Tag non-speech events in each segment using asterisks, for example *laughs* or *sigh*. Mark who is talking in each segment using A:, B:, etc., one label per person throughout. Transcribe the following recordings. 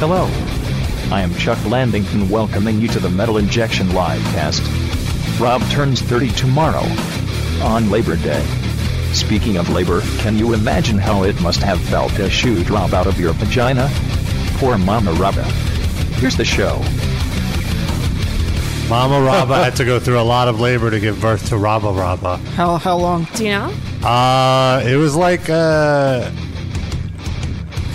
A: Hello. I am Chuck Landington welcoming you to the Metal Injection Livecast. Rob turns 30 tomorrow, on Labor Day. Speaking of labor, can you imagine how it must have felt to shoot Rob out of your vagina? Poor Mama Rubba. Here's the show.
B: Mama Raba Oh. had to go through a lot of labor to give birth to Raba Raba.
C: How how long?
D: Do you know?
B: Uh, it was like uh, I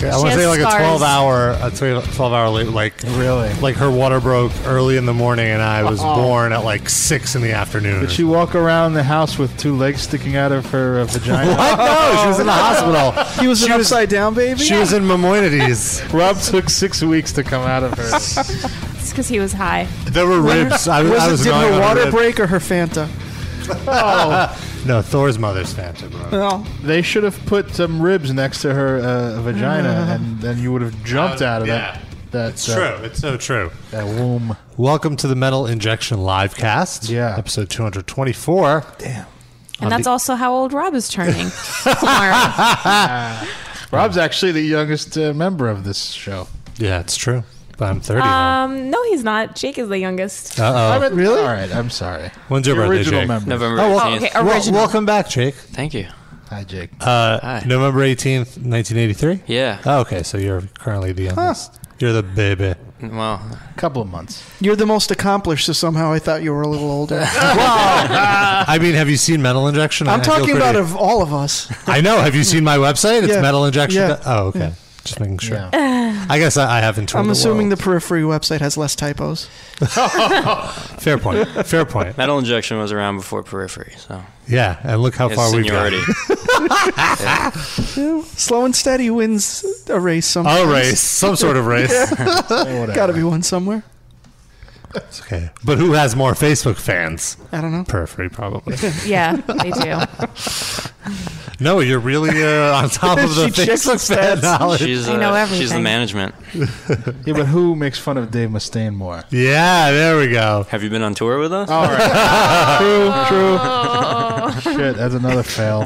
B: want
D: has
B: to say like a
D: scars.
B: twelve hour, a twelve hour late, like
C: Really?
B: like her water broke early in the morning, and I was
C: Uh-oh.
B: born at like six in the afternoon.
E: Did she walk around the house with two legs sticking out of her uh, vagina?
B: what? No, she was
E: *laughs*
B: in the hospital.
C: He was
B: She
C: an
B: was-
C: upside down baby.
B: She was in Maimonides.
E: *laughs* Rob took six weeks to come out of her.
D: It's because he was high.
B: There were ribs. I was,
C: Was
B: I
C: it-
B: was
C: did
B: gnawing on
C: her
B: a
C: water
B: rib.
C: break or her Fanta?
E: Oh.
B: Oh. *laughs* No, Thor's mother's Fanta, bro.
C: Well,
E: They should have put some ribs next to her uh, vagina,
B: Mm-hmm.
E: and then you would have jumped
B: Uh,
E: out of
B: yeah.
E: that. That
B: It's
E: uh,
B: true. It's so true.
E: That womb.
B: Welcome to the Metal Injection Livecast.
E: Yeah.
B: Episode 224.
D: And that's also how old Rob is turning tomorrow.
B: *laughs*
E: *laughs* Rob's actually the youngest uh, member of this show.
B: Yeah, it's true. But I'm 30 *laughs* now.
D: um, no, he's not. Jake is the youngest.
E: I
B: Uh-oh.
E: meant, really? All right. I'm sorry.
B: When's your
E: The
B: birthday,
E: original
B: Jake?
E: member.
F: November
B: Oh, well,
F: 18th.
D: okay.
B: Wel-
D: Original.
B: welcome back, Jake.
F: Thank you.
E: Hi, Jake.
B: Uh,
F: Hi.
B: November 18th, 1983?
F: Yeah.
B: Oh, okay, so you're currently the youngest. You're the baby.
F: well,
E: couple of months.
C: you're the most accomplished, so somehow I thought you were a little older.
B: *laughs* I mean, have you seen Metal Injection? I-
C: I'm
B: I feel
C: talking about
B: pretty-
C: of all of us.
B: *laughs* I know.
D: *sighs*
B: Have you seen my website? It's
C: Yeah.
B: Metal Injection.
C: Yeah.
B: Oh, okay. Just making sure.
E: Yeah.
B: *laughs* I guess I, I haven't. toured
C: I'm
B: the
C: assuming the
B: world.
C: periphery website has less
B: *laughs*
C: typos.
B: fair point. Fair point.
F: metal injection was around before periphery, so
B: Yeah, and look how
F: it's
B: far we've got. *laughs*
F: seniority.
C: Slow and steady wins a race sometimes.
B: A race, some sort of race.
C: *laughs*
B: *laughs*
E: Or whatever.
C: Got to be one somewhere.
B: It's okay, but who has more Facebook fans?
C: I don't know.
G: *laughs*
B: Periphery, probably.
D: yeah, they do.
B: No, you're really
C: *laughs*
B: uh, on top of the
C: She checks the
B: Facebook fan
C: stats.
B: knowledge.
F: she's
D: I
F: uh,
D: know
F: she's the
D: everything.
F: management.
E: Yeah, but who makes fun of Dave Mustaine more?
B: yeah, there we go.
F: Have you been on tour with us?
E: All *laughs*
F: Uh,
E: right.
B: Oh.
C: Oh,
E: true, true. Shit, that's
F: *laughs*
E: another fail.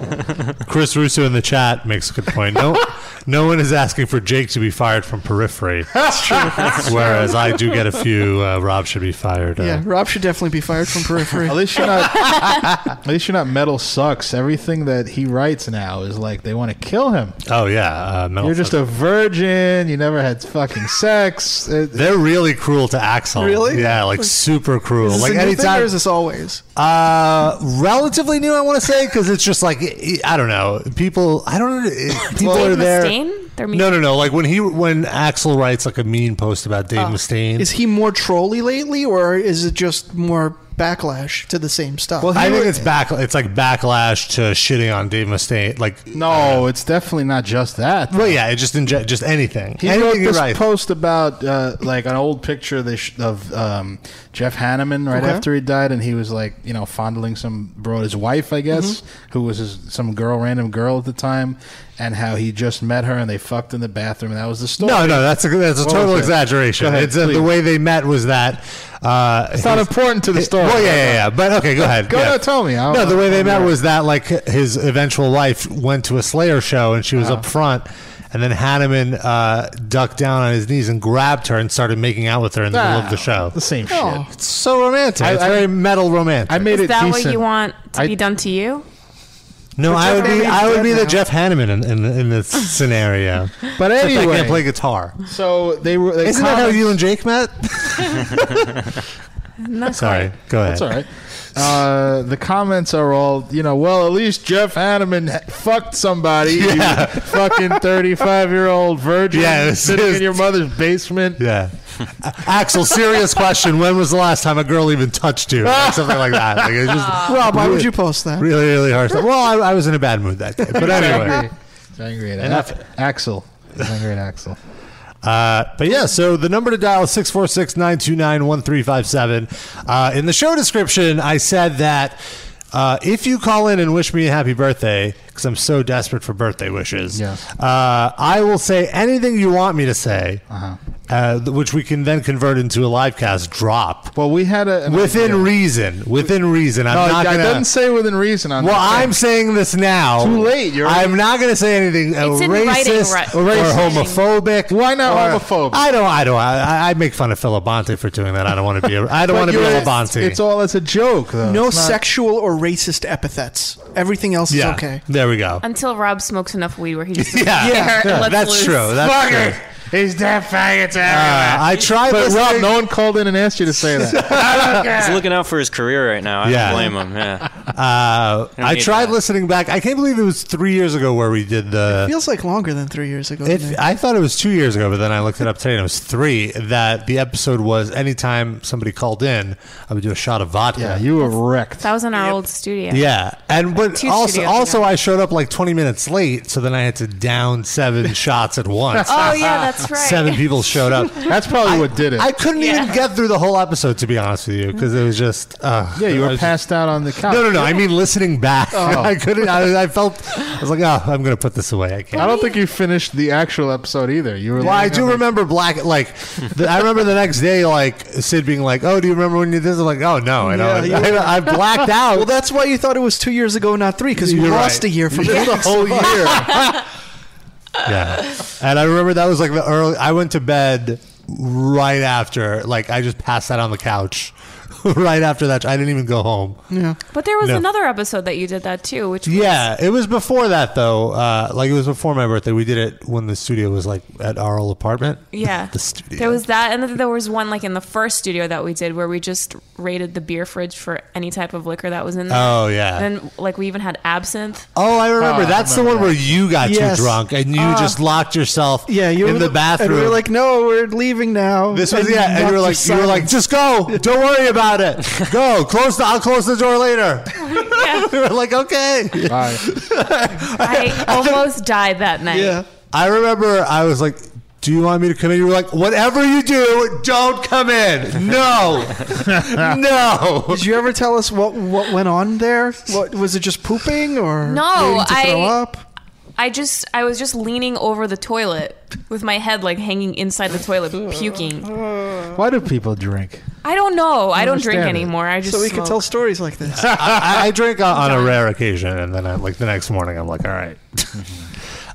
B: Chris Russo in the chat makes a good point. No, no one is asking for Jake to be fired from
C: *laughs*
B: Periphery. That's true. Whereas I do get a few. Uh, Rob should be fired. Uh,
C: Yeah, Rob should definitely be fired
B: *laughs*
C: from periphery.
E: At least you're not. at least you're not. Metal sucks. Everything that he writes now is like they want to kill him.
B: Oh yeah. Uh, metal
E: You're just a virgin. You never had fucking sex. Uh, It-
B: They're really cruel to Axel.
C: Really?
B: Yeah, like super cruel.
C: Is this
B: like
C: a new thing,
B: anytime.
C: or is this always?
B: uh, relatively new, I want to say, because it's just like I don't know. People, I don't know. People
D: Dave
B: are there.
D: Mustaine? They're
B: No, no, no. Like when he when Axel writes like a mean post about Dave Mustaine.
C: Is he more trolly lately, or is it just more backlash to the same stuff?
B: I think it's back. It's like backlash to shitting on Dave Mustaine. Like
E: no, it's definitely not just that.
B: Well, yeah, it just inje- just anything.
E: He
B: anything
E: wrote
B: you
E: this
B: write.
E: post about uh, like an old picture they sh- of um, Jeff Hanneman right
C: Okay.
E: after he died, and he was like you know fondling some bro, his wife, I guess, who was his, some girl, random girl at the time, and how he just met her and they fucked in the bathroom, and that was the story.
B: no, no, that's a that's a
E: What
B: total
E: was it?
B: exaggeration.
E: Go ahead,
B: it's uh,
E: please.
B: the way they met was that. Uh,
E: It's not important to the story.
B: Well, yeah, yeah, yeah. But okay, go ahead.
E: Go
B: yeah.
E: no, tell me. I'll-
B: no, the way they
E: I'll-
B: met was that like his eventual wife went to a Slayer show and she
E: Uh-huh.
B: was up front, and then Hanneman uh, ducked down on his knees and grabbed her and started making out with her in the middle of the
E: Ah,
B: show.
E: The same
C: Oh.
E: shit.
B: It's so romantic.
E: I-
B: it's
E: I-
B: very metal romantic.
E: I made
D: Is
E: it
D: that
E: decent.
D: what you want to
E: I-
D: be done to you?
B: no, I would be
C: Hanneman's
B: I would
C: dead
B: be the
C: now.
B: Jeff Hanneman in, in, in
E: *laughs*
B: this scenario.
E: But
B: Except I
E: anyway,
B: can't play guitar.
E: so they were. They
B: Isn't that how
E: commented-
B: you and Jake met?
D: Not
B: Sorry,
D: quite.
B: *laughs* go ahead.
E: That's all right. Uh, the comments are all, you know. Well, at least Jeff Hanneman ha- fucked somebody. you
B: Yeah.
E: *laughs* fucking thirty-five-year-old virgin
B: Yeah, it was-
E: sitting in your mother's basement.
B: Yeah. A- Axel, serious question. When was the last time a girl even touched you? Like something like that. Like, it's
C: *laughs*
B: just
C: Rob, why would you post that?
B: really, really hard. stuff. Well, I, I was in a bad mood that day. *laughs* But anyway.
E: He's angry at
B: Enough.
E: A- Axel. He's angry at Axel.
B: *laughs* Uh, but yeah, so the number to dial is 646 929 1357. Uh, In the show description, I said that uh, if you call in and wish me a happy birthday, because I'm so desperate for birthday wishes,
E: Yeah.
B: uh, I will say anything you want me to say.
E: Uh-huh.
B: uh, th- which we can then convert into a live cast drop
H: Well, we had a an
B: within
H: idea.
B: reason. Within reason, I'm
H: No,
B: not
H: I
B: gonna.
H: didn't say within reason on
B: well,
H: that thing.
B: I'm saying this now.
H: Too late, you're-
B: I'm not going to say anything uh,
D: It's in writing,
B: racist
D: right-
B: or
D: it's in writing.
B: homophobic.
H: Why not
B: or-
H: homophobic?
B: I don't. I don't. I, I- I make fun of Filibante for doing that. I don't want to be. A, I
H: *laughs*
B: don't
H: But
B: want to be
H: you're-
B: a Labonte.
H: It's all it's a joke though.
C: No
H: It's not-
C: sexual or racist epithets. Everything else
B: yeah.
C: is okay.
B: There we go.
D: Until Rob smokes enough weed where he just
B: Oh. *laughs* yeah,
D: yeah,
B: yeah,
D: lets
B: that's
D: loose.
B: true. That's
H: Fuck
B: true.
H: it. He's that faggots everywhere.
B: Uh, I tried
H: but
B: listening-
H: Rob, no one called in and asked you to say that.
B: *laughs*
F: He's looking out for his career right now. I
B: Yeah.
F: don't blame him. Yeah.
B: Uh,
F: don't
B: I
F: need
B: tried
F: that.
B: listening back. I can't believe it was three years ago where we did the.
C: Feels like longer than three years ago. to me.
B: It, I thought it was two years ago, but then I looked it up today and it was three. That the episode was anytime somebody called in, I would do a shot of vodka.
H: yeah, you were wrecked.
D: That was in our old studio.
B: Yeah, and but
D: Uh, Two
B: also
D: studios
B: also
D: ago.
B: I showed up like 20 minutes late, so then I had to
D: *laughs*
B: down seven shots at once.
D: Oh yeah,
B: *laughs*
D: that's right.
B: Seven people
D: *laughs*
B: showed up.
H: That's probably what did it.
B: I couldn't even
D: Yeah.
B: get through the whole episode to be honest with you because it was just uh,
H: yeah, you
B: I
H: were
B: was-
H: passed out on the couch. Oh.
B: No, no, no. I mean listening back. *laughs* I couldn't. I, I felt. I was like, oh, I'm gonna put this away. I can't.
H: I don't think you finished the actual episode either. You were.
B: Well, I do remember black. Like, the, I remember the next day, like Sid being like, "Oh, do you remember when you did this?" I'm like, "Oh no, I don't."
C: Yeah,
B: *laughs* I,
C: *laughs*
B: I blacked out.
C: well, that's why you thought it was two years ago, not three, because you
B: You're
C: lost
B: right.
C: a year from the
H: the
C: next
H: whole
C: one.
H: year.
B: yeah, and I remember that was like the early. I went to bed right after. Like, I just passed out on the couch. *laughs* right after that, I didn't even go home.
C: Yeah.
D: But there was
B: No.
D: another episode that you did that too, which was-
B: Yeah, it was before that though. Uh, like, it was before my birthday. We did it when the studio was like at our old apartment.
D: yeah.
B: *laughs* the studio.
D: There was that, and then there was one like in the first studio that we did where we just rated the beer fridge for any type of liquor that was in there.
B: Oh, yeah.
D: And then like we even had absinthe.
B: Oh, I remember.
H: Oh, I
B: That's the one
H: remember
B: where you got
C: Yes.
B: too drunk and you
D: Oh.
B: just locked yourself
C: *laughs* Yeah, you
B: in
C: were
B: the bathroom.
C: And we were like, no, we're leaving now.
B: This was yeah, and you were like, you were like, just go. Don't worry about it. Go. Close the. I'll close the door later.
D: Yeah.
B: *laughs* we were like, okay.
H: Bye.
D: I almost died that night.
C: yeah.
B: I remember I was like, do you want me to come in? You were like, whatever you do, don't come in. No, no.
C: Did you ever tell us what what went on there? What was it? Just pooping or
D: No,
C: needing to throw
D: I-
C: up?
D: I just I was just leaning over the toilet with my head like hanging inside the toilet puking.
H: Why do people drink?
D: I don't know. I don't drink
H: understand it.
D: anymore. I just
C: So we could tell
D: smoke.
C: stories like this.
B: *laughs* I, I drink on, on a rare occasion, and then I, like the next morning, I'm like, all right.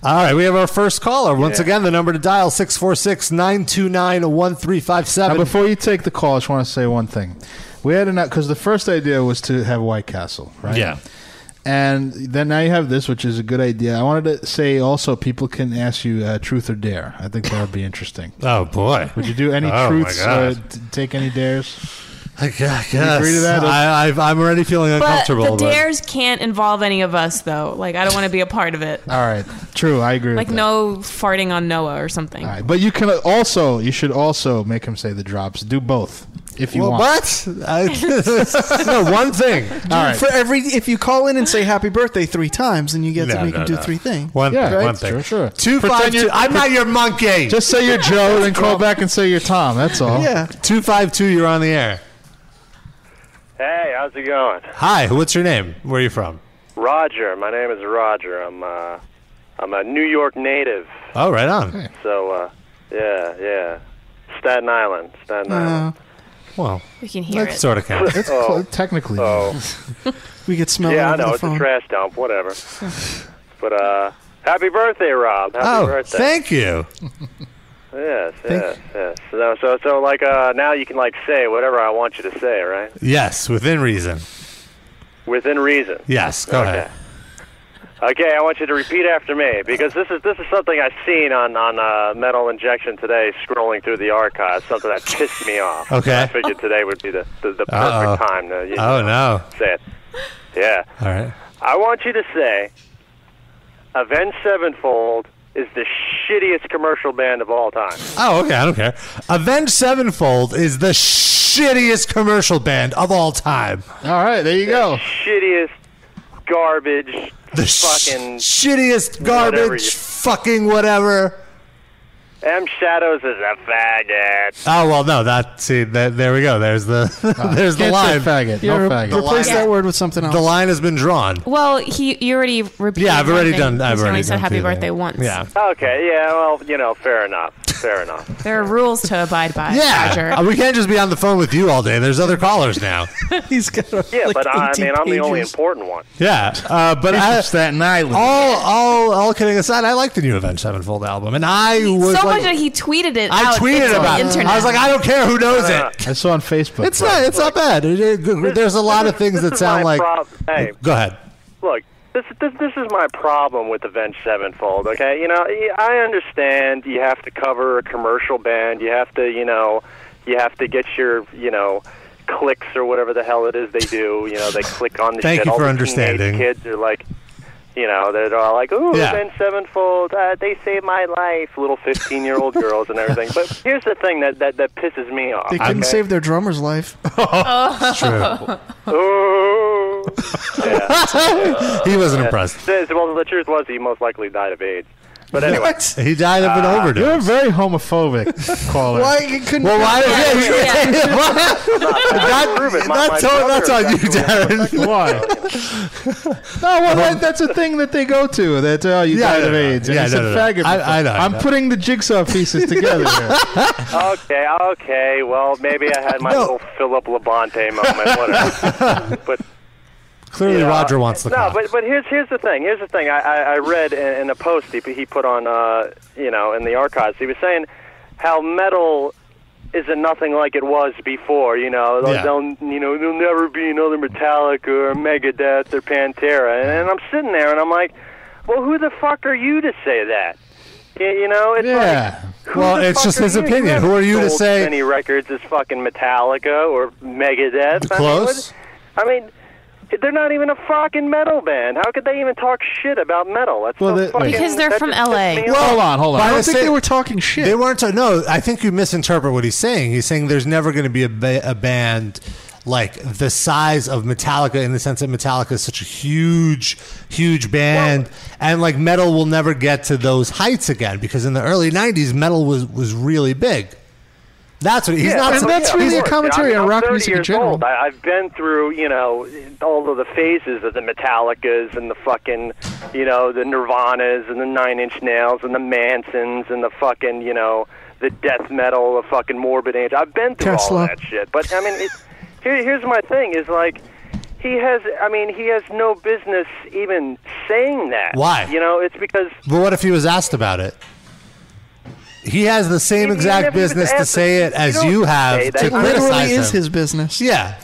B: All right, we have our first caller. Once again, the number to dial 646 929
H: Now,
B: 1357.
H: before you take the call, I just want to say one thing. We had an because the first idea was to have White Castle, right?
B: Yeah.
H: And then now you have this, which is a good idea. I wanted to say also, people can ask you uh, truth or dare. I think that would be interesting.
B: Oh, boy.
H: Would you do any
B: Oh, my
H: truths uh, or
B: God.
H: t- take any dares?
B: I gu- I guess.
H: agree to that?
B: I, I've, I'm already feeling
D: But
B: uncomfortable.
D: the
B: but-
D: dares can't involve any of us though. Like I don't want to be a part of it.
H: All right, true. I agree.
D: Like
H: with that.
D: no farting on Noah or something.
H: All right, but you can also you should also make him say the drops. Do both if you
B: Well,
H: want.
B: what?
D: *laughs*
B: I- *laughs* no, one thing.
H: All right.
C: For every, if you call in and say happy birthday three times, then you get
B: No,
C: to make
B: no,
C: him do
B: no.
C: three things.
B: One,
H: Yeah,
B: thing,
H: right,
B: one thing.
H: sure, sure.
B: Two,
H: Pretend
B: five,
H: you-
B: two. I'm not your monkey.
H: Just say you're Joe, then call back and say you're Tom. That's all.
C: Yeah.
B: two five two. You're on the air.
I: Hey, how's it going?
B: Hi. What's your name? Where are you from?
I: Roger. My name is Roger. I'm uh, I'm a New York native.
B: Oh, right on.
I: So uh, yeah, yeah, Staten Island, Staten
C: Uh,
I: Island.
B: Well,
D: We can hear
B: that
D: it.
B: sort of counts.
H: That's cl- technically.
I: Oh,
C: *laughs* we could smell
I: yeah, I
C: it over
I: know
C: the
I: it's a
C: phone.
I: trash dump,
C: *sighs*
I: whatever. but uh, happy birthday, Rob. Happy
B: Oh,
I: birthday.
B: thank you.
I: yes, yes, yes. So, so, so, like, uh, now you can like say whatever I want you to say, right?
B: Yes, within reason.
I: Within reason.
B: Yes, go ahead.
I: Okay, I want you to repeat after me because this is this is something I've seen on on uh, Metal Injection today, scrolling through the archives. Something that pissed me off.
B: Okay.
I: So I figured today would be the the, the perfect
B: Uh-oh.
I: time to you
B: Oh
I: know,
B: no.
I: say it. Yeah,
B: All right.
I: I want you to say, Avenged Sevenfold is the shittiest commercial band of all time.
B: Oh, okay. I don't care. Avenged Sevenfold is the shittiest commercial band of all time.
H: All right, there you go.
I: Shittiest garbage.
B: The sh-
I: fucking
B: shittiest garbage,
I: whatever you-
B: fucking whatever.
I: M Shadows is a faggot.
B: Oh well, no. That see, that, there we go. There's the *laughs* there's the
H: Ah, Can't
B: line.
H: say faggot.
C: Yeah,
H: No
C: re-
H: faggot.
C: replace
D: line-
C: that word with something else.
B: The line has been drawn.
D: Well, he you already repeated.
B: Yeah, I've
D: one
B: already
D: thing.
B: done. I've
D: He's
B: already
D: only said
B: done
D: happy
B: two
I: Oh,
D: birthday
B: things.
D: once.
B: Yeah.
I: Okay, yeah, well, you know, fair enough. Fair enough.
D: There are rules to abide by. Roger.
B: Yeah, Uh, we *laughs* can't just be on the phone with you all day. There's other callers now.
C: He's got
I: Yeah,
C: like
I: *laughs* but uh, I I
C: 18
I: mean, I'm the only
C: pages.
I: important one.
B: Yeah, uh, but I,
H: Staten Island.
B: all all all kidding aside, I like the new Avenged Sevenfold album, and I was
D: so
B: like,
D: much that he tweeted it.
B: I
D: out
B: tweeted
D: into the
B: about it.
D: Internet.
B: I was like, I don't care who knows it.
H: I saw on Facebook.
B: It's not it's not bad. It- it- there's a lot
I: this
B: of
I: is-
B: things
I: this
B: that
I: is
B: sound
I: my
B: like.
I: prob- hey.
B: Go ahead.
I: look, this, this this is my problem with Avenged Sevenfold. Okay, you know, I understand you have to cover a commercial band, you have to, you know, you have to get your, you know, clicks or whatever the hell it is they do. You know, they click on the
B: Thank
I: shit.
B: you
I: All
B: for
I: the
B: understanding.
I: Teenage kids are like. You know, they're all like, "Ooh,
B: Yeah.
I: Avenged Sevenfold, uh, they saved my life." Little fifteen-year-old girls and everything. But here's the thing that that, that pisses me off.
C: They couldn't
I: okay?
C: save their drummer's
B: *laughs*
C: life.
D: Oh. *laughs*
B: It's
I: Ooh. *laughs*
B: true.
I: Yeah.
B: *laughs* he wasn't impressed.
I: The- Well, the truth was he most likely died of AIDS. But anyway,
B: *laughs* He died of an overdose.
H: You're a very
B: *laughs*
H: homophobic caller.
C: Why it couldn't?
B: well, why? Yeah, you-
I: I prove it. My-
B: that's,
I: my
B: on, that's
I: brother
B: on you,
I: is actually-
B: Darren.
H: Why? no, Oh, well, that, that's a thing that they go to. That oh, you
B: Yeah,
H: died
B: no,
H: of
B: no.
H: AIDS.
B: Yeah,
H: and it's
B: no,
H: a
B: no, no.
H: faggot.
B: I- I know, I
H: am
B: know.
H: putting the jigsaw pieces
B: *laughs*
H: together. here.
I: *laughs* Okay, okay. Well, maybe I had my
B: No.
I: little Philip Labonte moment.
B: *laughs*
I: Whatever. but
B: *laughs* Clearly,
I: Yeah.
B: Roger wants the
I: no,
B: cock.
I: but but here's here's the thing. Here's the thing. I, I, I read in, in a post he, he put on uh you know in the archives. He was saying how metal is a nothing like it was before. You know,
B: Yeah.
I: they'll you know there'll never be another Metallica or Megadeth or Pantera. And, I'm sitting there and I'm like, well, who the fuck are you to say that? You, you know, it's like
H: yeah.
I: Who
B: Well,
I: the
B: it's
I: fuck
B: just
I: are
B: his
I: you?
B: opinion.
I: You
B: Who are you to
I: haven't sold
B: say-
I: as Many records as fucking Metallica or Megadeth.
B: Close.
I: I mean, what- I mean, they're not even a fucking metal band. How could they even talk shit about metal? That's
H: Well,
I: so
H: they-
I: fucking-
D: Because they're
I: that
D: from
I: just
D: LA.
I: pisses me
H: Well,
I: off.
H: hold on, hold on.
B: By
C: I
B: the
C: don't think
B: sa-
C: they were talking shit.
B: They weren't. ta- no, I think you misinterpret what he's saying. He's saying there's never going to be a, ba- a band like the size of Metallica in the sense that Metallica is such a huge, huge band, and like metal will never get to those heights again because in the early '90s, metal was was really big. That's what he's
I: Yeah,
B: not.
I: of
B: so-
C: that's
I: course,
C: really a
I: yeah. I mean,
C: commentary
I: I'm
C: on rock
I: 30
C: music in
I: years
C: general.
I: Old. I, I've been through, you know, all of the phases of the Metallicas and the fucking, you know, the Nirvanas and the Nine Inch Nails and the Mansons and the fucking, you know, the death metal, the fucking Morbid Angel. I've been through all
C: Tesla.
I: that shit. But I mean, it, here, here's my thing: is like. He has, I mean, he has no business even saying that.
B: Why?
I: You know, it's because
B: But what if he was asked about it? He has the same
I: Even
B: exact
I: if he was
B: business to
I: asked,
B: say it
I: you
B: as
I: don't
B: you
I: say
B: have
I: that.
B: to
C: it literally
B: criticize
C: is
B: him.
C: his business.
B: Yeah,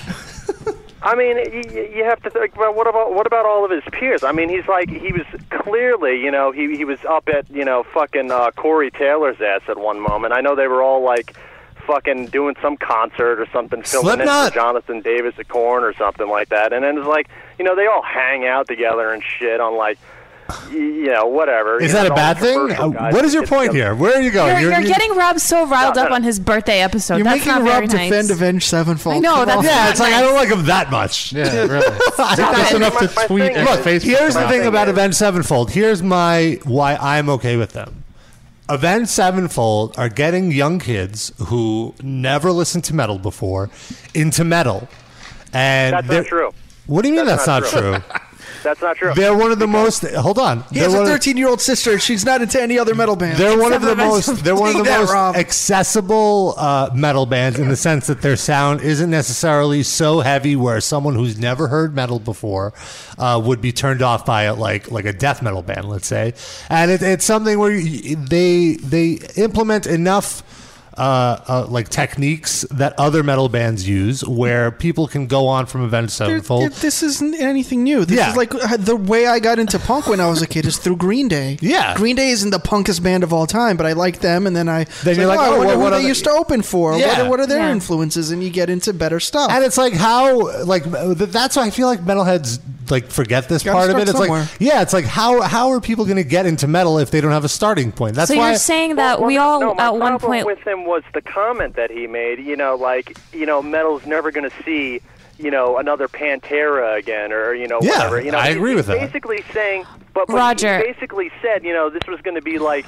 I: I mean, you, you have to think. Well, what about what about all of his peers? I mean, he's like he was clearly, you know, he he was up at you know fucking uh, Corey Taylor's ass at one moment. I know they were all like fucking doing some concert or something, filming it
B: Slipknot.
I: for Jonathan Davis at Corn or something like that. And then it's like you know they all hang out together and shit on like y- you know whatever.
B: is
I: You know,
B: that a
I: all the
B: bad thing?
I: commercial
B: Uh,
I: guys.
B: What is your
I: It's- it's-
B: point here? Where are you going?
D: You're, you're,
B: you're-
D: getting Rob so riled
I: No,
D: up
I: no.
D: on his birthday episode.
C: You're
D: That's
C: making
D: not very
C: Rob
D: nice.
C: defend Avenged Sevenfold.
D: I know,
C: Come
D: that's
C: on.
D: not-
B: Yeah, it's like I
D: nice.
B: don't like him that much.
H: Yeah,
B: *laughs*
H: really.
B: I think
D: it.
H: That's enough to
I: My- my
H: tweet
I: thing
H: and
I: is-
B: Look,
H: Facebook.
B: here's the
I: about
B: thing
I: it.
B: about Avenged Sevenfold. Here's my why I'm okay with them. Avenged Sevenfold are getting young kids who never listened to metal before into metal, and
I: That's not
B: they're-
I: true.
B: What do you mean that's,
I: That's
B: not,
I: not
B: true?
J: *laughs*
I: That's not true.
B: they're one of the most. Hold on.
C: He
B: they're
C: has a
B: one of-
C: 13 year old sister. She's not into any other metal band.
B: They're one of the
D: Except for Avenged
B: most. They're one of the
C: Take that,
B: most
C: Rob.
B: accessible uh, metal bands in the sense that their sound isn't necessarily so heavy where someone who's never heard metal before uh, would be turned off by it, like like a death metal band, let's say. And it, it's something where you, they they implement enough. Uh, uh, like techniques that other metal bands use, where people can go on from Avenged
C: They're-
B: Sevenfold.
C: they're- this isn't anything new. This
B: Yeah.
C: is like uh, the way I got into punk when I was a kid is through Green Day.
B: Yeah.
C: Green Day isn't the punkest band of all time, but I like them. And then I
B: Then
C: was
B: you're like,
C: oh,
B: oh,
C: I wonder
B: what-
C: who
B: what
C: they
B: other-
C: used to open for.
B: Yeah.
C: What, are- what are their
D: Yeah.
C: influences? And you get into better stuff.
B: And it's like how like that's why I feel like metalheads like forget this
C: Gotta
B: part of
C: start
B: it. It's like
C: somewhere.
B: yeah, it's like how how are people going to get into metal if they don't have a starting point? That's
D: So
B: why
D: you're saying that
I: Well,
D: we
I: well,
D: all
I: no, my
D: at one
I: problem
D: point
I: with him was the comment that he made. You know, like you know, metal's never going to see you know another Pantera again, or you know,
B: Yeah,
I: whatever. You know,
B: I
I: he's-
B: agree with
I: he's
B: that.
I: Basically saying, but but he
D: Roger.
I: basically said, you know, this was going to be like.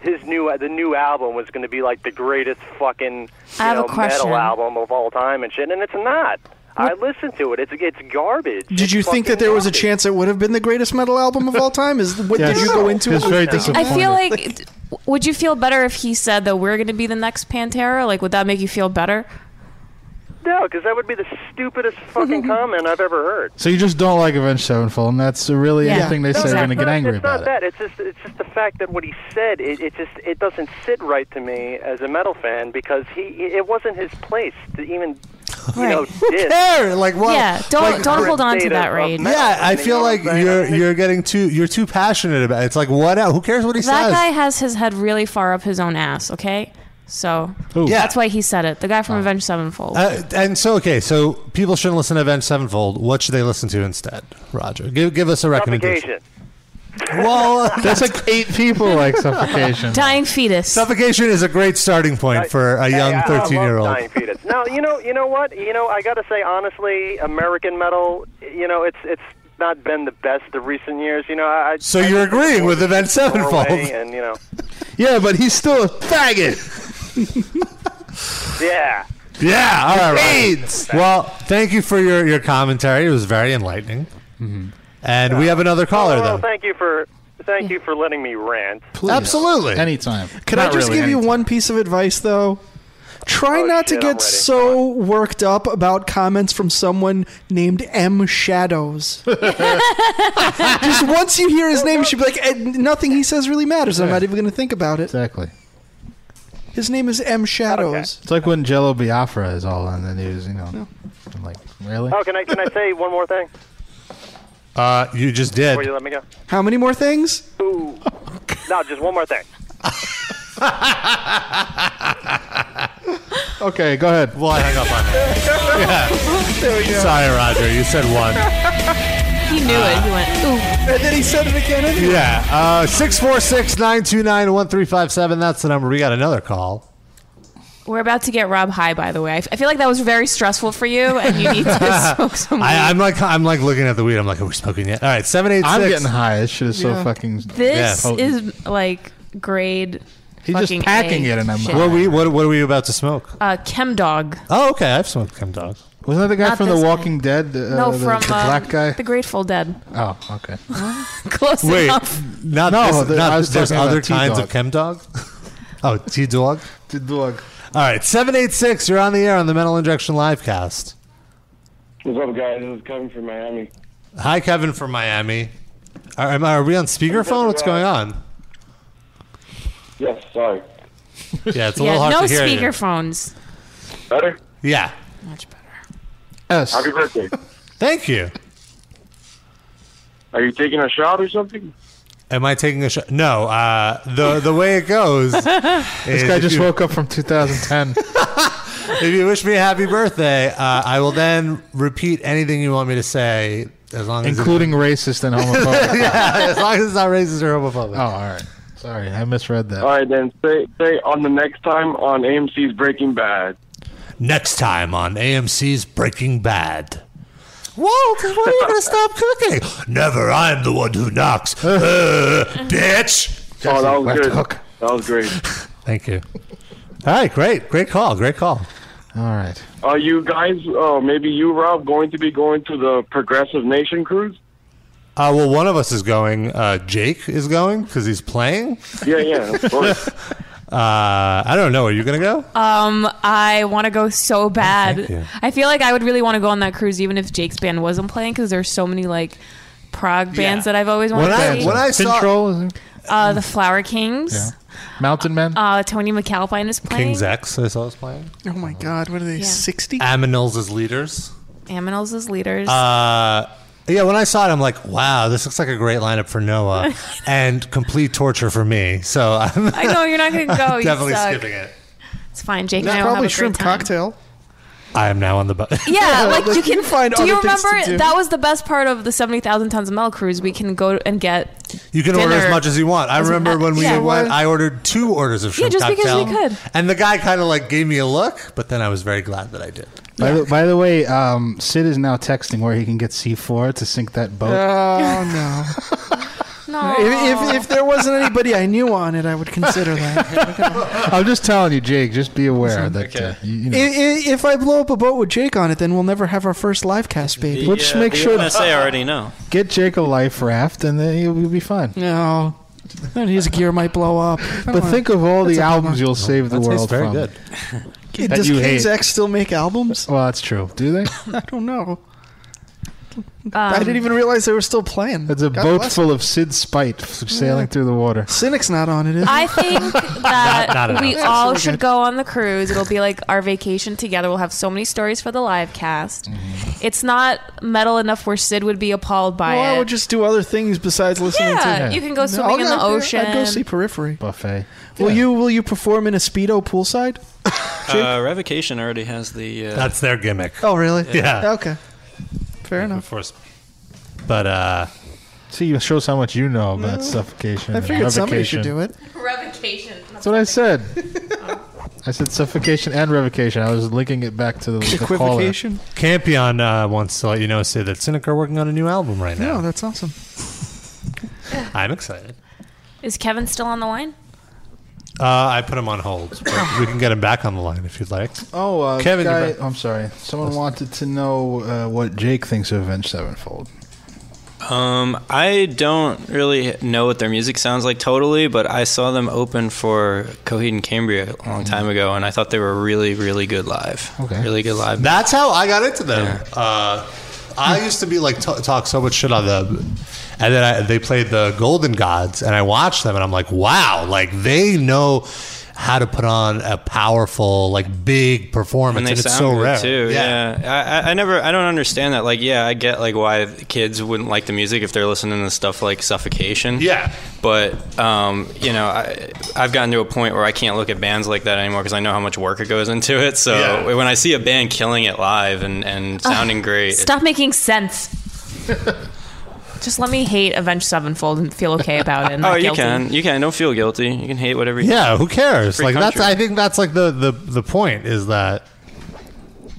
I: His new the new album was going to be like the greatest fucking you
D: I have a
I: know,
D: question.
I: metal album of all time and shit, and it's not. I listened to it. It's it's garbage.
C: Did you think that there was a chance it would have been the greatest metal album of all time? Is what
B: Yes.
C: did you go into?
B: It's
C: it
B: very
C: with?
B: disappointing.
D: I feel
B: *laughs*
D: like, d- would you feel better if he said that we're going to be the next Pantera? Like, would that make you feel better?
I: No, because that would be the stupidest
D: *laughs*
I: fucking comment I've ever heard.
H: So you just don't like Avenged Sevenfold, and that's really
D: Yeah.
H: anything they
D: No,
H: say
D: no,
H: you're going to
I: It's
H: get
I: not-
H: angry
I: it's
H: about
I: not
H: it.
I: that. It's just it's just the fact that what he said it, it just it doesn't sit right to me as a metal fan because he it wasn't his place to even you know
D: Right.
I: diss.
B: Care, like well,
D: yeah, don't
B: like,
D: don't hold on to
I: State
D: that
I: of- of
D: rage.
I: metal.
B: Yeah, I
I: You know
B: feel
I: what
B: like
I: I'm saying?
B: you're
I: I mean-
B: you're getting too you're too passionate about it. It's like what who cares what he
D: That
B: says?
D: guy has his head really far up his own ass. Okay, so
B: Yeah.
D: that's why he said it. The guy
B: Oh.
D: from Avenged Sevenfold.
B: Uh, and so okay, so people shouldn't listen to Avenged Sevenfold. What should they listen to instead? Roger, give give us a recommendation.
I: Suffocation. *laughs*
B: Well, *laughs*
H: That's like eight people like suffocation.
D: Dying fetus.
B: suffocation is a great starting point for a
I: Hey, I-
B: young
I: I love
B: thirteen year old.
I: Dying Fetus. Now you know you know what you know. I got to say honestly, American metal. You know, it's it's not been the best the recent years. You know, I.
B: So
I: I-
B: you're agreeing with Event Sevenfold?
I: Norway
B: *laughs*
I: and you know,
H: yeah, but he's still a faggot.
I: yeah.
B: Yeah, all right, Roger. Well, thank you for your your commentary. It was very enlightening. And we have another caller
I: well,
B: though.
I: thank you for thank you for letting me rant.
H: Please.
B: Absolutely.
H: Anytime.
C: Can I just give you one piece of advice, though? Try
I: Oh,
C: not
I: shit,
C: to
I: I'm
C: get
I: ready.
C: so worked up about comments from someone named M
I: *laughs*
C: Shadows. just once you hear his name, you should be like, "Eh, nothing he says really matters. I'm not even going to think about it.
H: Exactly.
C: His name is M Shadows.
H: It's like when Jello Biafra is all on the news, you know. I'm like, really?
I: Oh, can I can I say one more
B: *laughs*
I: thing
B: Uh, you just did.
I: before you let me go?
C: How many more things?
I: Ooh. No, just one more thing.
H: Okay, go ahead.
B: Well, I hung up on that. Yeah. Sorry, Roger. You said one.
D: he knew it. He went. Ooh.
C: And then he said it again. Anyway.
B: Yeah. Uh, 646-929-1357. That's the number. We got
D: *laughs*
B: another call.
D: We're about to get Rob high. By the way, I f- I feel like that was very stressful for you, and
B: *laughs*
D: you need *laughs* to smoke some. weed.
B: I, I'm like I'm like looking at the weed. I'm like, are we smoking yet? All right, seven eight six.
H: I'm getting high. This shit is so
C: Yeah.
H: fucking.
D: this
H: potent.
D: is like grade.
H: He's just
D: fucking
H: packing
D: A
H: it and I'm
D: shit.
H: high.
B: What are we what, what are we about to smoke?
D: Uh, Chem Dog.
B: Oh, okay. I've smoked Kim Dog.
H: Wasn't that the guy
D: Not
H: from The
D: this guy.
H: Walking Dead? Uh,
D: No,
H: the,
D: from
H: the
D: um,
H: black guy.
D: The Grateful Dead.
H: oh, okay.
D: *laughs* *laughs* Close
B: Wait,
D: enough.
B: not
H: No,
B: no.
H: the- I was
B: there's
H: talking about
B: other kinds of
H: T-Dog.
B: Kim Dog.
H: *laughs*
B: oh, T Dog.
H: The dog.
B: All right, seven eight six. You're on the air on the Mental Injection Livecast.
J: What's up, guys? This is Kevin from Miami.
B: Hi, Kevin from Miami. Are, am I- are we on speakerphone? What's going on?
J: Yes, sorry.
B: Yeah, it's a little
D: Yeah,
B: hard
D: no
B: to hear. you.
D: speakerphones.
J: Better?
B: Yeah.
D: Much better.
H: S.
J: Happy birthday.
B: Thank you.
J: Are you taking a shot or something?
B: Am I taking a shot? No. Uh, the the way it goes.
H: *laughs*
B: this
H: This guy just woke up from 2010.
B: If you wish me a happy birthday, uh, I will then repeat anything you want me to say, as long as
H: including racist and
C: *laughs*
H: homophobic.
B: yeah, as long as it's not racist or homophobic.
H: Oh, all right. Sorry, I misread that.
J: All right, then. Say, say on the next time on AMC's Breaking Bad.
B: Next time on AMC's Breaking Bad. Walt, when are you gonna stop cooking? Never. I'm the one who knocks,
H: *laughs*
B: Uh, bitch.
J: Oh, that was
H: left
J: good.
H: hook.
J: That was great.
B: Thank you. All right, great, great call, great call.
H: All right.
J: Are you guys, uh, maybe you, Rob, going to be going to the Progressive Nation cruise?
B: Uh, well, one of us is going. Uh, Jake is going because he's playing.
J: Yeah, yeah, of course.
B: *laughs* Uh, I don't know. Are you gonna go?
D: Um, I want to go so bad.
B: Oh, you.
D: I feel like I would really want to go on that cruise, even if Jake's band wasn't playing, because there's so many like prog bands that I've always wanted
B: When I-
D: to see.
B: when I saw-
H: Control, is it?
D: uh, the Flower Kings.
H: Yeah. Mountain Men.
D: Uh, Tony McAlpine is playing.
B: King's X. I saw us playing.
C: Oh my God! What are they? Sixty?
B: Aminals as leaders.
D: Aminals is leaders.
B: Uh, yeah, when I saw it, I'm like, wow, this looks like a great lineup
D: *laughs*
B: for Noah, and complete torture for me. So I'm
D: I know you're not gonna
B: *laughs*
D: go. you
B: definitely
D: suck.
B: skipping it.
D: It's fine. Jake and I will have a
C: Probably
D: great
C: shrimp
D: time.
C: cocktail.
B: I am now on the bus.
C: *laughs*
D: Yeah, like
C: like,
D: you can
C: you find
D: Do
C: other
D: you
C: things to
D: remember
C: do.
D: that was the best part of the seventy thousand tons of metal cruise? We can go and get
B: *laughs* You can order as
D: Dinner.
B: much as you want. I
D: As-
B: remember when we
D: yeah,
B: went,
D: why-
B: I ordered two orders of shrimp
D: just because
B: cocktail.
D: we could.
B: And the guy kind of like gave me a look, but then I was very glad that I did.
H: by, the, by the way, um, Sid is now texting where he can get C4 to sink that boat.
C: Oh no!
D: *laughs* No.
C: If, if, if there wasn't anybody I knew on it, I would consider that.
H: I'm just telling you, Jake. Just be aware that uh, you, *laughs* you know.
C: if, if I blow up a boat with Jake on it, then we'll never have our first live cast baby.
F: The,
H: Which
F: uh,
H: makes
F: the
H: sure- *laughs*
F: MSA already know.
H: Get Jake a life raft, and then you'll, you'll be fine.
C: No. Then his gear might blow up.
H: But think of all
C: That's
H: the
C: a bummer.
H: albums you'll save the
B: That
H: world
B: tastes very
H: from.
B: good.
C: Kid-
H: that
C: Does
H: you
C: King's
H: hate.
C: X still
D: *laughs*
C: make albums?
H: Well, that's true. Do they?
C: I don't know. I
D: Um,
C: didn't even realize they were still playing.
H: That's a
C: God
H: boat
C: bless
H: full of Sid Spite f- sailing through the water.
C: Cynic's not on it, is he?
D: I
B: *laughs*
D: think that
B: Not- not
D: we
B: enough.
D: all should go on the cruise. It'll be like our vacation together. We'll have so many stories for the live cast. It's not metal enough where Sid would be appalled by
C: Well,
D: it.
C: I would just do other things besides listening to.
D: yeah,
H: to-
D: you can go
C: No,
D: swimming in
C: I'll-
D: the
C: I'd-
D: ocean.
C: I'd go see Periphery.
H: Buffet.
C: Will you will you perform in a speedo poolside?
F: Uh, Revocation already has the. Uh,
B: That's their gimmick.
C: Oh, really?
B: Yeah.
C: Okay. Fair
B: Of
C: enough.
B: course. But uh,
H: See, you shows how much you know about suffocation.
C: Mm. I
H: and
C: figured somebody should
H: revocation.
C: do it.
D: Revocation.
H: That's what I said. *laughs* I said suffocation and revocation. I was linking it back to the, the caller.
C: Equivocation.
B: Campion uh, wants to let you know, Sid, that Cynic are working on a new album right
C: No,
B: now.
C: Oh, that's awesome.
B: I'm excited.
D: Is Kevin still on the line?
B: Uh, I put him on hold. But we can get him back on the line if you'd like.
H: Oh, uh,
B: Kevin,
H: guy-
B: you're back.
H: I'm sorry. Someone wanted to know uh, what Jake thinks of Avenged Sevenfold.
F: Um, I don't really know what their music sounds like totally, but I saw them open for Coheed and Cambria a
B: Mm-hmm.
F: long time ago, and I thought they were really, really good live.
H: Okay.
F: Really good live.
B: That's how I got into them. Uh, I used to be like t- talk so much shit on them, and then I, they played the Golden Gods, and I watched them, and I'm like, wow, like they know how to put on a powerful, like big performance,
F: and
B: and,
F: they
B: it's
F: sound
B: so
F: good
B: rare
F: too. Yeah, I I, I never, I don't understand that. Like, yeah, I get like why kids wouldn't like the music if they're listening to stuff like Suffocation.
B: Yeah.
F: but um, you know, I, I've gotten to a point where I can't look at bands like that anymore because I know how much work it goes into it. So
B: Yeah.
F: when I see a band killing it live and and sounding great, it's-
D: Stop making
C: *laughs*
D: sense. just let me hate Avenged Sevenfold and feel okay about it. and
F: Oh,
D: not
F: you
D: guilty.
F: can. You can. Don't feel guilty. You can hate whatever you
B: Yeah, who cares?
F: Free
B: like that's.
F: country.
B: I think that's like the the the point is that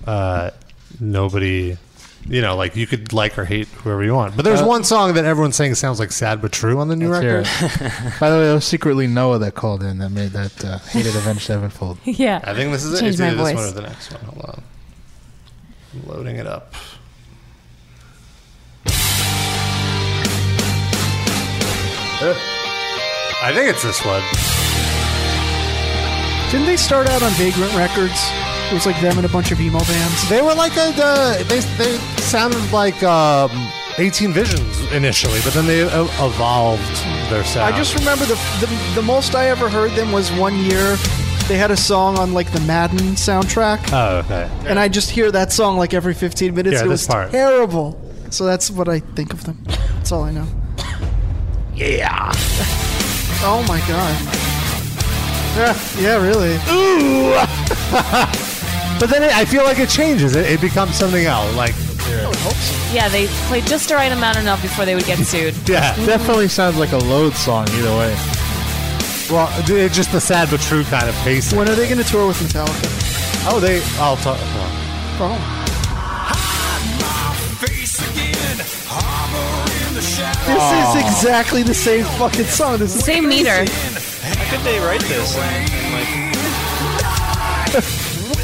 B: uh, nobody. You know, like you could like or hate whoever you want, but
F: Uh,
B: there's one song that everyone's saying sounds like "Sad but True" on the new
H: Uh, Let's hear
B: record.
H: it. *laughs* By the way, it was secretly Noah that called in that made that uh, hated Avenged Sevenfold.
D: *laughs* Yeah.
B: I think this is it.
D: Change
B: it's
D: my
B: either this
D: voice.
B: one or the next one. Hold on, I'm loading it up. Eh. I think it's this one.
C: Didn't they start out on Vagrant Records? It was like them and a bunch of emo bands.
B: They were like a, uh, they they sounded like um, 18 Visions initially, but then they uh, evolved their sound.
C: I just remember the, the the most I ever heard them was one year. They had a song on like the Madden soundtrack,
B: oh okay.
C: and I just hear that song like every 15 minutes.
B: Yeah,
C: it was
B: this part.
C: terrible. So that's what I think of them. That's all I know.
B: Yeah.
C: Oh my god. Yeah, yeah, really.
B: *laughs* But then it, I feel like it changes. It, it becomes something else. Like
D: Yeah, they played just the right amount enough before they would get sued.
B: yeah.
H: Definitely sounds like a load song either way.
B: Well, d- it's just the sad but true kind of pace.
C: When are they going to tour with Metallica?
B: Oh, they. I'll talk. hold on.
C: Oh. This is exactly the same fucking song. This is
D: Same meter.
F: How could they write
C: *laughs*
F: this?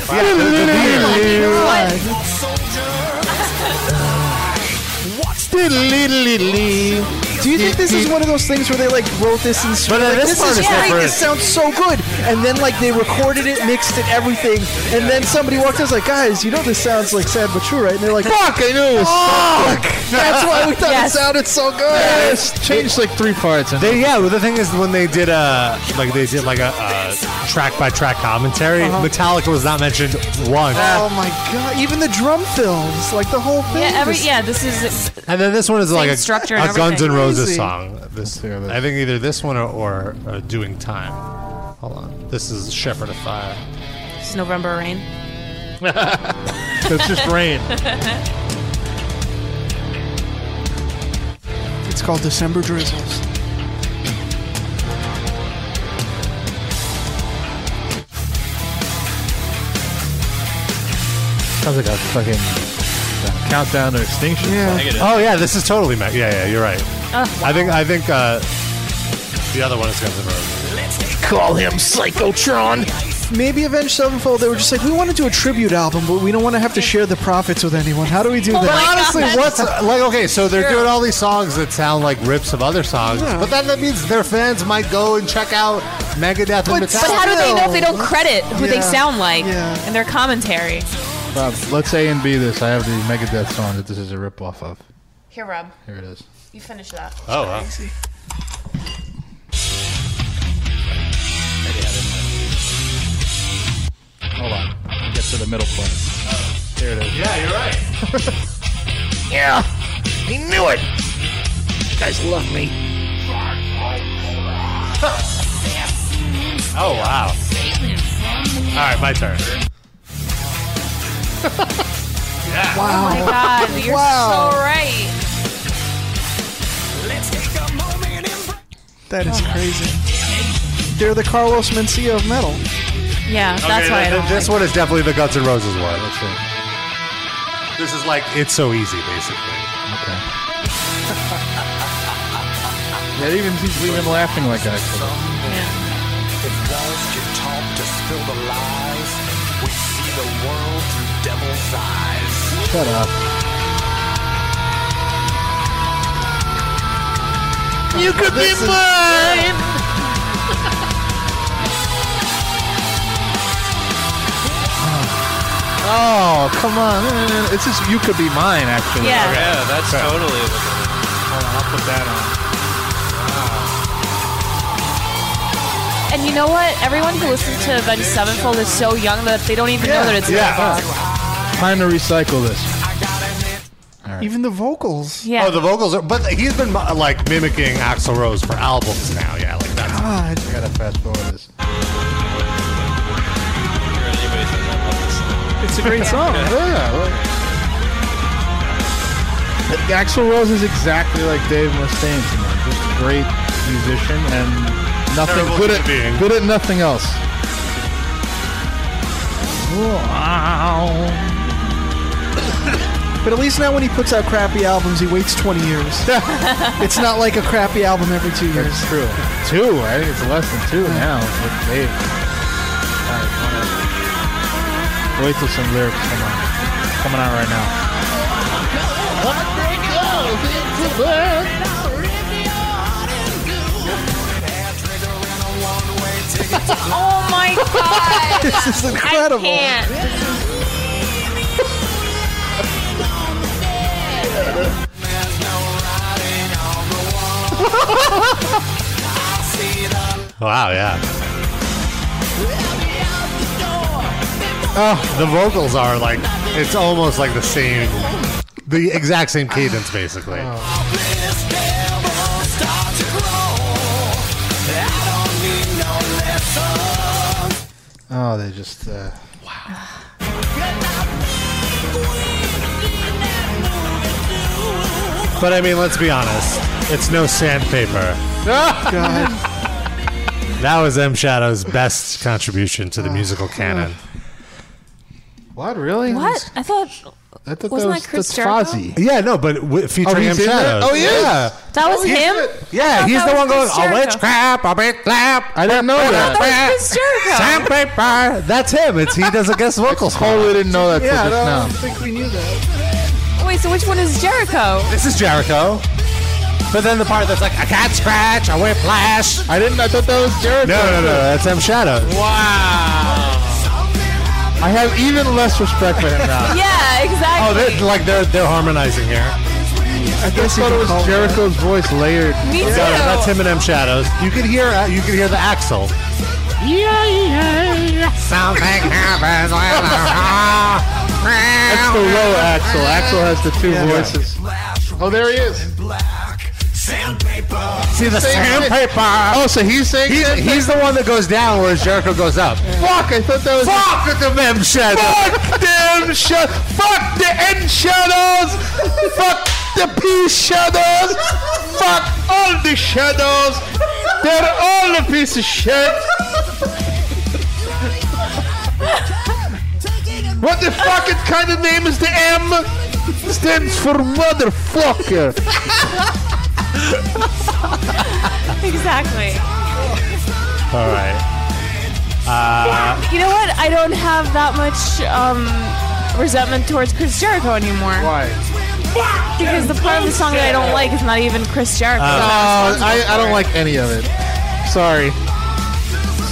F: And, and,
G: *laughs*
F: like,
G: *laughs*
C: Do you think this is one of those things where they like wrote this in
B: But then
C: like,
B: this part
C: is
B: is
C: great,
B: different.
C: This sounds so good, and then like they recorded it, mixed it, everything, and then somebody walked in and was like, "Guys, you know this sounds like sad but true, right?" And they're like, "Fuck, I knew." Fuck. *laughs* That's why we thought
D: Yes.
C: it sounded so good.
H: It's changed like three parts. And
B: They, yeah, well, the thing is when they did a like they did like a, a track by track commentary,
D: Uh-huh.
B: Metallica was not mentioned once,
C: Oh my god! Even the drum fills, like the whole thing.
D: Yeah, every
C: was-
D: yeah, this is
B: and then this one is like a,
D: structure
B: a
D: and
B: Guns
D: everything.
B: N' Roses
C: Crazy.
B: song. This
H: hear this.
B: I think either this one or, or, or Doing Time. Hold on, this is Shepherd of Fire.
D: it's November rain.
H: it's just
D: *laughs*
H: rain.
C: It's called December Drizzles.
H: Sounds like a fucking uh, countdown to extinction.
C: Yeah.
F: I get it.
B: Oh yeah, this is totally Mac. Yeah, yeah, you're right. I think I think uh, the other one is Guns N' Roses.
K: Call him Psychotron.
C: Maybe Avenged Sevenfold, they were just like, we want to do a tribute album, but we don't want to have to share the profits with anyone. How do we do
D: Oh
C: that?
D: my
B: Honestly,
D: God.
B: what's like? Okay, so they're
D: True.
B: doing all these songs that sound like rips of other songs, but then that means their fans might go and check out Megadeth and
C: But-
B: Metallica.
D: But how do they know if they don't credit who they
C: Yeah.
D: sound like
C: Yeah.
D: in their commentary?
E: Rob, let's A and B this. I have the Megadeth song that this is a ripoff of.
D: Here, Rob,
E: Here it is.
D: you finish that.
B: oh, wow.
E: Hold on. I'll get to the middle part. Here it is.
B: yeah, you're
K: *laughs*
B: right.
K: Yeah, I knew it. You guys love me.
B: Oh wow. All right, my turn.
D: Oh my God, you're
C: Wow.
D: so right.
C: *laughs*
E: *laughs*
C: That is crazy. They're the Carlos Mencia E of metal.
D: Yeah, that's
B: Okay,
D: why I
B: th-
D: don't.
B: th- this one is definitely the Guns N' Roses one.
E: Let's see.
B: This is like it's so easy, basically.
E: Okay. That even he's leaving laughing like that. Shut up.
K: You could be mine.
E: Oh, come on. No, no, no. It's just you could be mine actually.
D: Yeah.
F: Yeah, that's totally.
E: Hold on, I'll put that on.
D: And you know what? Everyone who listens to Avenged Sevenfold is so young that they don't even know that it's
B: yeah.
D: Megadeth.
E: Time to recycle this.
C: Even the vocals.
D: Yeah.
B: Oh, the vocals are. But he's been mi- like mimicking Axl Rose for albums now. Yeah, like that's.
C: God.
E: I gotta fast forward this.
C: It's a great song.
E: Yeah, Axel Rose is exactly like Dave Mustaine to me. Just a great musician and nothing
B: Terrible
E: good at
B: human being.
E: good at nothing else.
C: But at least now when he puts out crappy albums, he waits 20 years. *laughs*
B: *laughs*
C: it's not like a crappy album every two years.
E: It's true. Two, I think it's less than two now. But Dave. Alright, come on. Wait till some lyrics come on. Coming out right now.
D: Oh
G: *laughs*
C: *laughs*
D: my god!
C: This is
D: I
C: incredible.
D: can't.
B: Wow, yeah. Oh, the vocals are like it's almost like the same, the exact same cadence, basically.
E: Oh, they just. Uh,
B: But I mean, let's be honest, it's no sandpaper. *laughs*
C: God.
B: That was M Shadow's best contribution to the musical canon.
E: what really?
D: What? I thought
E: I thought
D: Wasn't
E: that was
D: that Chris
E: that's
D: Jericho?
E: Fozzy.
B: Yeah, no, but w-
E: Oh,
B: featuring M
E: he's in
B: Shadow.
E: that? Oh, he is?
D: that was
E: he's
D: him.
E: good.
D: I
B: Yeah,
D: thought
B: he's the
D: that
E: "Oh,
B: one going, "Oh,
D: was Chris
B: a witch
D: Jericho."
B: crap, a big clap.
E: I didn't know
D: That
E: that.
D: was
B: *laughs*
D: Chris Jericho.
B: Sandpaper. That's him. It's he does a guest vocal.
E: Totally didn't know that.
C: Yeah, I
E: till just now.
C: don't think we knew that.
D: Wait, so which one is Jericho?
B: Oh, This is Jericho. But then the part that's like, I can't scratch, I whiplash.
E: I didn't. I thought that was Jared.
B: No, no, no, that's M Shadow.
E: I have even less respect for him now.
D: *laughs* Yeah,
B: Oh,
D: exactly.
B: they're, like they're they're harmonizing here.
C: I
E: I
C: guess you
E: thought
C: could
E: it was
C: call that.
E: Jericho's voice layered.
D: Me too.
B: No, that's him and M Shadows. You can hear uh, you can hear the axle. Something happens when
E: *laughs* That's the low Axel. Axel has the two
C: Yeah.
E: voices. Oh, there he is.
B: See the sandpaper.
E: Oh, so he's saying
B: He's,
E: that?
B: he's the one that goes down, whereas Jericho goes up.
E: fuck. I thought that was.
B: Fuck the M Shadows.
E: Fuck them shut. Fuck the end shadows. fuck the peace shadows. Fuck all the shadows. They're all a piece of shit. what the fuck kind of name is the M? Stands for motherfucker.
D: exactly.
B: All right. Uh,
D: You know what? I don't have that much um, resentment towards Chris Jericho anymore.
B: Why?
D: Because the part of the song that I don't like is not even Chris Jericho.
B: uh,
L: Oh, I, I don't like any of it. Sorry.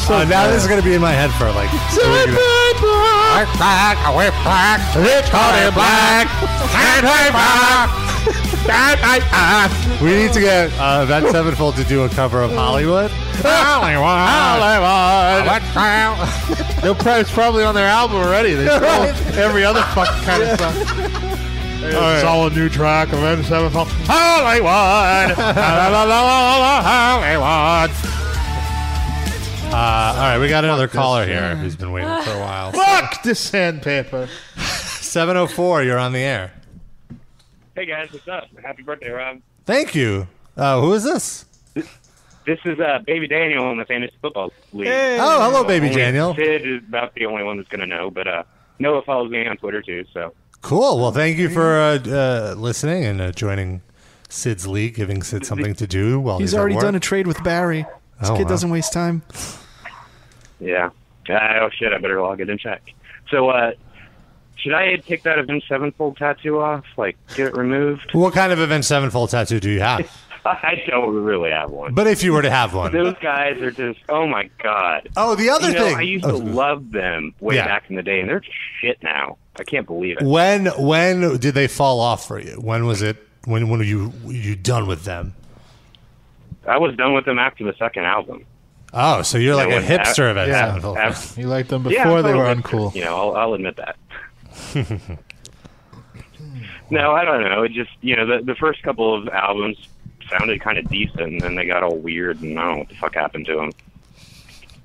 L: So
B: uh, now this is going to be in my head for *laughs* like.
L: White black, white black, rich honey black, white honey black, white white black.
B: We need to get uh, Event Sevenfold to do a cover of *laughs* Hollywood.
L: Hollywood, Hollywood.
B: *laughs*
L: They'll probably, it's probably on their album already. They stole every *laughs* other fucking kind of song. It's all a new track of Event Sevenfold. Hollywood, la, la, la, la, la, Hollywood.
B: Uh, all right, we got another caller here who's been waiting for a
L: *laughs*
B: while.
L: Fuck this sandpaper.
B: 704, you're on the air.
M: Hey guys, what's up? Happy birthday, Rob.
B: Thank you. Uh, who is this?
M: This is uh, Baby Daniel in the Fantasy Football League.
B: Hey. Oh, hello, Baby
M: Only
B: Daniel.
M: Sid is about the only one that's going to know, but uh, Noah follows me on Twitter too, so.
B: Cool. Well, thank you for uh, uh, listening and uh, joining Sid's league, giving Sid something to do while he's,
C: He's
B: at
C: already
B: work.
C: done a trade with Barry. This
B: Oh,
C: kid
B: wow.
C: doesn't waste time.
M: Yeah. Uh, oh shit! I better log in and check. So, uh, should I take that Avenged Sevenfold tattoo off? Like, get it removed?
B: What kind of Event Sevenfold tattoo do
M: *laughs*
B: you have?
M: I don't really have one.
B: But if you were to have one.
M: Those guys are just oh my god.
B: Oh, the other
M: You know,
B: thing-
M: I used to
B: Oh.
M: love them way
B: Yeah.
M: back in the day, and they're shit now. I can't believe it.
B: When when did they fall off for you? When was it? When when were you were you done with them?
M: I was done with them after the second album.
B: Oh, so you're like
M: Yeah,
B: a
M: when-
B: hipster event.
M: yeah,
B: Seinfeld.
M: ab-
L: You liked them
M: Yeah,
L: before they
M: I'm
L: were
M: a
L: uncool.
M: You know, I'll, I'll admit that.
B: *laughs*
M: No, I don't know. It just you know the the first couple of albums sounded kind of decent, and then they got all weird, and I don't know what the fuck happened to them.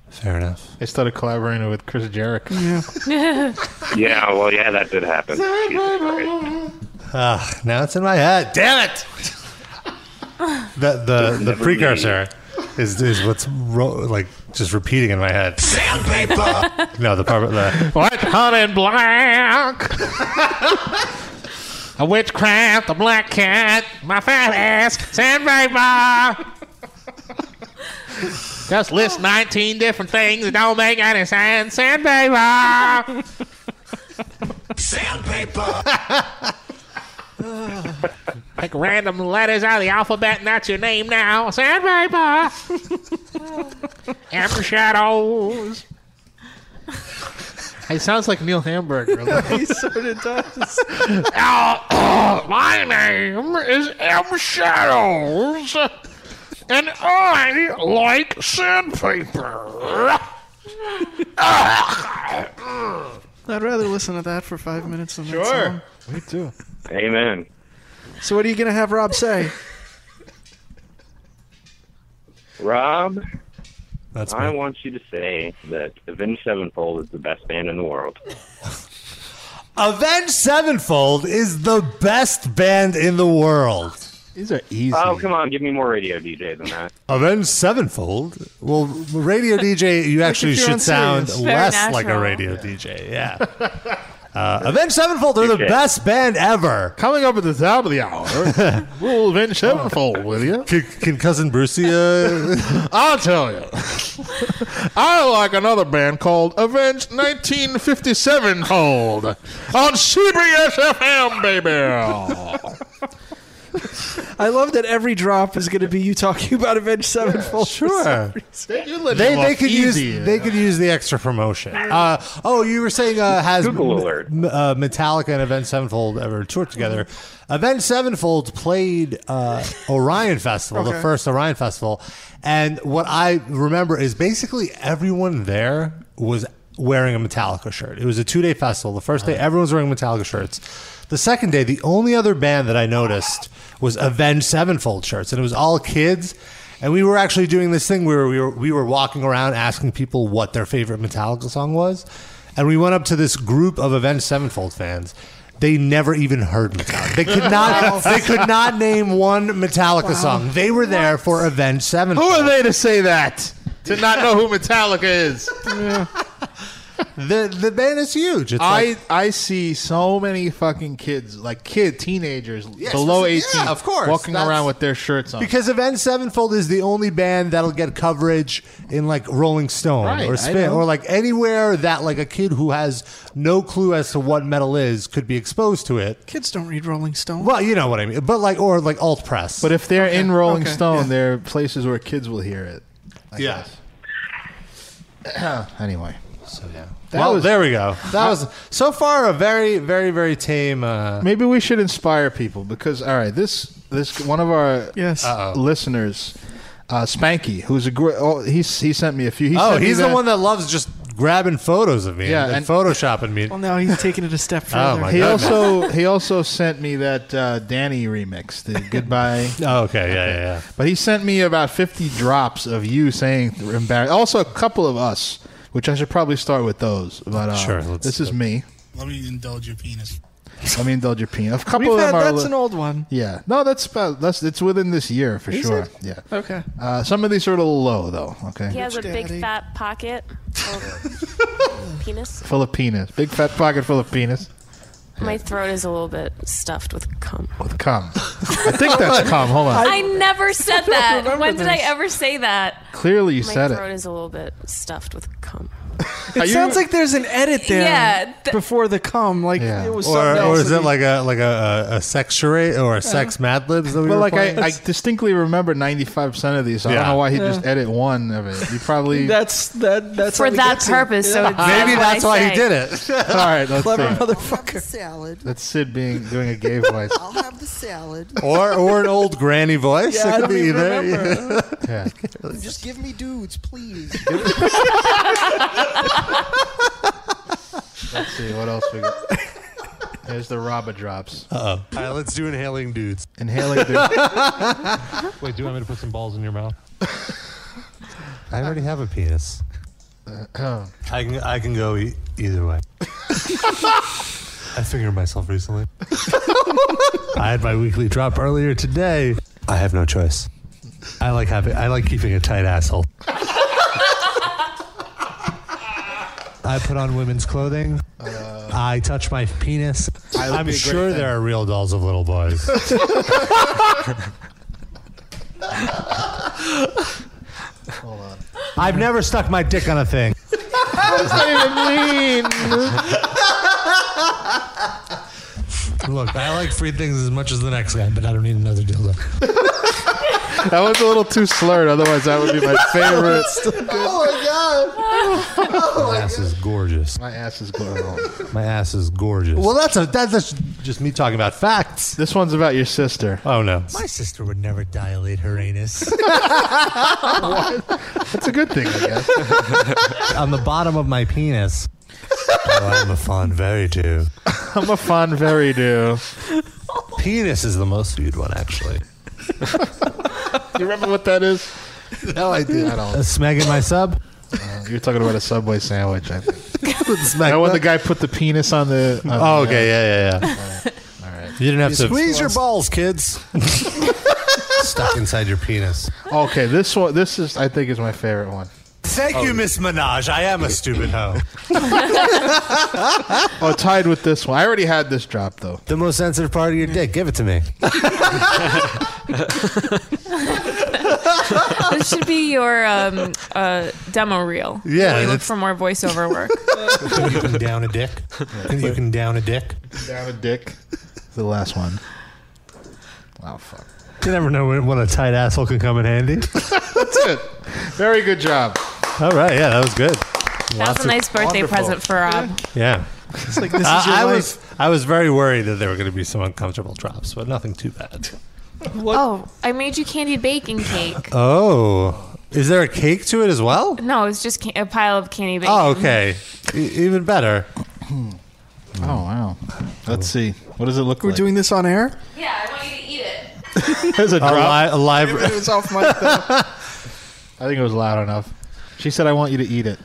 B: Fair enough.
L: They started collaborating with Chris Jericho. *laughs*
M: Yeah, well, yeah, that did happen.
B: Ah, now it's in my head. Damn it! the the, the
M: Never
B: precursor is is what's ro- like just repeating in my head. Sandpaper. no, the part the
L: White honey and
E: *laughs*
L: black. a witchcraft, a black cat, my fat ass, sandpaper. Just list 19 different things that don't make any sense. Sandpaper. Pick random letters out of the alphabet, and that's your name now. Sandpaper. Amber shadows. He sounds like Neil Hamburger.
B: *laughs*
C: he sort
L: *laughs*
C: of does.
L: uh, my name is M Shadows, and I like sandpaper.
C: I'd rather listen to that for five minutes than that song.
L: me too.
M: Amen.
C: So what are you gonna have Rob say?
M: Rob,
B: that's
M: I
B: me.
M: want you to say that Avenged Sevenfold is the best band in the world.
B: Avenged Sevenfold is the best band in the world.
L: These are easy.
M: Oh, come on, give me more radio DJ than that.
B: Avenged Sevenfold. Well, radio DJ, you actually
C: you're on
B: should sound
C: Sirius.
D: Very
B: less like a
D: natural.
B: radio DJ. Yeah. Uh, Avenged Sevenfold, they're the
M: Okay.
B: best band ever.
L: Coming up at the top of the
B: *laughs*
L: hour, we'll avenge sevenfold, will you?
B: Can, can cousin Brucey? Uh,
L: *laughs* I'll tell you. I like another band called Avenge 1957 Hold on CBS FM, baby.
C: I love that every drop is gonna be you talking about Avenged Sevenfold. *laughs*
B: sure.
L: they,
B: They, they could use they could use the extra promotion. Uh, oh, you were saying uh, has
M: Google alert.
B: M- uh, Metallica and Event Sevenfold ever toured together? Event Sevenfold played uh, Orion Festival, the
C: Okay.
B: first Orion Festival, and what I remember is basically everyone there was wearing a Metallica shirt. It was a two day festival. The first day, everyone was wearing Metallica shirts. The second day, the only other band that I noticed was Avenged Sevenfold shirts, and it was all kids. And we were actually doing this thing where we were we were walking around asking people what their favorite Metallica song was, and we went up to this group of Avenged Sevenfold fans. They never even heard Metallica. They could not. they could not name one Metallica song. They were there for Avenged Sevenfold.
L: Who are they to say that? To not know who Metallica is?
B: the the band is huge. It's
E: I
B: like-
E: I see so many fucking kids, like kid teenagers
B: Yes,
E: below
B: yeah,
E: eighteen,
B: of course.
E: walking
B: That's-
E: around with their shirts on.
B: Because Event Sevenfold is the only band that'll get coverage in like Rolling Stone
E: Right, I
B: or Spin
E: know.
B: or like anywhere that like a kid who has no clue as to what metal is could be exposed to it.
C: Kids don't read Rolling Stone.
B: Well, you know what I mean. But like or like alt press.
E: but if they're in Rolling
B: okay,
E: Stone,
B: yeah.
E: there are places where kids will hear it.
B: yeah. *clears throat*
E: anyway, so yeah. That
B: well,
E: was-
B: there we go. That
E: I-
B: was so far a very, very, very tame. Uh,
E: Maybe we should inspire people because all right, this this one of our
B: Yes. Uh-oh.
E: listeners, uh, Spanky, who's a great. Oh, he he sent me a few. He
B: oh,
E: sent me
B: he's the
E: that-
B: one that loves just grabbing photos of me.
E: Yeah,
B: and,
E: and-
B: photoshopping me.
C: Well, now he's taking it a step
B: Oh,
C: further.
B: my
E: he
B: goodness.
E: also he also sent me that uh, Danny remix,
B: *laughs*
E: the goodbye.
B: oh, okay, yeah, yeah, yeah.
E: But he sent me about fifty drops of you saying embarrassed. Also, a couple of us, which I should probably start with those. But uh,
B: Sure, let's-
E: this is me.
G: Let me indulge your penis.
E: Let me indulge your penis. A couple
C: We've
E: of them
C: had-
E: are.
C: that's
E: li-
C: an old one.
E: Yeah, no, that's about that's it's within this year for
C: Is
E: sure.
C: it?
E: Yeah.
C: Okay.
E: Uh, some of these are a little low though. Okay.
D: He has a big
C: Daddy.
D: fat pocket of penis.
E: Full of penis, big fat pocket full of penis
D: My throat is a little bit stuffed with cum.
E: with cum. I think
C: *laughs*
E: that's cum. Hold on.
D: I, never said
C: don't
D: that.
C: remember
D: When did I
C: this.
D: ever say that?
E: Clearly, you
D: My
E: said it.
D: throat is a little bit stuffed with cum.
C: It sounds like there's an edit there
D: Yeah,
C: before the cum. Like it was something
B: Or, or
C: else
B: is
C: that
B: it
C: he-
B: like a like a, a, a sex charade or a sex Mad Libs that we
E: But
B: were
E: like
B: playing?
E: I, I distinctly remember ninety five percent of these. So I
B: Yeah.
E: don't know why he
B: Yeah.
E: just edit one of it. You probably
C: That's *laughs* that. That's
D: For
C: how he
D: that
C: gets it.
D: purpose, so it's
E: Maybe that's why he
C: *laughs*
E: did
B: it.
E: All right, let's
C: clever
E: see.
C: motherfucker.
K: Salad.
E: that's Sid being doing a gay voice.
K: I'll have the salad.
B: or or an old granny voice.
K: Yeah, I
B: it could
K: don't
B: Oh, be
K: even
B: either. *laughs*
K: remember.
E: Yeah. *laughs*
K: Just give me dudes, please.
E: Let's see what else we got. There's the Robba drops.
B: Uh oh. All right, let's do inhaling dudes.
E: Inhaling
B: dudes. *laughs* Wait, do you want me to put some balls in your mouth? I already have a penis. I can I can go e- either *laughs* way. I fingered myself recently. I had my weekly drop earlier today. I have no choice. I like having I like keeping a tight asshole. I put on women's clothing. I touch my penis.
E: Uh, I would
B: I'm
E: be a great
B: sure there are real dolls of little
E: *laughs*
B: boys.
E: Hold on.
B: I've never stuck my dick on a thing.
E: What does that
B: Look, I like free things as much as the next guy, but I don't need another dildo.
E: even mean? That was a little too slurred. Otherwise, that would be my *laughs* favorite.
K: oh my god.
B: my ass is gorgeous.
E: My ass is gorgeous.
B: *laughs* My ass is gorgeous. Well, that's a that's, that's just me talking about facts.
E: This one's about your sister.
B: Oh no.
E: My
B: sister would never dilate
E: *laughs*
B: her anus.
E: That's a
B: *laughs*
E: good thing, I guess.
B: on the bottom of my penis. Oh, I'm a fond very do.
E: I'm a fond very do.
B: Penis is the most viewed one, actually.
E: You remember what that is? No, *laughs* I do. I
B: Uh,
E: don't.
B: smagging my sub.
E: Uh, you're talking about a Subway sandwich, I think. Now, when the guy put the penis on the. on
B: Oh,
E: the-
B: okay, yeah, yeah, yeah.
E: All right.
B: You didn't have
E: You
B: to
E: squeeze your
B: balls, kids. Stuck inside your penis.
E: *laughs* Okay, this one. This is, I think, is my favorite one.
B: Thank you, Miss Minaj. I am a stupid hoe.
E: Oh, tied with this one. I already had this drop though.
B: The most sensitive part of your dick. Give it to me.
D: *laughs* this should be your um, uh, demo reel.
B: Yeah,
D: Where you look
B: that's-
D: for more voiceover
C: *laughs*
D: work.
B: you can down a dick. You can down a dick.
E: Down a dick. The last one.
B: Oh,
E: Wow, fuck.
B: You never know when, when a tight asshole can come in
E: *laughs*
B: handy.
E: That's it. Very good job.
B: All right, yeah, that was good.
D: That was a nice birthday
E: Wonderful.
D: present for um, Rob.
B: Yeah.
C: like, this is
B: I-
C: your
B: I
C: life.
B: was I was very worried that there were going to be some uncomfortable drops, but nothing too
D: *laughs*
B: bad.
D: Oh, I made you candied bacon cake.
B: Oh, is there a cake to it as well?
D: No, it's just ca- a pile of candy bacon.
B: Oh, okay, E- even better. Hmm.
E: Oh wow. Let's see. What does it look
C: We're
E: like?
C: doing this on air.
D: Yeah, I want you to eat it.
E: There's a
B: A, li-
E: drop.
B: a live.
C: It was off my
B: *laughs*
C: phone.
E: I think it was loud enough. She said, "I want you to eat
B: *laughs*
E: it."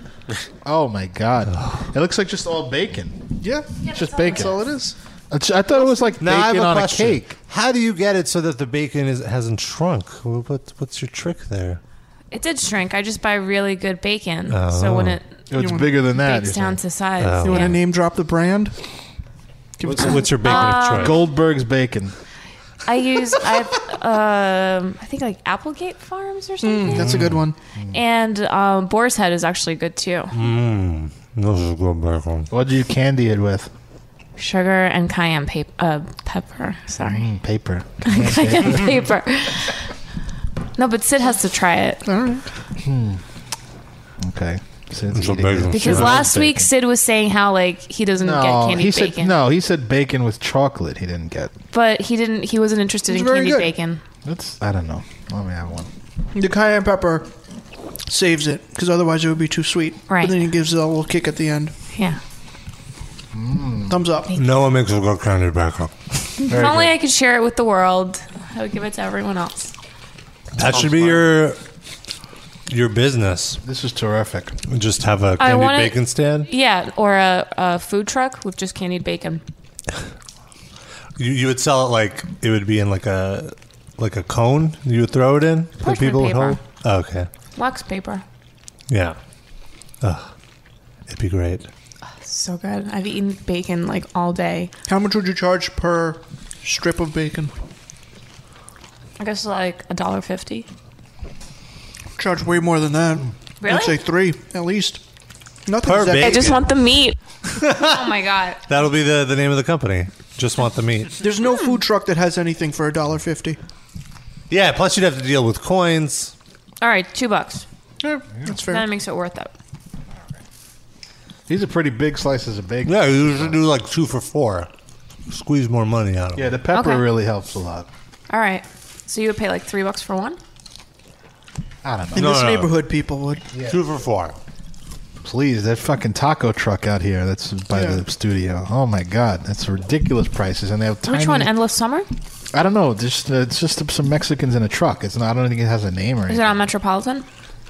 E: Oh my god. It looks like just all bacon. Yeah. It's just bacon. That's all it
C: is.
E: I thought it was like
B: Now I have
E: bacon
B: a
E: on
B: question.
E: a cake.
B: How do you get it so that the bacon is, hasn't shrunk? Well, What, what's your trick there?
D: It did shrink. I just buy really good bacon. So when
B: Oh.
D: it
B: Oh, it's bigger than that.
D: Bakes down to size.
B: Oh.
C: *laughs* You want
D: yeah.
C: to name drop the brand?
B: What's, what's your bacon of
D: Um,
B: choice? Goldberg's bacon.
D: I use I um I think like Applegate Farms or something.
C: Hmm, that's a good one.
B: Hmm.
D: And um, Boar's Head is actually good too.
B: Mmm. This is good bacon. What do you candy it with?
D: Sugar and cayenne pap- uh, pepper. Sorry,
E: Mm,
D: *laughs*
B: paper.
D: cayenne paper. No, but Sid has to try it.
C: All right.
E: Hmm. Okay. Since
D: Because last week Sid was saying how like he doesn't
E: no,
D: get candy
E: he
D: bacon,
E: said no. He said bacon with chocolate. He didn't get.
D: but he didn't. He wasn't interested
C: It's
D: in
C: very
D: candy
C: good.
D: bacon.
E: That's I don't know. Let me have one.
C: The cayenne pepper saves it because otherwise it would be too sweet. Right. But then it gives it a little kick at the end.
D: Yeah.
E: Mm.
C: Thumbs up.
B: Noah makes a good candy bacon.
D: If
B: Very
D: only I could share it with the world, I would give it to everyone else.
B: That should be your your business. This is terrific. Just have a
D: I
B: candy
D: wanna-
B: bacon stand.
D: Yeah, or a, a food truck with just candied bacon.
B: You, you would sell it like it would be in like a like a cone. You would throw it in.
D: Parchment paper.
B: hold. Oh, okay.
D: Wax paper.
B: Yeah. Ugh. It'd be great.
D: So good. I've eaten bacon like all day.
C: How much would you charge per strip of bacon?
D: I guess like a dollar fifty.
C: Charge way more than that.
D: Really?
C: I'd say three at least. Nothing
B: Per
D: I
B: bacon.
D: just want the
C: *laughs*
D: meat. oh my god.
B: That'll be the the name of the company. Just want the meat.
C: There's no food truck that has anything for a dollar fifty.
B: Yeah. Plus you'd have to deal with coins.
D: All right, two bucks.
C: Yeah, that's fair.
D: That makes it worth it.
B: These are pretty big slices of bacon. Yeah. You should do like two for four. Squeeze more money out of
E: Yeah,
B: it.
E: the pepper
D: Okay.
E: really helps a lot.
D: All right. So you would pay like three bucks for one?
E: I don't know.
C: In this neighborhood, people would.
B: Two for four.
E: Please, that fucking taco truck out here that's by
D: Yeah.
E: the studio. Oh my god, that's ridiculous prices, and they have tiny.
D: Which one? Endless Summer?
E: I don't know. Just uh, it's just some Mexicans in a truck. It's not. I don't think it has a name or
D: Is
E: anything.
D: it on Metropolitan?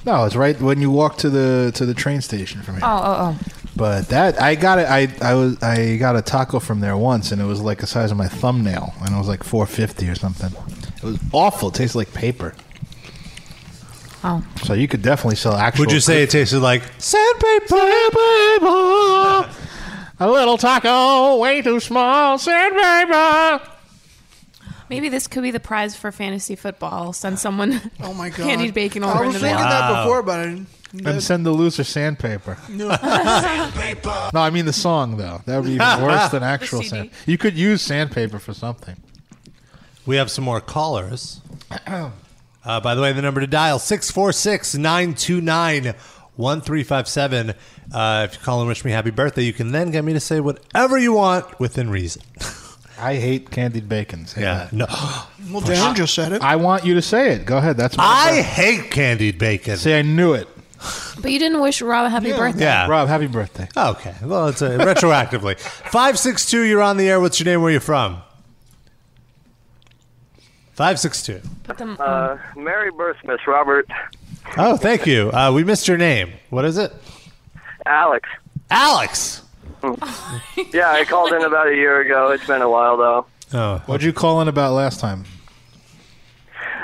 E: No, it's right when you walk to the to the train station from
D: Oh,
E: here.
D: oh,
E: But that I got it. I I was I got a taco from there once, and it was like the size of my thumbnail, and it was like four fifty or something. It was awful. It tasted like paper.
D: oh. Oh.
E: So you could definitely sell actual.
B: Would you say it tasted like?
E: sandpaper?
L: Sandpaper. A little taco, way too small. Sandpaper.
D: Maybe this could be the prize for fantasy football. Send someone
C: *laughs* oh my God.
D: *laughs* candied bacon over
C: I was
D: into the
C: thinking that
E: Wow.
C: before, but I
B: Um,
C: didn't.
E: And send the loser sandpaper.
C: *laughs* Sandpaper.
E: No, I mean the song though. That would be even
B: *laughs*
C: *laughs*
E: worse than
B: The
E: actual
B: CD.
E: sand. You could use sandpaper for something.
B: We have some
E: *clears throat*
B: more callers. uh, by the way, the number to dial 646 929 1357. Uh, If you call and wish me happy birthday, you can then get me to say whatever you want within reason.
E: *laughs* I hate candied bacon.
B: yeah.
E: *gasps*
B: No.
C: Well, Dan just said it.
E: I want you to say it. Go ahead. That's my
B: Uh, I hate candied bacon.
E: See, I knew it.
D: But you didn't wish Rob a happy birthday.
B: Yeah.
E: Rob, happy birthday.
B: Okay. Well, it's uh,
E: *laughs*
B: retroactively. 562, you're on the air. What's your name? Where are you from? 562.
N: Uh, Merry birth, Miss Robert.
B: Oh, thank you. Uh, we missed your name. What is it?
N: Alex.
B: Alex.
N: yeah, I called in about a year ago. It's been a while though.
B: Oh.
E: What'd you call in about
C: *laughs*
E: last time?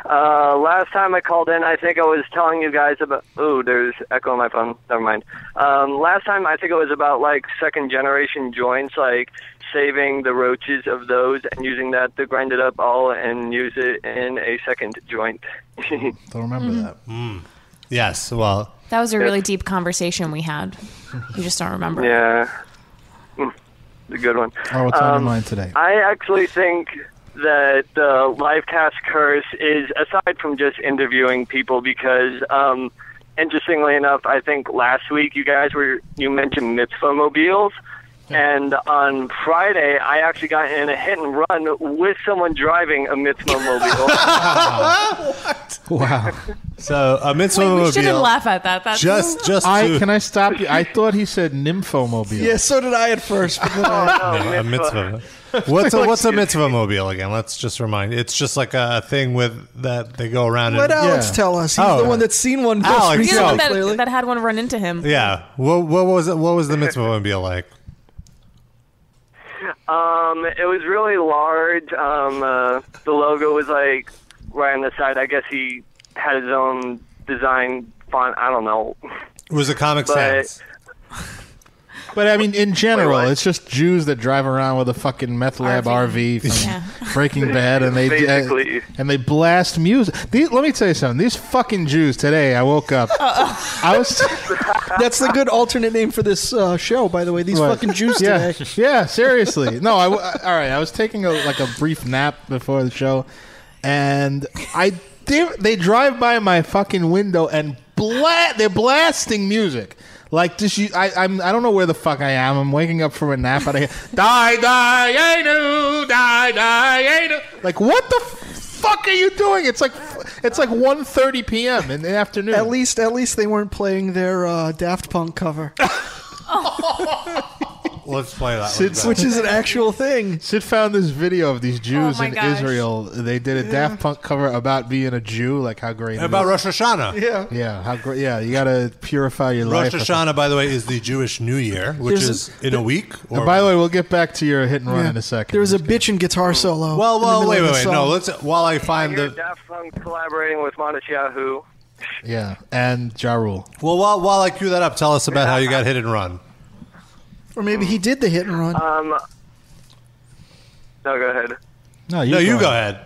N: Uh, last time I called in, I think I was telling you guys about. Ooh, there's echo on my phone. Never mind. Um, last time I think it was about like second generation joints, like saving the roaches of those and using that to grind it up all and use it in a second joint. *laughs*
E: Don't remember that.
B: Yes. Well,
D: That was a really deep conversation we had. You just don't remember.
N: Yeah. Mm, It's a good one.
E: Oh, what's on your
N: Um,
E: mind today?
N: I actually think that the Livecast curse is, aside from just interviewing people, because um, interestingly enough, I think last week you guys were you mentioned mitzvah mobiles, and on Friday I actually got in a hit and run with someone driving a mitzvah
E: *laughs*
N: mobile.
E: Wow.
B: so
C: uh,
B: a mitzvah
D: We shouldn't laugh at that. That's
E: I can I stop you? I thought he said
C: *laughs*
E: nymphomobile.
C: Yeah, so did I at first. But then
E: *laughs*
C: I,
B: Yeah, a mitzvah. What's a what's a mitzvah mobile again? Let's just remind. It's just like a thing with that they go around.
C: Let
B: and,
C: Alex tell us.
B: Oh.
C: He's the one that's seen one most
B: *laughs* Alex,
D: He's the
B: go.
D: one that, that had one run into him.
B: Yeah. What what was it? What was the mitzvah mobile like?
N: Um, it was really large. Um, uh, the logo was like right on the side. I guess he had his own design font. I don't know.
B: It was a Comic
N: But-
B: Sans.
E: But I mean, in general, it's just Jews that drive around with a fucking meth lab RV, from Breaking Bad, and they
O: Basically.
E: and they blast music. These, let me tell you something. These fucking Jews today. I woke up.
G: Oh.
E: I was.
C: That's the good alternate name for this uh, show, by the way. These
E: What?
C: fucking Jews
E: yeah.
C: today.
E: *laughs* Yeah, seriously. No, I, w- I- all right. I was taking a, like a brief nap before the show, and I they, they drive by my fucking window and bla- they're blasting music. Like just you, I I'm I don't know where the fuck I am. I'm waking up from a nap and I hear *laughs* die die yay do die die yay do. Like what the fuck are you doing? It's like it's like 1.30 p.m. in the afternoon.
C: At least, at least they weren't playing their uh, Daft Punk cover,
B: Let's play that.
E: Sid,
C: which is an actual thing.
E: Sid found this video of these Jews
C: my
E: in
C: gosh.
E: Israel. They did a
B: Yeah.
E: Daft Punk cover about being a Jew, like how great it
B: About
E: is.
B: Rosh Hashanah.
C: Yeah.
E: Yeah, how great. Yeah, you got to purify your
B: Rosh
E: life.
B: Hashanah, by the way, is the Jewish New Year, which
E: There's a-
B: is in a week.
E: And by the way, we'll get back to your hit and run
C: Yeah.
E: in a second.
C: There was a bitch and guitar solo.
B: Well,
C: in the
B: well,
C: middle
B: wait,
C: of
B: wait,
C: the
B: wait.
C: song.
B: No, let's while I find
N: You're
B: the
N: Daft Punk collaborating with Monich Yahoo.
E: yeah and Ja Rule.
B: Well, while while I cue that up, tell us about how you got hit and run.
C: Or maybe he did the hit and run.
N: Um, no, go
E: *laughs*
N: ahead.
E: No,
B: you, go, ahead.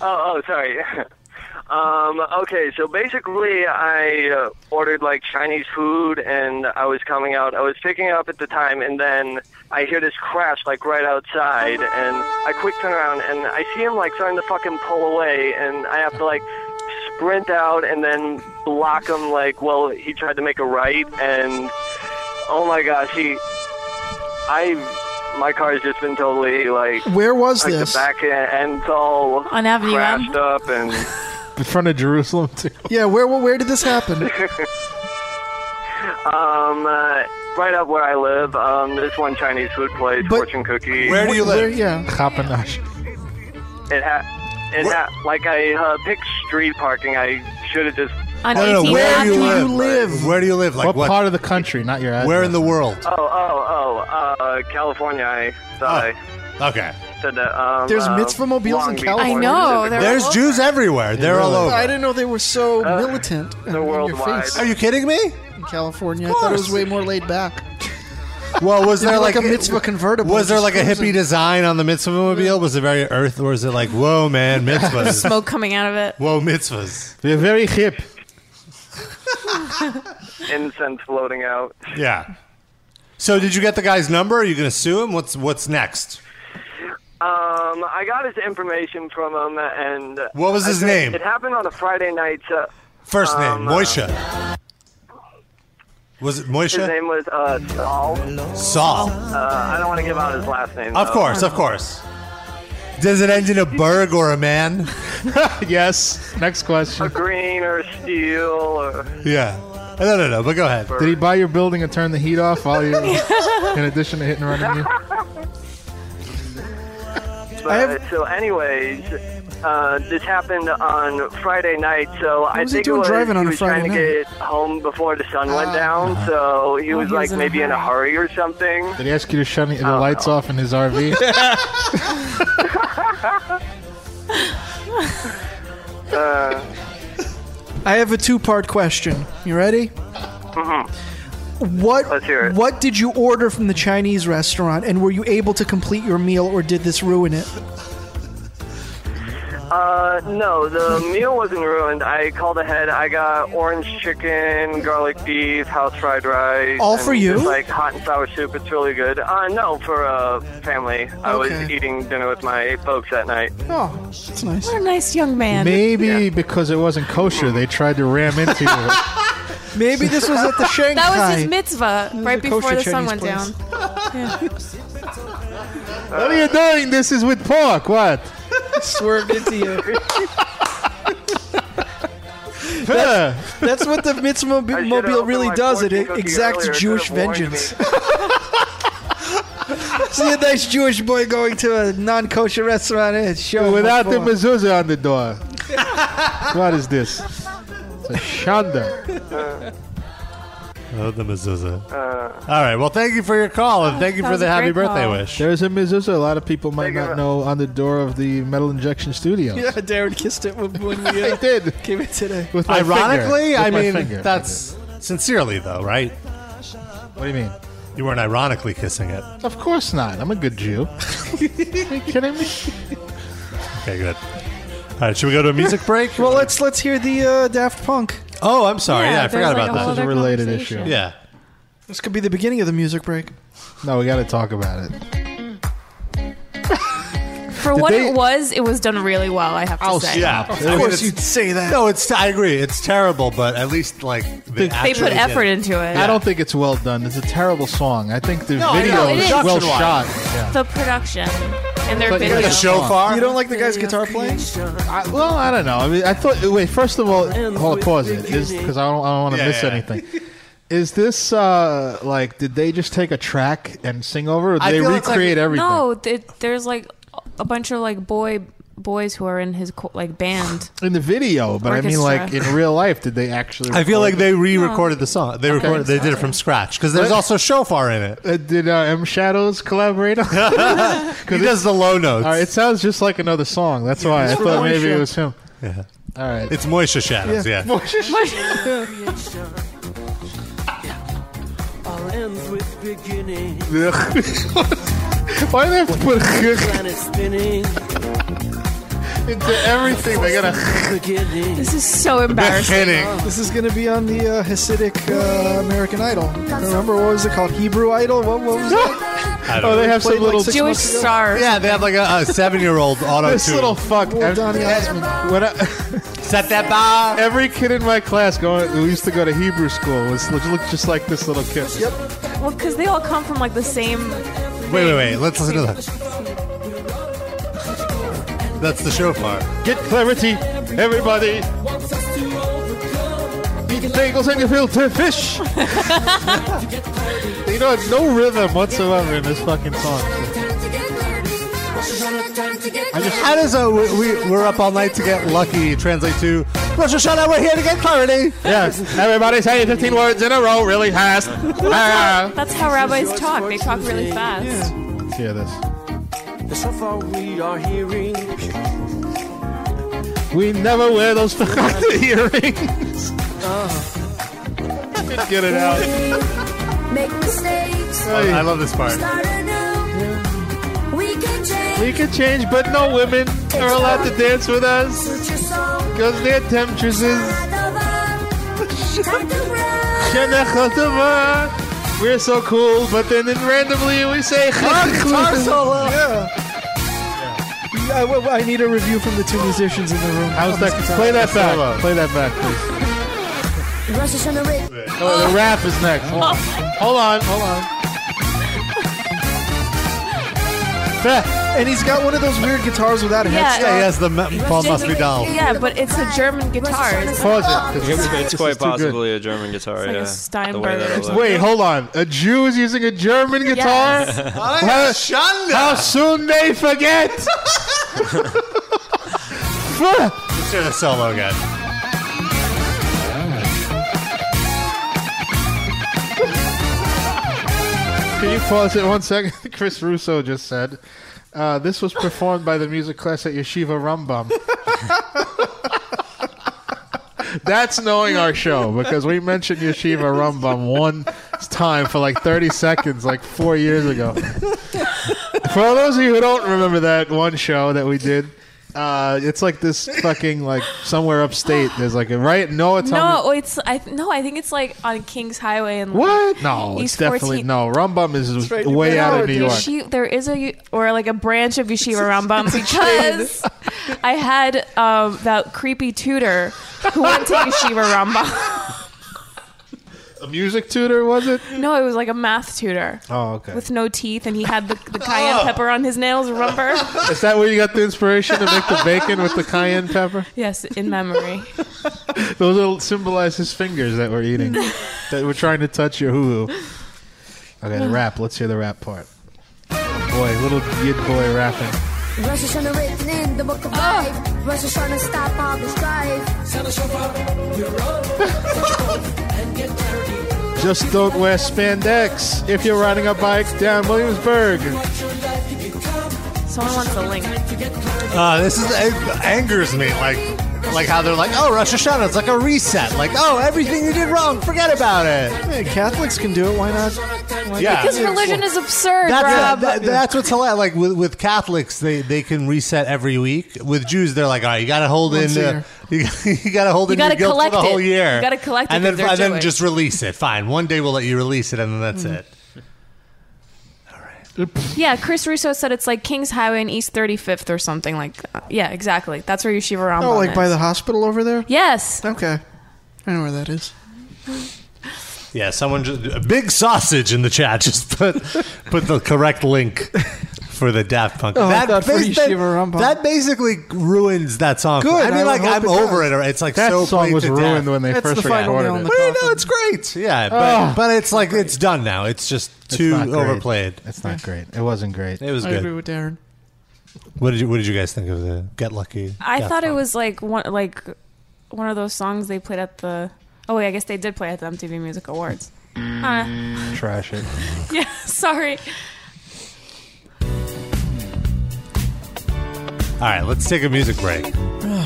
N: Oh, oh, sorry. *laughs* um, okay, so basically, I uh, ordered like Chinese food, and I was coming out. I was picking it up at the time, and then I hear this crash like right outside, and I quick turn around, and I see him like starting to fucking pull away, and I have to like sprint out and then block him. Like, well, he tried to make a right, and oh my gosh, he, I. My car's just been totally like.
C: Where was
N: like,
C: this?
N: The back end's all
D: On Avenue M.
N: crashed up and *laughs*
E: In front of Jerusalem too.
C: Yeah, where where where did this happen?
N: um uh, right up where I live. Um, this one Chinese food place, fortune cookie.
C: yeah,
E: Hoppenash.
N: It ha- it ha- like I uh, picked street parking. I should have just.
D: On
E: where do you
N: Avenue.
E: live?
B: Where do you live? Like
E: what,
B: what-
E: part of the country? Not your address.
B: Where in the world?
N: Oh oh oh! Uh, California. I sorry.
B: Okay.
N: Said that. Um,
C: Oh, There's
N: uh,
C: mitzvah mobiles
N: Long
C: in
N: Beach,
C: California.
N: *laughs* Oregon,
C: *laughs*
D: *laughs*
N: Pacific
B: There's
N: Coast.
B: Jews everywhere. They're all over.
C: I didn't know they were so militant. They're
N: Uh, worldwide.
B: Are you kidding me?
C: In California, I thought it was way more laid back.
B: Well, was
C: It'd
B: there
C: be
B: like,
C: like a mitzvah convertible?
B: Was there
C: Just
B: like a
C: cruising.
B: hippie design on the mitzvah mobile? Was it very earth, or was it like, whoa, man, mitzvahs?
D: *laughs* Smoke coming out of it.
B: whoa, mitzvahs.
E: They're very hip.
N: Incense floating out.
B: Yeah. So, did you get the guy's number? Are you going to sue him? What's What's next?
N: Um, I got his information from him, and uh,
B: What was
N: I
B: his
N: think
B: name?
N: It happened on a Friday night. Uh,
B: First name
N: um, uh,
B: Moisha. Was it
N: His
B: Moisha?
N: name was uh, Saul.
B: Saul.
N: Uh, I don't want to give out his last name.
B: Of
N: though.
B: course, of course. Does it end in a berg or a man?
E: yes. Next question.
N: A green or a steel or.
B: Yeah. No, no, no. But go ahead.
E: Did he buy your building and turn the heat off while
C: *laughs*
E: you, in addition to hitting and running you?
N: But, so, anyways, uh, this happened on Friday night. So I
C: was he
N: think
C: doing
N: it was,
C: driving on
N: he
C: a
N: was
C: Friday
N: trying to
C: night? Ah.
N: get home before the sun went down. So he was
C: he
N: like
C: was in a
N: maybe in a hurry or something.
E: *laughs*
C: *laughs*
E: Did he ask you to shut the the lights off in his RV?
N: Uh,
C: I have a two-part question. You ready?
N: mhm.
C: What What did you order from the Chinese restaurant, and were you able to complete your meal, or did this ruin
E: *laughs*
C: it?
N: Uh, no, the meal wasn't ruined. I called ahead. I got orange chicken, garlic beef, house fried rice.
C: All for
N: and
C: you?
N: just, like hot and sour soup. It's really good. Uh, no, for uh, family. I was
C: Okay.
N: eating dinner with my folks that night.
C: Oh, that's nice.
D: What a nice young man.
E: Maybe because it wasn't kosher, they tried to ram
C: *laughs*
E: into you.
C: Maybe this was at the
D: *laughs*
C: Shanghai.
D: That was his mitzvah right
C: a
D: before
C: kosher
D: the sun
C: Chinese
D: went
C: place.
D: down. Yeah.
E: what are you doing? This is with pork. What?
C: Swerved into you.
E: That's,
C: that's what the mitzvah mobile really does. It exacts Jewish vengeance. See a nice Jewish boy going to a non-kosher restaurant and show him
E: Without the
C: what's what.
E: mezuzah on the door. what is this? It's a shanda.
B: Oh, the mezuzah.
N: Uh,
B: All right. Well, thank you for your call and thank you
E: That
B: for
E: was
B: the
E: a
B: happy
E: great
B: birthday
E: call.
B: wish.
E: There's a mezuzah. A lot of people might not know on the door of the metal
C: *laughs*
E: injection studio.
C: Yeah, Darren kissed it when when
E: *laughs*
C: we. Uh,
E: did.
C: Came in today.
E: With my
B: Ironically,
E: finger. With
B: I
E: my
B: mean
E: finger.
B: that's sincerely though, right?
E: What do you mean?
B: You weren't ironically kissing it.
E: Of course not. I'm a good Jew. Are you kidding me?
B: Okay, good. All right, should we go to a music break?
C: well, let's let's hear the uh, Daft Punk.
B: Oh, I'm sorry. Yeah, I forgot about that.
E: This is a related issue.
B: Yeah.
C: This could be the beginning of the music break.
E: No, we got to talk about it.
D: For
B: Did
D: what
B: they-
D: it was, it was done really well. I have
E: Oh,
D: to say.
B: yeah. I mean, it's-
C: say that.
B: No, it's. I agree. It's terrible, but at least like they,
D: They put
B: actually did
D: effort
B: it.
D: into it.
E: I don't think it's well done. It's a terrible song. I think the
D: No, I
E: video
D: know, it
E: is
D: is.
E: well
D: Production-wise.
E: shot.
D: The production and their
E: But
D: video.
E: the shofar?
C: You don't like the guy's guitar playing?
E: I, well, I don't know. I mean, I thought. Wait, first of all, hold on, pause it, is because I don't, I don't want to
L: Yeah,
E: miss
L: yeah.
E: anything. Is this uh, like? Did they just take a track and sing over? Or did
D: I
E: they
D: feel it's
E: recreate
D: like-
E: everything?
D: No, th- there's like a bunch of like boy boys who are in his co- like band.
E: in the video, but I mean, like
D: Orchestra.
E: in real life, did they actually?
B: I feel
E: record
B: like
E: it?
B: they re-recorded the song. They recorded. They did it from scratch because there's
E: What?
B: also shofar in it.
E: Uh, did uh, M Shadows collaborate
B: *laughs*
E: on?
B: he does the low notes.
E: *laughs* All right, it sounds just like another song. That's why I
B: it's
E: thought
B: Moesha.
E: maybe it was him.
B: Yeah.
E: All right.
B: It's Moisha Shadows. Yeah.
G: *laughs* All ends with beginning.
E: *laughs* Why do they have to put
G: Planet spinning.
E: Into everything they gotta.
D: This is so embarrassing.
C: This is going to be on the uh, Hasidic uh, American Idol. Remember what was it called? Hebrew Idol? What, what was that?
B: *laughs* I don't
E: Oh,
B: know.
E: they have
C: Played
E: some
C: like
E: little
C: six Jewish months ago. stars.
B: Yeah, they have like a, a
C: *laughs*
E: *laughs*
B: seven-year-old auto
E: This little fuck.
C: Well, Donny Osmond.
E: When I,
B: Set that bar.
E: Every kid in my class going, who used to go to Hebrew school was looked just like this little kid. Yep.
D: Well, because they all come from like the same.
B: Wait, wait, wait. Let's listen to that. That's the shofar.
E: Get clarity, everybody. Eat bagels and you feel to fish. you know, no rhythm whatsoever in this fucking song.
B: I just, how does uh, we, we we're up all night to get lucky translate to Rosh Hashanah? We're here to get clarity.
E: Yes, everybody say 15 words in a row really fast. Ah.
D: That's how rabbis talk. They talk really fast.
E: Let's hear this.
G: So far we are hearing.
E: We never wear those *laughs* fucking earrings. Uh. Get it out.
G: Make mistakes.
B: I love this part.
G: Start anew. We can change.
E: We can change, but no women are allowed to dance with us because they're temptresses. *laughs* Shenechatava. We're so cool, but then, then randomly we say *laughs*
C: Guitar
E: Chachlu. *laughs*
C: solo. I, I- I need a review from the two musicians in the room.
E: How's
C: on
E: that?
C: this guitar.
E: Play that back. Play that back, please. Oh, the rap is next. Hold on. Hold on. Hold on.
C: And he's got one of those weird guitars without a
D: Yeah.
C: headstock.
D: Yeah, he has
B: the Paul must be down.
D: Yeah, but it's a German guitar.
E: Pause it.
F: It's, it's quite
E: too good.
F: possibly a German guitar.
D: like a
F: yeah. The way that it
D: Steinberger.
F: looks.
E: Wait, hold on. A Jew is using a German guitar?
F: Yes.
E: How, how soon they forget?
B: Let's hear the solo again.
E: Can you pause it one second? *laughs* Chris Russo just said uh, this was performed by the music class at Yeshiva Rambam. *laughs* That's knowing our show because we mentioned Yeshiva Rambam one time for like 30 seconds, like four years ago. For those of you who don't remember that one show that we did, uh, it's like this fucking like somewhere upstate. There's like a right Noah Thomas.
D: No, oh, it's I th- no, I think it's like on King's Highway and
E: What? No, it's
D: East
E: definitely
D: 14th.
E: no. Rambam is
D: Right,
E: way
D: no,
E: out of New York.
D: Yeshi- there is a y- or like a branch of Yeshiva Rambam because I had um, that creepy tutor who went to Yeshiva Rambam.
E: A music tutor was it?
D: No, it was like a math tutor
E: Oh, okay. Ah.
D: with no teeth, and he had the, the cayenne pepper on his nails. Remember?
E: Is that where you got the inspiration to make the bacon with the cayenne pepper?
D: yes, in memory.
E: Those will symbolize his fingers that
D: *laughs*
E: we're eating, that we're trying to touch your hoo hoo. Okay, the rap. Let's hear the rap part. Boy, little yid boy rapping.
G: Rosh Hashanah written in the book of
D: Ah.
G: life. Rosh Hashanah stop all the strife. Sound a shofar, you're and get clarity.
E: Just don't wear spandex if you're riding a bike down Williamsburg.
D: Someone wants a link.
E: Uh,
B: Uh, this is it angers me. Like Like how they're like, oh, Rosh Hashanah, it's like a reset. Like, oh, everything you did wrong, forget about it.
C: Hey, Catholics can do it. Why not? Why
B: Yeah.
D: Because religion is absurd,
B: That's,
D: Rob.
B: that- that's what's hilarious. Like with, with Catholics, they, they can reset every week. With Jews, they're like, all right, you got to hold
D: Once
B: in,
D: a
B: uh,
D: year.
B: *laughs* you, got to hold
D: You
B: in your
D: gotta
B: guilt for
D: collect
B: the whole
D: it.
B: year.
D: You gotta collect it
B: and then
D: 'cause they're
B: and then
D: Jewish. Mm.
B: just release it. Fine, one day we'll let you release it, and then that's it.
D: yeah, Chris Russo said it's like Kings Highway and East 35th or something like that. Yeah, exactly. That's where Yeshiva Rambam
C: Oh, like by
D: is.
C: the hospital over there?
D: Yes.
C: Okay. I know where that is.
B: Yeah, someone just a big sausage in the chat. *laughs* Just put put the correct link for the Daft Punk.
C: Oh, I thought for
B: basi-
C: Yeshiva Rambam.
B: that basically ruins that song.
C: Good,
B: I
C: I
B: mean, like
C: would hope
B: I'm
C: it
B: over
C: does.
B: it. It's like
C: That
B: so
C: song
B: played
C: was
B: to
C: ruined
B: death.
C: when they That's first the final recorded nail in it. the
B: What do you know? It's great. Yeah, but,
E: Ugh.
B: but it's like it's done now. It's just too
E: not great.
B: overplayed.
E: It's not great. It wasn't great.
B: It was
C: I
B: good.
C: agree with Darren.
B: What did you What did you guys think of the Get Lucky?
D: I
B: Daft
D: thought it
B: Punk?
D: was like one like one of those songs they played at the. Oh wait, I guess they did play at the MTV Music Awards. Uh,
E: Trash it.
D: *laughs* yeah, sorry.
B: All right, let's take a music break.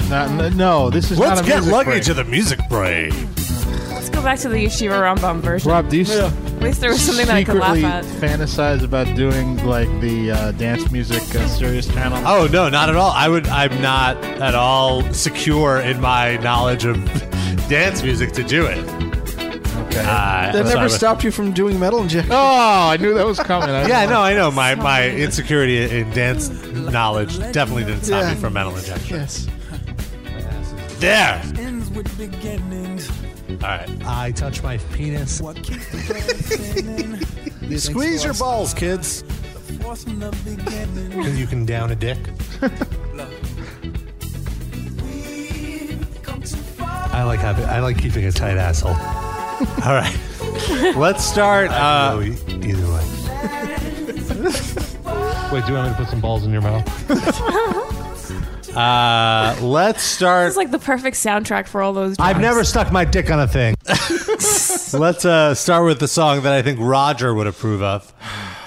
E: no, no, this is
B: Let's
E: not a
B: get
E: music
B: lucky
E: break.
B: to the music break.
D: Let's go back to the Yeshiva Rambam version.
E: Rob, do you s-
D: At least there was something that I could laugh
E: secretly
D: at.
E: fantasize about doing like the uh, dance music uh, serious channel.
B: Oh no, not at all. I would. I'm not at all secure in my knowledge of *laughs* dance music to do it. Okay. Uh,
C: that
B: so I
C: never
B: would-
C: stopped you from doing metal injection. Oh,
E: I knew that was coming.
C: *laughs*
B: Yeah, no, I know. My my insecurity in dance knowledge definitely didn't stop
C: Yeah.
B: me from mental injection.
C: Yes. *laughs*
B: There.
K: Ends with beginnings.
B: All right. I touch my penis. You
K: Thanks,
B: squeeze your
K: boss.
B: balls, kids.
K: Force from the beginning.
B: And
C: *laughs*
B: you can down a dick. I like having. I like keeping a tight asshole. *laughs* All right. Let's start. Uh, either way. Wait, do you want me to put some balls in your *laughs* mouth? Uh, let's
D: This
B: start.
D: is like the perfect soundtrack for all those.
B: I've never stuck my dick on a thing. *laughs* let's uh, start with the song that I think Roger would approve of.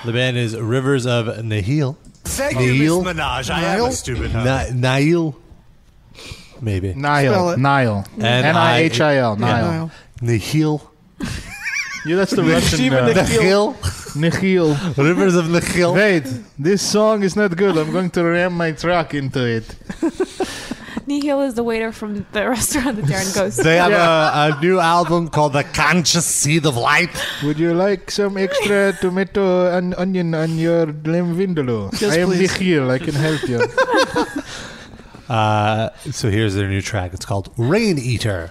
B: The band is Rivers of Nahil.
E: Thank you,
B: Nahil?
E: Miss Minaj. I am a
B: Nahil?
E: stupid
B: Na- Nahil. Maybe.
E: Nihil. Nihil. N-I-H-I-L. Nihil.
B: Nihil.
E: Yeah,
D: *laughs*
E: that's the
B: Nihil.
E: Russian. uh,
B: Nihil.
E: Nihil.
B: Rivers of Nihil.
E: Wait, this song is not good. I'm going to ram my truck into it.
D: Nihil is the waiter from the *laughs* restaurant that Darren goes to.
B: They have a, a new album called The Conscious Seed of Light.
E: Would you like some extra tomato and onion on your lamb vindaloo?
B: Yes,
E: I am
B: please.
E: Nihil. I can help
D: *laughs*
E: you.
B: Uh, so here's their new track. It's called Rain Eater.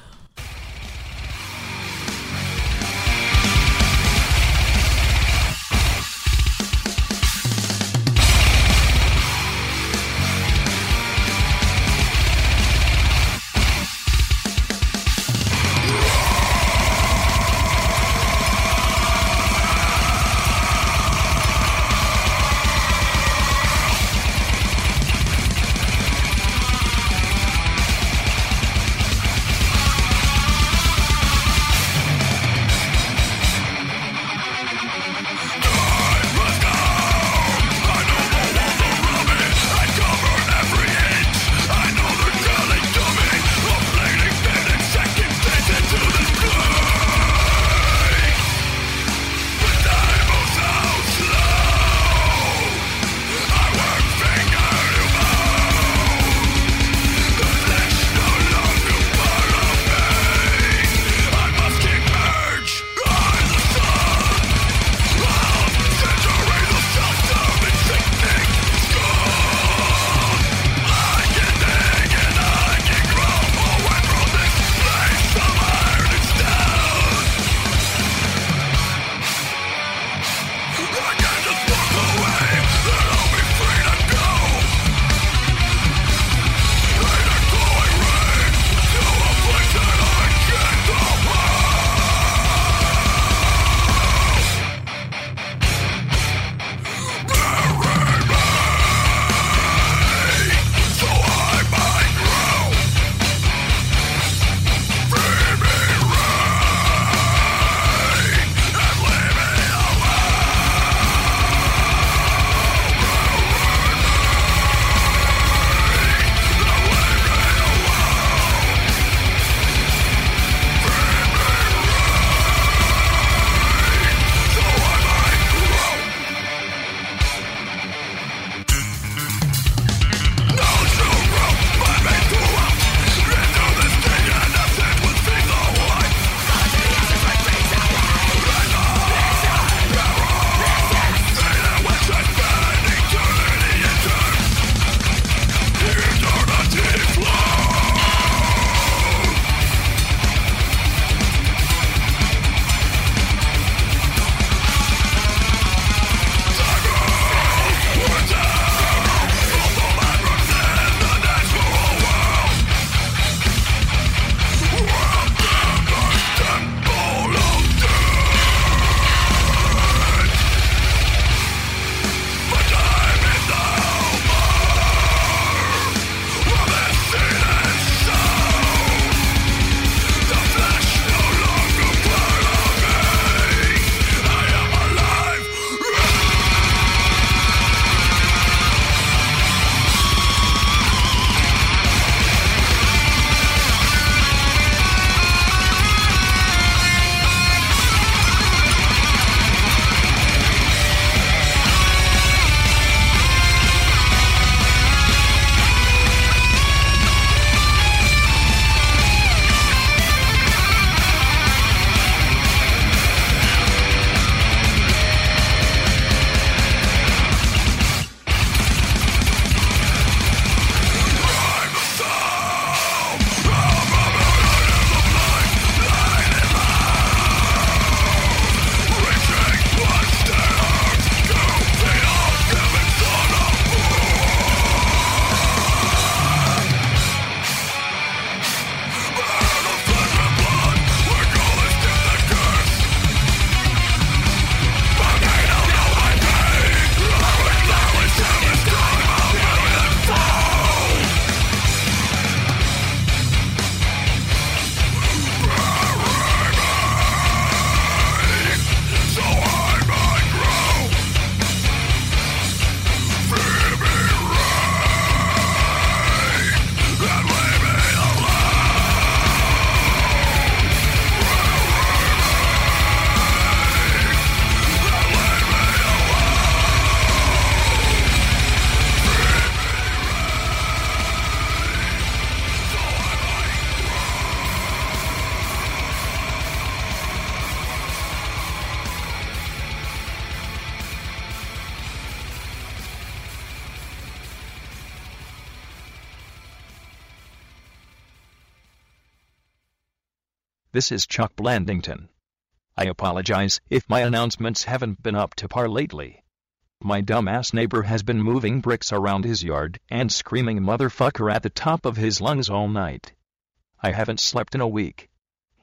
K: Rain
A: This is Chuck Blandington. I apologize if my announcements haven't been up to par lately. My dumbass neighbor has been moving bricks around his yard and screaming motherfucker at the top of his lungs all night. I haven't slept in a week.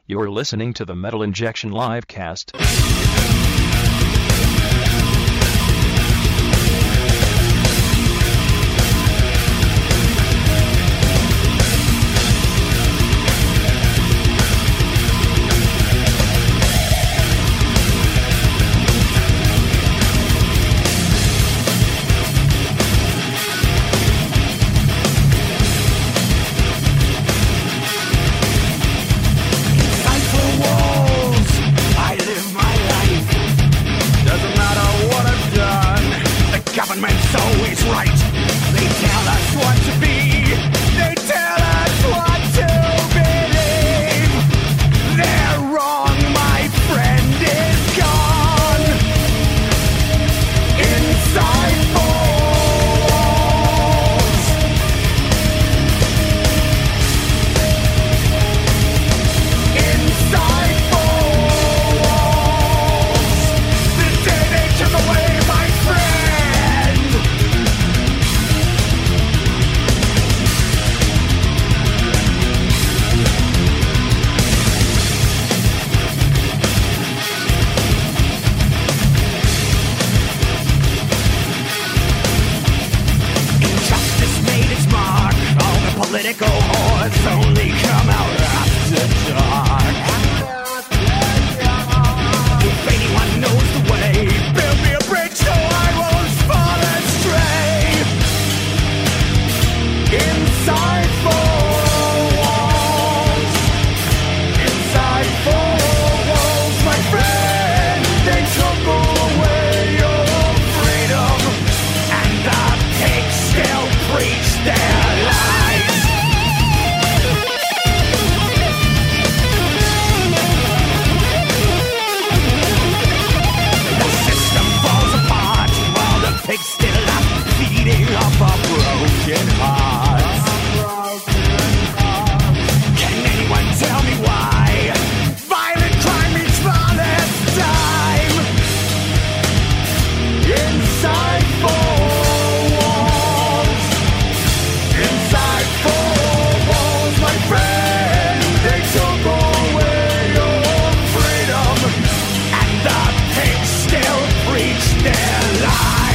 A: You're listening to the Metal Injection Live cast.
K: Fight for walls. I live my life. Doesn't matter what I've done. The government's always right. They tell us what to be. They tell us what to believe. They're wrong. My friend is gone. Inside four walls. Inside four walls. The day they took away my friend. Injustice made its mark. All the political whores only come out after dark. If anyone knows the way, build me a bridge so I won't fall astray. Inside four walls, inside four walls, my friend, they took away your freedom, and the pigs still preach their lies. The system falls apart while the pigs still are feeding off our broken hearts. Can anyone tell me why? Violent crime meets violent time. Inside four walls. Inside four walls, my friend. They took away your freedom. And the pigs still preach their lies.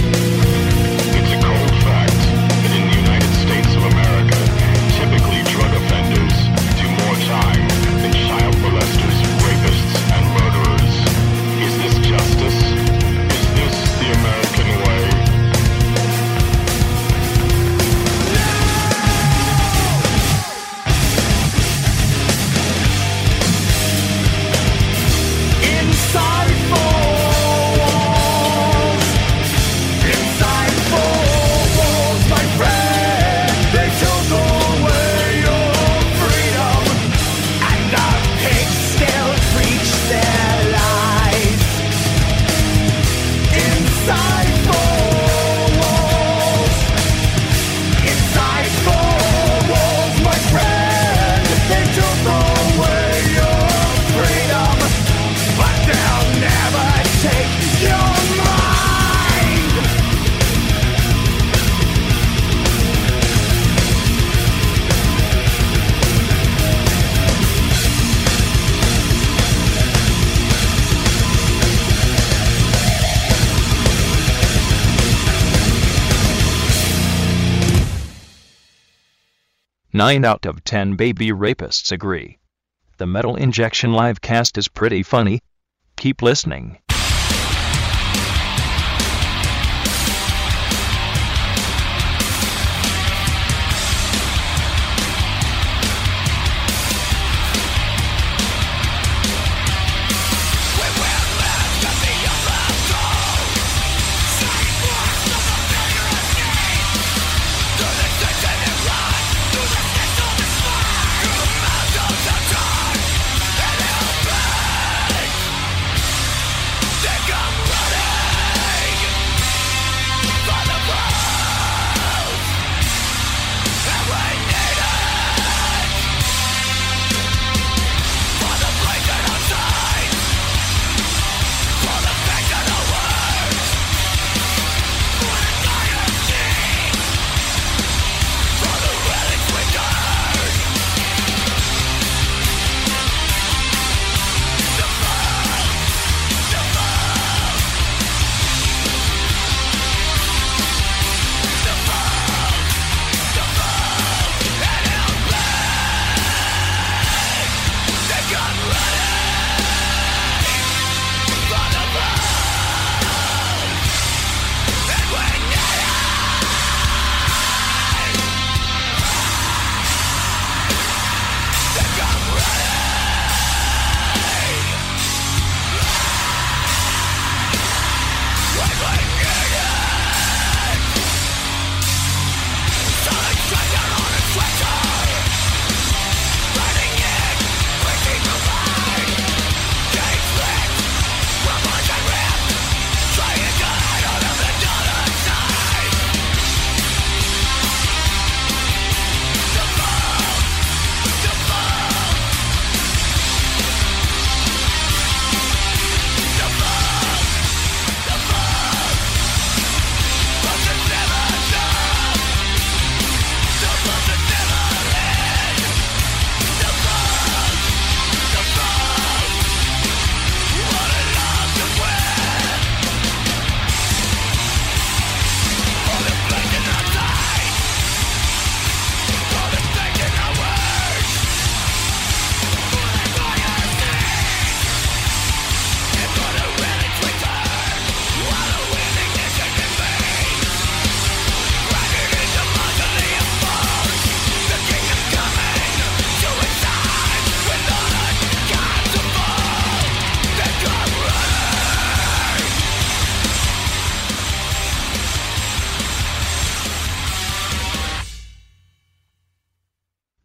P: It's a cold fact that in the United States of America, typically drug offenders do more time than child molesters, rapists, and murderers. Is this justice? Is this the American way?
K: Inside four walls. Inside four walls, my friend. They took away your freedom, and the pigs still preach their lies. Inside four walls. Inside four walls, my friend. They took away your freedom. But they'll never take your mind.
A: Nine out of ten baby rapists agree. The Metal Injection live cast is pretty funny. Keep listening.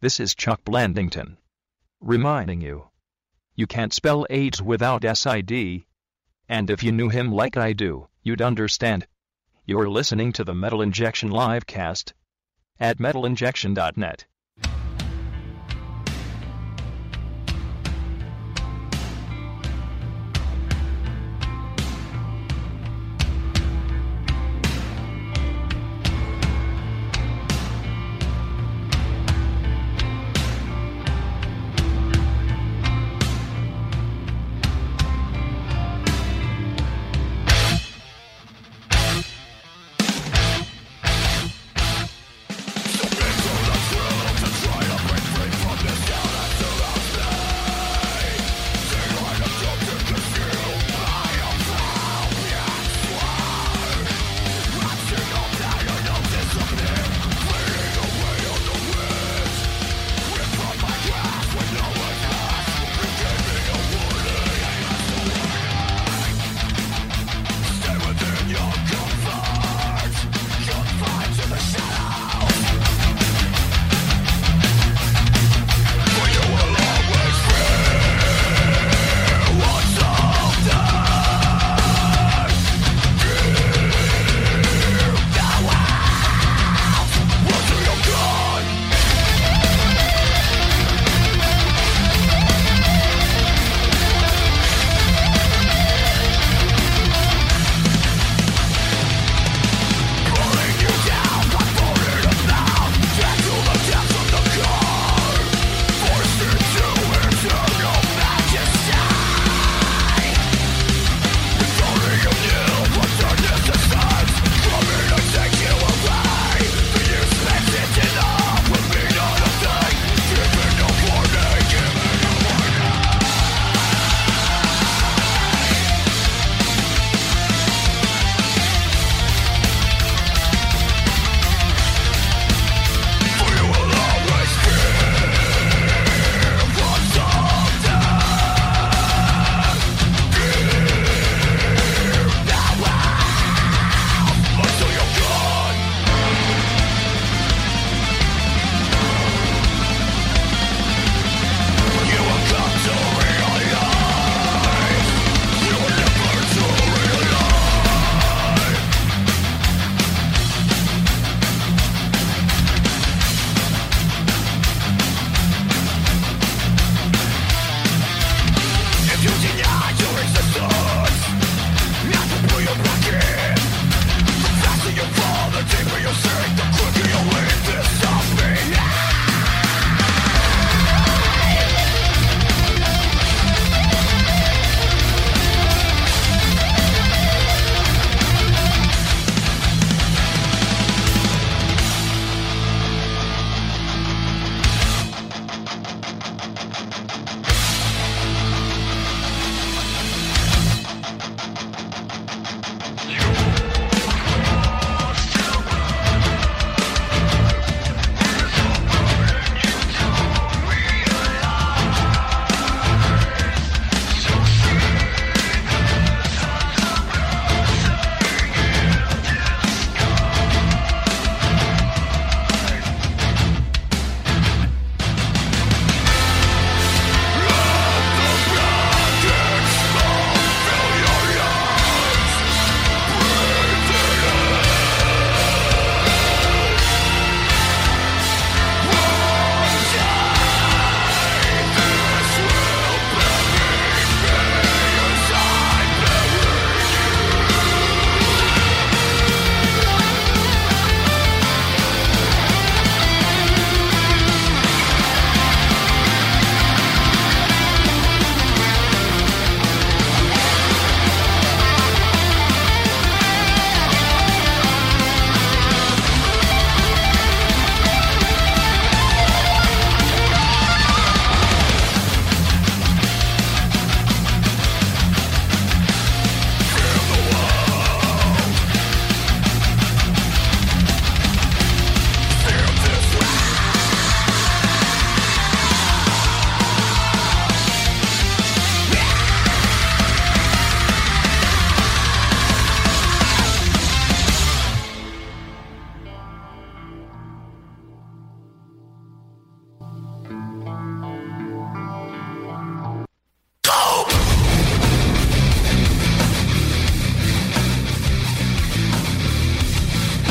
A: This is Chuck Blandington. Reminding you. You can't spell AIDS without SID. And if you knew him like I do, you'd understand. You're listening to the Metal Injection livecast at metalinjection.net.
K: Big on the thriller.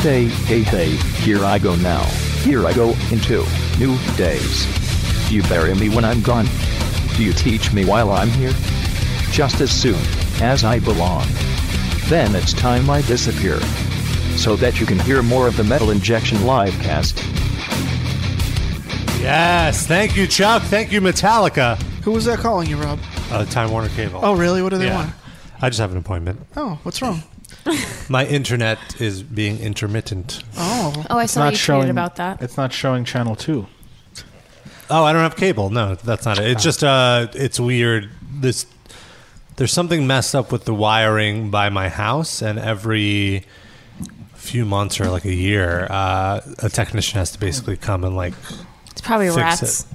A: Hey, hey, hey, here I go now. Here I go into new days. Do you bury me when I'm gone? Do you teach me while I'm here? Just as soon as I belong. Then it's time I disappear. So that you can hear more of the Metal Injection livecast.
B: Yes, thank you, Chuck. Thank you, Metallica.
C: Who was that calling you, Rob?
B: Uh, Time Warner Cable.
C: Oh, really? What do they
B: Yeah.
C: want?
B: I just have an appointment.
C: Oh, what's wrong?
B: My internet is being intermittent.
C: Oh.
D: Oh, I
E: It's
D: saw
E: not
D: you tweeted
E: showing-
D: about that.
E: It's not showing channel two.
B: Oh, I don't have cable. No, that's not it. It's just uh, it's weird. This there's something messed up with the wiring by my house, and every few months or like a year, uh, a technician has to basically come and like
D: It's probably
B: fix
D: rats.
B: it.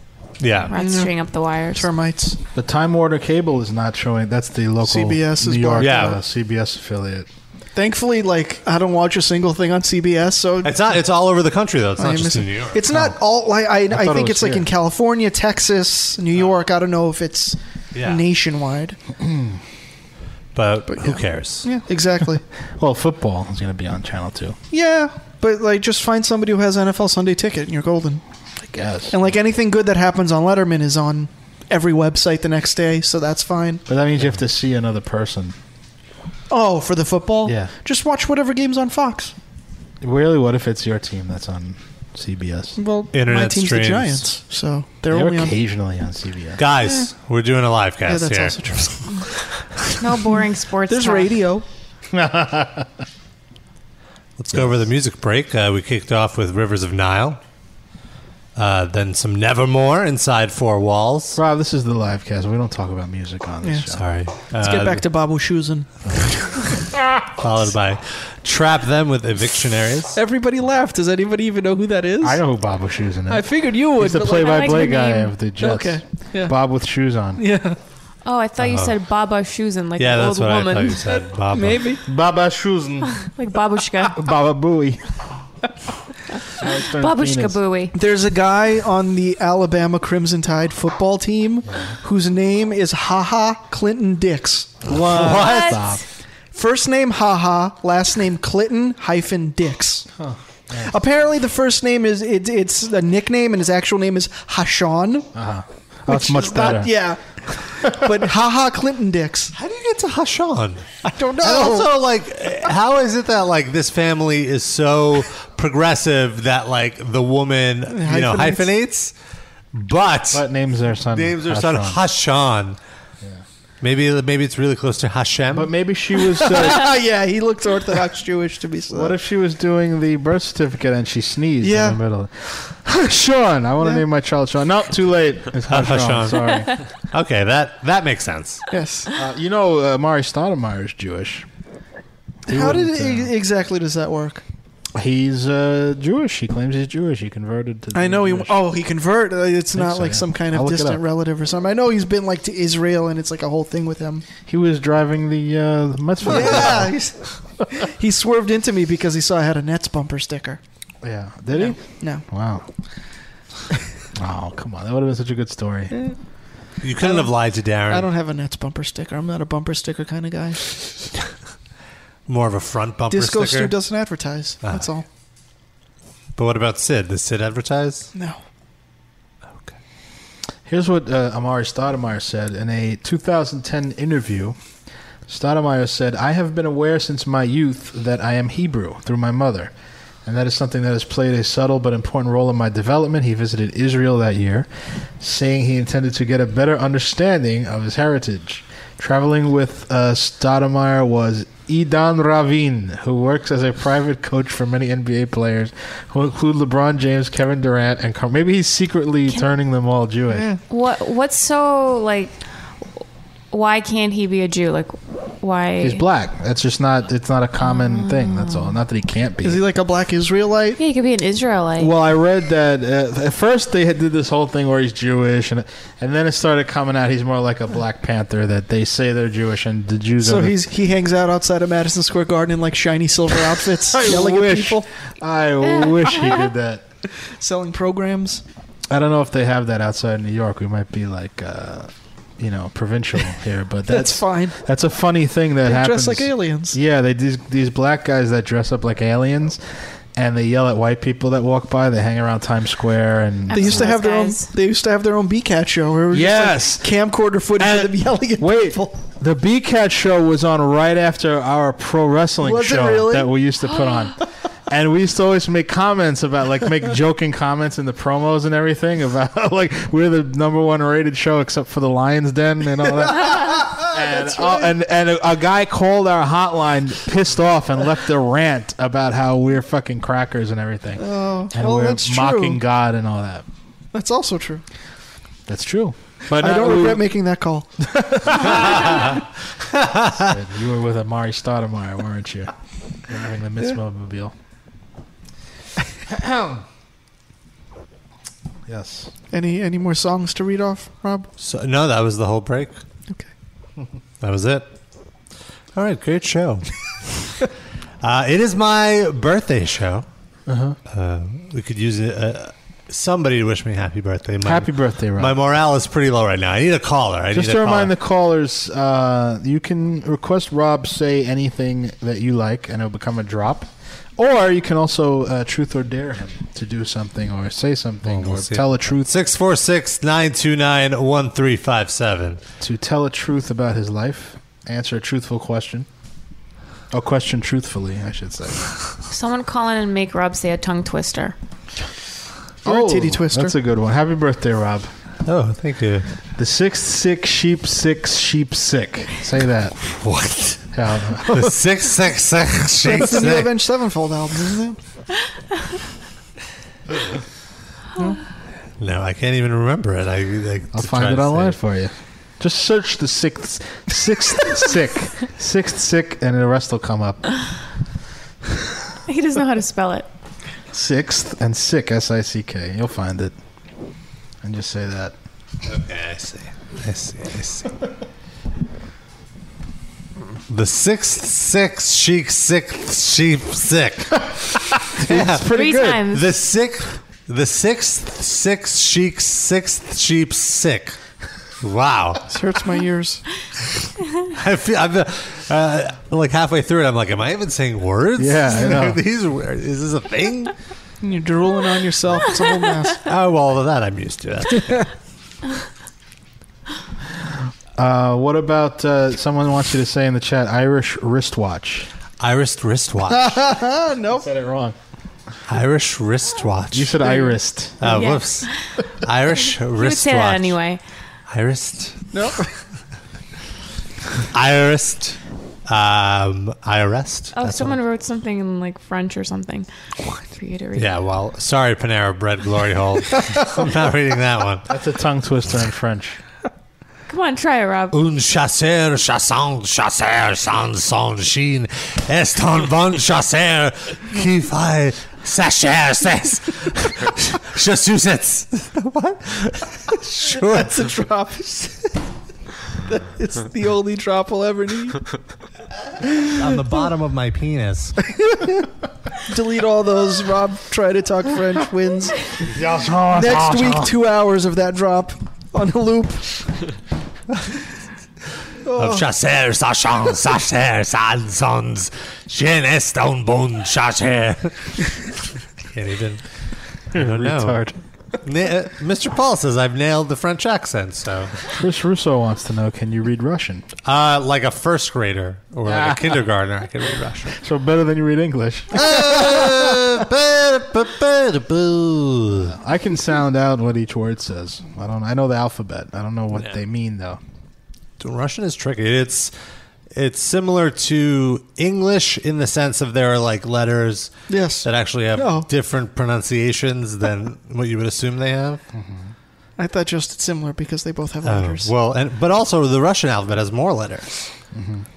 B: Yeah,
D: Rats Mm-hmm.
C: Yeah.
D: string up the wires.
C: Termites.
E: The Time Warner cable is not showing. That's the local
C: CBS is
E: New York
C: blocked
E: uh,
C: out.
E: CBS affiliate.
C: Thankfully, like I don't watch a single thing on CBS, so
B: it's not. It's all over the country though. It's
C: I
B: not
C: am
B: just in
C: Oh, missing-
B: New York.
C: It's not all. Like, I, I,
B: thought it
C: think
B: was
C: it's like
B: here.
C: in California, Texas, New York. I don't know if it's
B: Yeah. *clears throat*
C: nationwide.
B: But, who cares?
C: Yeah, exactly.
E: *laughs* well, football is going to be on channel two.
C: yeah, but like just find somebody who has NFL Sunday ticket and you're golden.
E: I guess.
C: And like anything good that happens on Letterman is on every website the next day, so that's fine.
E: But that means you have to see another person.
C: Oh, for the football,
E: Yeah.
C: Just watch whatever games on Fox.
E: Really, what if it's your team that's on CBS?
C: Well, my
B: Internet
C: team's
B: streams.
C: the Giants, so they're,
E: they're,
C: only on.
E: occasionally on, CBS.
B: Guys, we're doing a live
C: Yeah,
B: cast
C: that's
B: here.
C: also true.
D: No boring sports.
C: There's
D: talk.
E: *laughs*
C: radio.
B: Let's go over the music break. Uh, we kicked off with Rivers of Nile, uh, then some Nevermore inside four walls.
E: Rob, this is the live cast. We don't talk about music on this
C: Yeah.
E: show.
B: Sorry. Uh,
C: Let's get back to Babu Shusen.
B: Followed by Trap Them with Evictionaries.
C: Everybody laughed. Does anybody even know who that is?
E: I know who Bob with shoes in it.
C: I figured you would.
E: He's the
C: but, like-
E: play-by-play guy of the Jets.
C: Okay. Yeah.
E: Bob with
D: *laughs*
E: shoes on.
C: Yeah.
D: Oh, I thought you
E: Uh-huh.
D: said Baba Shusin, like
E: Yeah,
D: an old
E: that's what I
D: woman.
E: thought you
D: *laughs*
E: said, Baba.
D: Maybe.
E: Baba Shusen.
D: *laughs* Like babushka.
E: Baba Booey.
D: Babushka Booey.
C: There's a guy on the Alabama Crimson Tide football team whose name is Haha Clinton Dix. What?
E: What? Stop.
C: First name Haha, last name Clinton hyphen Dix. Apparently, the first name is it, it's a nickname, and his actual name is Hashawn.
E: Uh-huh. That's
C: which
E: much
C: is not-
E: better. *laughs*
C: yeah, but Haha Clinton Dix. How
B: do you get to Hashawn?
C: I don't know.
B: And also, like, eh, how is it that like this family is so progressive that like the woman you know
E: Hyphenates.
B: hyphenates, but
E: What names their son?
B: names her son Hashan. Maybe maybe it's really close to Hashem. But
E: maybe she was. uh,
C: *laughs* yeah, he looked Orthodox Jewish to be so.
E: What if she was doing the birth certificate and she sneezed
C: Yeah.
E: in the middle? *laughs* Sean, I want to name my child Sean. No, too late.
B: *laughs*
E: It's not Sean. Sorry.
B: okay, that that makes sense.
C: Yes.
E: Uh, you know, uh, Mari Stoudemire is Jewish. He
C: How did
E: wouldn't,
C: it, exactly does that work?
E: uh, he's uh, Jewish. He claims he's Jewish. He converted to.
C: I know he. Oh, he convert. uh, It's
E: think
C: not
E: so,
C: like
E: yeah.
C: some kind of
E: I'll look it
C: distant
E: up.
C: relative or something. I know he's been like to Israel, and it's like a whole thing with him.
E: He was driving the uh, the Mitzvah.
C: Yeah, he's- he swerved into me because he saw I had a Nets bumper sticker.
E: Yeah. Did he?
C: No. *laughs*
E: Wow. oh come on! That would have been such a good story.
C: Eh.
B: You couldn't have lied to Darren.
C: I don't have a Nets bumper sticker. I'm not a bumper sticker kind of guy.
B: More of a front bumper
C: Disco
B: sticker.
C: Stu doesn't advertise.
B: Ah.
C: That's all.
B: but what about Sid? Does Sid advertise?
C: No.
E: Here's what uh, Amari Stoudemire said in a 2010 interview. Stoudemire said, "I have been aware since my youth that I am Hebrew through my mother, and that is something that has played a subtle but important role in my development." He visited Israel that year, saying he intended to get a better understanding of his heritage. Traveling with uh, Stoudemire was Idan Ravin, who works as a private coach for many NBA players, who include LeBron James, Kevin Durant, and Car- maybe he's secretly turning them all Jewish.
D: What? What's so like? Why can't he be a Jew? Like, why?
E: He's black. That's just not. It's not a common thing. That's all. Not that he can't be.
C: Is he like a black Israelite?
D: Yeah, he could be an Israelite.
E: Well, I read that uh, at first they had did this whole thing where he's Jewish, and and then it started coming out he's more like a Black Panther that they say they're Jewish and the Jews.
C: So
E: are the-
C: he's he hangs out outside of Madison Square Garden in like shiny
E: *laughs*
C: silver outfits,
E: I
C: yelling at
E: wish.
C: people.
D: *laughs*
E: I wish he did that.
C: *laughs* Selling programs.
E: I don't know if they have that outside New York. We might be like, uh, you know, *laughs* provincial here, but that's,
C: That's fine.
E: That's a funny thing that
C: They dress
E: happens.
C: like aliens.
E: Yeah, they these these black guys that dress up like aliens, and they yell at white people that walk by. They hang around Times Square and
C: They used to have their own. They used to have their own BCAT show. Where it was
E: Yes.
C: just like camcorder footage of them yelling at
E: wait. The B Cat show was on right after our pro wrestling
C: Was it
E: show
C: really?
E: that we used to
C: *gasps*
E: put on. And we used to always make comments about, like, make joking comments in the promos and everything about, *laughs* like, we're the number one rated show except for the Lions Den and
C: *laughs*
E: all that. And, oh, and and a, a guy called our hotline pissed off and left a rant about how we're fucking crackers and everything.
C: Oh,
E: and
C: well,
E: we're
C: that's
E: mocking
C: true.
E: God and all that.
C: That's also true.
E: That's true. But
C: I
E: not-
C: don't
E: we-
C: regret making that call.
E: Said, you were with Amari Stoudemire, weren't you? Driving the Mobile. Yes.
C: Any any more songs to read off,
E: *laughs*
C: Rob?
B: So, no, that was the whole break. Okay. *laughs* that was it. All right,
C: *laughs*
B: great show. uh, it is my birthday show.
E: Uh-huh.
B: Uh, we could use uh, somebody to wish me happy birthday. My,
E: Happy birthday, Rob.
B: My morale is pretty low right now. I need a caller. I
E: Just
B: need
E: to
B: a caller.
E: remind the callers, uh, you can request Rob say anything that you like, and it'll become a drop. Or you can also uh, truth or dare him to do something or say something or tell a truth.
B: 646 929 1357.
E: to tell a truth about his life, answer a truthful question, a question truthfully, I should say.
D: Someone call in and make Rob say a tongue twister. *laughs*
E: Oh, That's a good one. Happy birthday, Rob.
B: Oh, thank you.
E: The sixth sick sheep six sheep sick. Say that.
B: what?
E: Yeah.
B: The six six six sheep
C: That's the new
B: sick.
C: Avenged Sevenfold album, isn't it?
B: No, I can't even remember it. I, I,
E: I'll find it online for you. Just search the sixth sixth sick sixth sick, and the rest will come up.
D: He doesn't know how to spell it.
E: Sixth and sick s i c k. You'll find it, and just say that.
B: Okay, I see. I see. I see. The sixth, sixth, sheep, sixth,
C: *laughs*
B: sheep, sick.
E: It's pretty Three good. times.
B: The sixth, the sixth, sixth, sheep, sixth, sheep, sick. Wow. This
C: hurts my ears.
B: *laughs* I feel, I'm uh, uh, like halfway through it, I'm like, am I even saying words?
C: Yeah, I know.
B: *laughs* Are These, wor- is this a thing?
C: And you're drooling on yourself. It's a whole mess.
B: *laughs* Oh, well, that I'm used to. That.
E: Uh, what about uh, someone wants you to say in the chat Irish wristwatch?
B: Irish wristwatch.
C: *laughs* nope.
E: Said it wrong.
B: Irish wristwatch. You
E: said iris.
B: Oh,
D: Yeah.
B: whoops.
D: *laughs*
B: Irish
D: He would say that
B: wristwatch.
D: anyway.
B: Iris.
D: *laughs* Nope.
B: Iris. Um, Iris.
D: Oh, someone wrote something in like French or something. What? For you to read.
B: Yeah, well, sorry, Panera Bread
D: *laughs*
B: Glory Hole. I'm not reading that one.
E: That's a tongue twister in French.
D: Come on, try it, Rob.
B: Un chasseur, chassant, chasseur, sans son chine, est un bon chasseur qui fait sa
D: *laughs*
B: chair, c'est. Je suis What? Sure.
C: That's a
E: *laughs*
C: drop. it's the only drop we'll ever need.
B: On the bottom of my penis.
C: Delete all those. Rob, try to talk French wins.
B: yes, yes,
C: Next week,
B: yes.
C: two hours of that drop on a loop.
B: Of chasseur, sachant, chasseur, sansons, chien est un bon chasseur. Can't even. *laughs* I don't know.
E: Retard.
B: Na- uh, Mr. Paul says I've nailed the French accent, so
E: Chris Russo wants to know can you read Russian?
B: uh, like a first grader or
C: *laughs*
B: like a kindergartner, I can read Russian.
E: So better than you read
B: *laughs*
E: English.
B: Uh,
E: I can sound out what each word says. I don't. I know the alphabet. I don't know what they mean though.
B: So Russian is tricky. It's it's similar to English in the sense of there are like letters
C: yes.
B: that actually have
C: No.
B: different pronunciations than what you would assume they have.
C: I thought just it's similar because they both have
B: Oh,
C: letters.
B: well, and but also the Russian alphabet has more letters.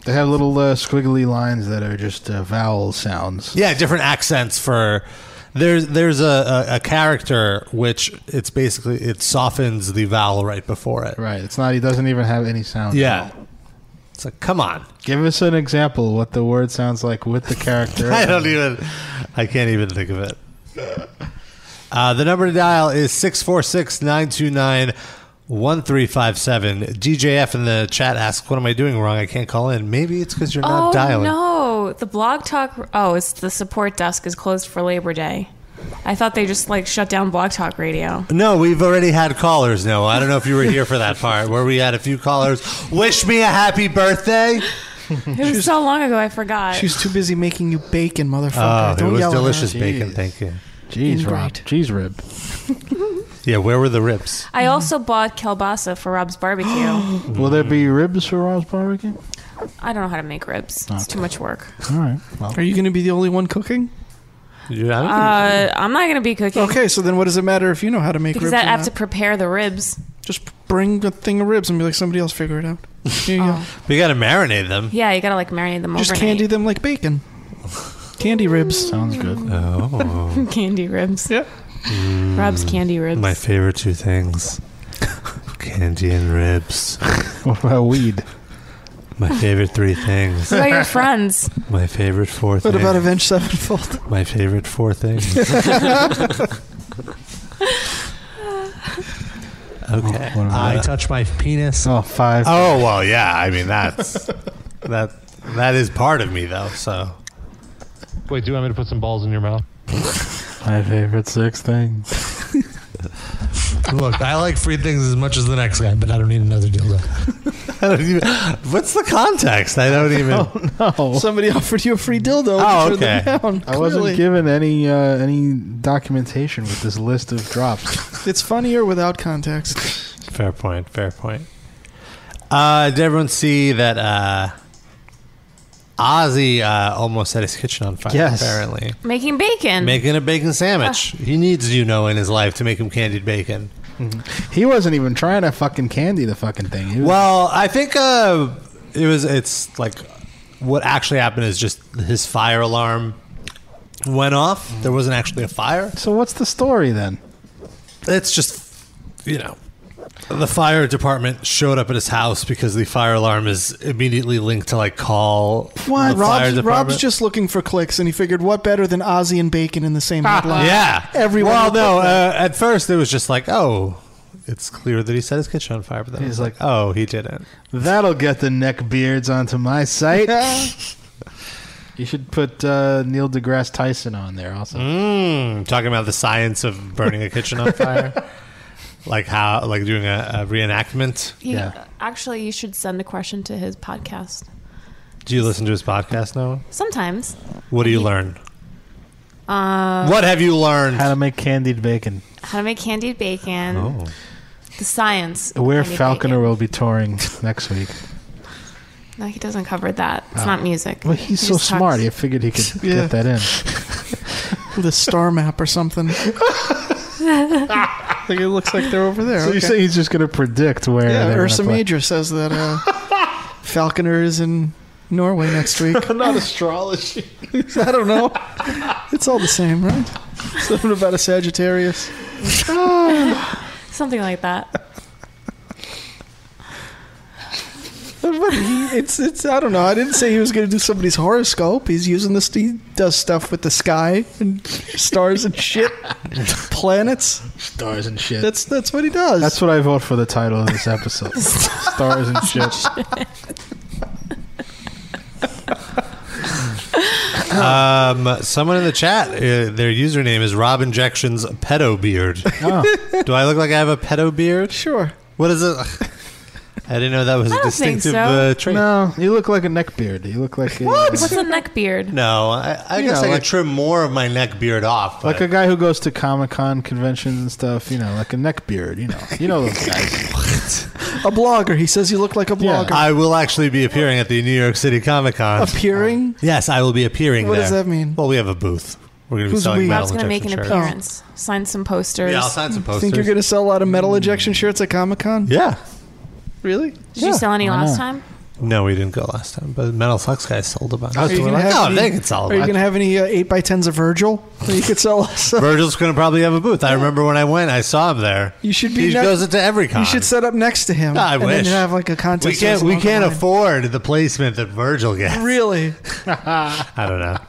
E: They have little uh, squiggly lines that are just uh, vowel sounds.
B: Yeah, different accents for there's there's a, a, a character which it's basically it softens the vowel right before it.
E: Right. It's not. He doesn't even have any sound.
B: Yeah. *laughs* It's like come on.
E: Give us an example what the word sounds like with the character.
B: *laughs* I don't even I can't even think of it. Uh, the number to dial is 646-929-1357. DJF in the chat asks, "What am I doing wrong? I can't call in." Maybe it's cuz you're not
D: oh
B: dialing.
D: no! Oh, the blog talk. Oh, it's the support desk is closed for Labor Day. I thought they just like shut down blog talk radio.
B: No, we've already had callers. No, I don't know if you were here for that part where we had a few callers. Wish me a happy birthday.
D: It was so long ago, I forgot.
C: She's too busy making you bacon, motherfucker.
B: Oh,
C: Don't
B: it was
C: yell at her.
B: delicious bacon. Thank you.
C: Jeez, Rob.
B: Cheese rib. yeah, where were the ribs?
D: I also bought kielbasa for Rob's
C: *gasps*
D: barbecue.
E: Will there be ribs for Rob's barbecue?
D: I don't know how to make ribs. It's too much work.
E: All right. Well.
C: Are you going to be the only one cooking?
B: Yeah.
D: Uh, I'm not going to be cooking.
C: Okay, so then what does it matter if you know how to make
D: Because
C: ribs?
D: I
C: or
D: have
C: not?
D: to prepare the ribs.
C: Just bring a thing of ribs and be like somebody else figure
D: *laughs*
C: it out. Here you go.
D: Oh.
B: We got to marinate them.
D: Yeah, you gotta like marinate them
C: Just
D: overnight.
C: candy them like bacon. Candy ribs.
E: Sounds good.
B: Oh.
D: *laughs* candy ribs. Yeah.
B: Mm.
D: Mm. *laughs* Rob's candy ribs.
B: My favorite two things candy and
E: *laughs*
B: ribs.
E: what about weed?
B: My favorite three things.
D: What about your friends?
B: My favorite four
C: What
B: things.
C: about Avenged Sevenfold?
B: *laughs* My favorite
E: *laughs*
B: four things. *laughs* Okay. I
E: *laughs*
B: touch my penis.
E: Oh, five.
B: Oh well, yeah. I mean, that's that that is part of me though. So
L: Wait, do you want me to put some balls in your mouth?
E: *laughs* My favorite six things.
B: look, I like free things as much as the next guy, but I don't need another dildo. *laughs* I don't even, what's the context? I don't even.
E: Oh,
C: *laughs*
E: no.
C: Somebody offered you a free dildo.
B: Oh,
C: You turned them
B: okay.
C: down,
E: *laughs* I wasn't
C: clearly.
E: given any uh, any documentation with this list of
B: *laughs*
E: drops.
C: It's funnier without context.
B: Fair point. Fair point. Uh, did everyone see that uh, Ozzy uh, almost set his kitchen on fire?
E: Yes.
B: Apparently,
D: Making bacon.
B: making a bacon sandwich. he needs you know in his life to make him candied bacon. Mm-hmm.
E: He wasn't even trying to fucking candy the fucking thing. He was-
B: Well, I think uh, it was. It's like what actually happened is just his fire alarm went off. There wasn't actually a fire.
E: so what's the story then?
B: It's just you know. The fire department showed up at his house because the fire alarm is immediately linked to like call
C: What?
B: the fire
C: Rob's,
B: department.
C: Rob's just looking for clicks, and he figured what better than Ozzy and bacon in the same headline?
B: Ah, yeah.
C: Everyone.
B: Well,
C: would
B: no.
C: click
B: Uh, at first, it was just like, oh, it's clear that he set his kitchen on fire, but then
E: He's
B: he's like, oh, he didn't.
E: That'll get the neck beards onto my *laughs* site. you should put uh, Neil deGrasse Tyson on there also.
B: Mm, talking about the science of burning a kitchen
E: *laughs*
B: on fire, like how, like doing a, a reenactment.
D: You- Actually, you should send a question to his podcast.
B: Do you listen to his podcast now?
D: Sometimes.
B: What do you learn?
E: Uh,
D: Um,
B: What have you learned?
E: How to make candied bacon.
D: How to make candied bacon.
E: Oh.
D: The science. of
E: Where
D: candied
E: Falconer will be touring next week.
D: bacon. No, he doesn't cover that. It's
C: Ah.
E: Oh.
D: not music.
E: Well, he's
D: He
E: so
D: just talks-
E: smart. He figured he *laughs* could
C: Yeah.
E: get that in.
C: with a star map or
B: *laughs*
C: something.
E: *laughs*
C: I think it looks *laughs* like they're over there.
E: So you
C: okay.
E: say he's just going to predict where?
C: yeah,
E: they're
C: Ursa
E: gonna play.
C: Major says that uh,
B: *laughs*
C: Falconer is in Norway next week.
E: Not astrology.
C: I don't know. It's all the same,
B: *laughs*
C: right? Something about a Sagittarius.
D: *sighs* Something like that.
C: But he- it's it's I don't know. I didn't say he was going to do somebody's horoscope. He's using this. He does stuff with the sky and stars and shit, planets.
E: Stars and shit.
C: That's that's what he does.
E: That's what I vote for the title of this *laughs* episode. Stars and shit.
B: Um, someone in the chat, uh, their username is Rob Injections Pedo Beard.
E: Oh.
B: Do I look like I have a pedo beard?
C: Sure.
B: What is it? I didn't know that was
D: I
B: a
D: don't think
B: distinctive
D: so.
B: uh, trait.
E: No, you look like a neck beard. You look like a,
D: What's a neck beard?
B: No, I, I
E: You
B: guess
E: know,
B: I
E: like-
B: could trim more of my neck beard off.
E: like
B: Like
E: a guy who goes to Comic Con conventions and stuff. You know, like a neck beard. You know, you know those guys.
C: a blogger. He says you look like a blogger.
B: I will actually be appearing at the New York City Comic Con.
C: Appearing.
B: yes, I will be appearing
C: What
B: there.
C: does that mean?
B: Well, we have a booth. We're going to be
C: Who's
B: selling
C: we?
B: metal
D: Rob's going to make an
B: injection shirts.
D: appearance. Oh. Sign some posters.
B: Yeah, I'll sign some posters.
C: Think you're going to sell a lot of metal ejection shirts at Comic Con?
B: yeah.
C: Really?
D: Did you sell any
B: why
D: last
B: not?
D: time?
B: No, we didn't go last time, but Metal Flux guys sold a bunch.
C: Are you
B: So we're
C: gonna
B: like,
C: have
B: oh,
C: any-
B: they can sell a
C: Are you
B: bunch.
C: going to have any uh, eight by tens of Virgil that you could sell us?
B: Virgil's going to probably have a booth. I remember when I went, I saw him there.
C: You should be.
B: He
C: next-
B: goes into every con.
C: You should set up next to him.
B: I
C: and
B: wish.
C: Then have like a contest.
B: we can't.
C: or
B: We
C: something
B: can't
C: online.
B: *laughs* afford the placement that Virgil gets.
C: Really?
B: I don't know.
E: *laughs*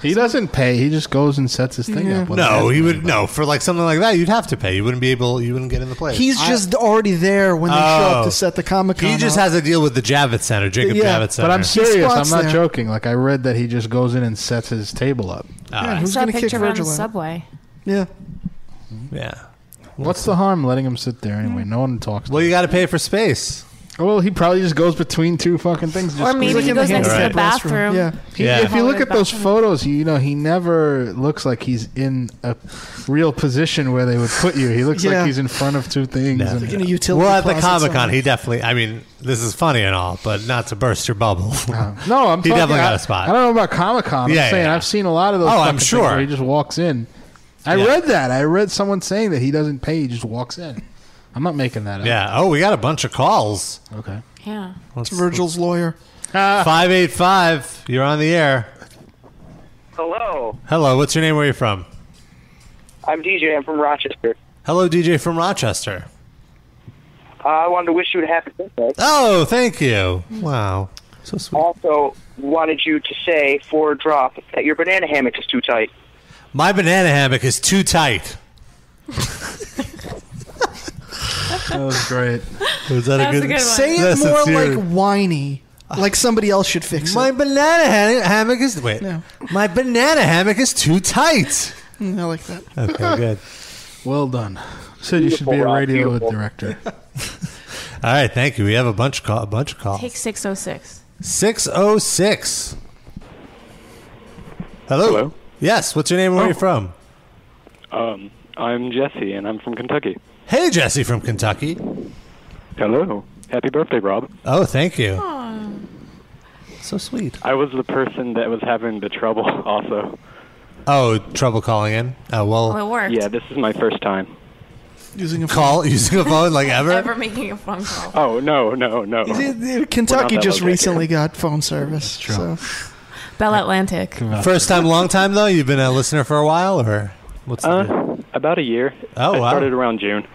E: He doesn't pay. He just goes and sets his thing
B: Yeah.
E: up.
B: No, he would no for like something like that. You'd have to pay. You wouldn't be able. You wouldn't get in the play.
C: He's just already there when they show
B: Oh.
C: up to set the Comic Con.
B: He just has a deal with the Javits Center, Jacob
C: Yeah,
B: Javits Center.
E: But I'm serious. I'm
C: spots
E: not
C: there.
E: joking. Like I read that he just goes in and sets his table up.
B: Ah.
D: I
C: who's
D: saw a
C: gonna kick
D: picture of him on the
C: Virgil out?
D: subway.
C: Yeah.
B: Yeah.
E: What's the harm letting him sit there anyway? No one talks.
B: Well, you got to pay for space.
E: Well, he probably just goes between two fucking things.
D: Or
E: just
D: maybe
E: squeezes
D: he
E: in
D: goes next to
E: hand.
D: the bathroom.
C: Yeah.
E: He-
D: Yeah.
E: If you look at those
D: Bathroom.
E: photos, he, you know he never looks like he's in a real position where they would put you. He looks
B: Yeah.
E: like he's in front of two things. and-
B: Well, at the Comic Con, he definitely. I mean, this is funny and all, but not to burst your bubble.
E: *laughs*
B: *laughs*
E: No, I'm
B: he
E: talking-
B: definitely got
E: I-
B: a spot.
E: I don't know about Comic Con. I'm
B: Yeah,
E: saying
B: yeah.
E: I've seen a lot of those.
B: Oh, I'm
E: fucking things
B: sure.
E: where he just walks in. I read that. I read someone saying that he doesn't pay. He just walks in. I'm not making that up.
B: yeah. Oh, we got a bunch of calls.
E: Okay.
D: Yeah.
B: It's
C: Virgil's lawyer.
B: Five eight five. You're on the air.
Q: Hello,
B: Hello. What's your name? Where are you from?
Q: I'm DJ. I'm from Rochester.
B: Hello, DJ from Rochester.
Q: Uh, I wanted to wish you a happy birthday.
C: Ah,
B: Oh, thank you. Wow. So sweet.
Q: Also, wanted you to say for a drop that your banana hammock is too tight.
B: My banana hammock is too tight.
E: that was great.
B: Was that, a good?
C: Say it
B: That's
C: more
B: sincere.
C: like whiny, like somebody else should fix
B: My
C: it.
B: banana ha- hammock is wait. My banana hammock is too tight.
C: Mm, I like that.
B: Okay, good.
E: *laughs* Well done. Said you should be a
B: Beautiful, Rob,
C: uh,
E: radio
B: beautiful.
E: director.
B: All right, thank you. We have a bunch of call, a bunch of calls.
D: Take 606.
B: Six oh six. Hello. Hello. Yes. What's your name?
R: Oh.
B: and Where are you from?
R: Um, I'm Jesse, and I'm from Kentucky.
B: Hey, Jesse from Kentucky.
R: Hello. Happy birthday, Rob.
B: Oh, thank you. So sweet.
R: I was the person that was having the trouble, *laughs* also.
B: Oh, trouble calling in. Oh well.
D: Well, it worked.
R: Yeah, this is my first time.
C: Using a
B: call, *laughs* using a phone like ever.
D: *laughs* Ever making a phone call.
R: Oh no, no, no.
C: *laughs*
B: uh,
C: Kentucky just recently got phone service. So.
D: Bell Atlantic.
B: First time, long time though. You've been a listener for a while, or what's the deal?
R: Uh, about a year.
B: Oh,
R: I
B: wow.
R: started around June.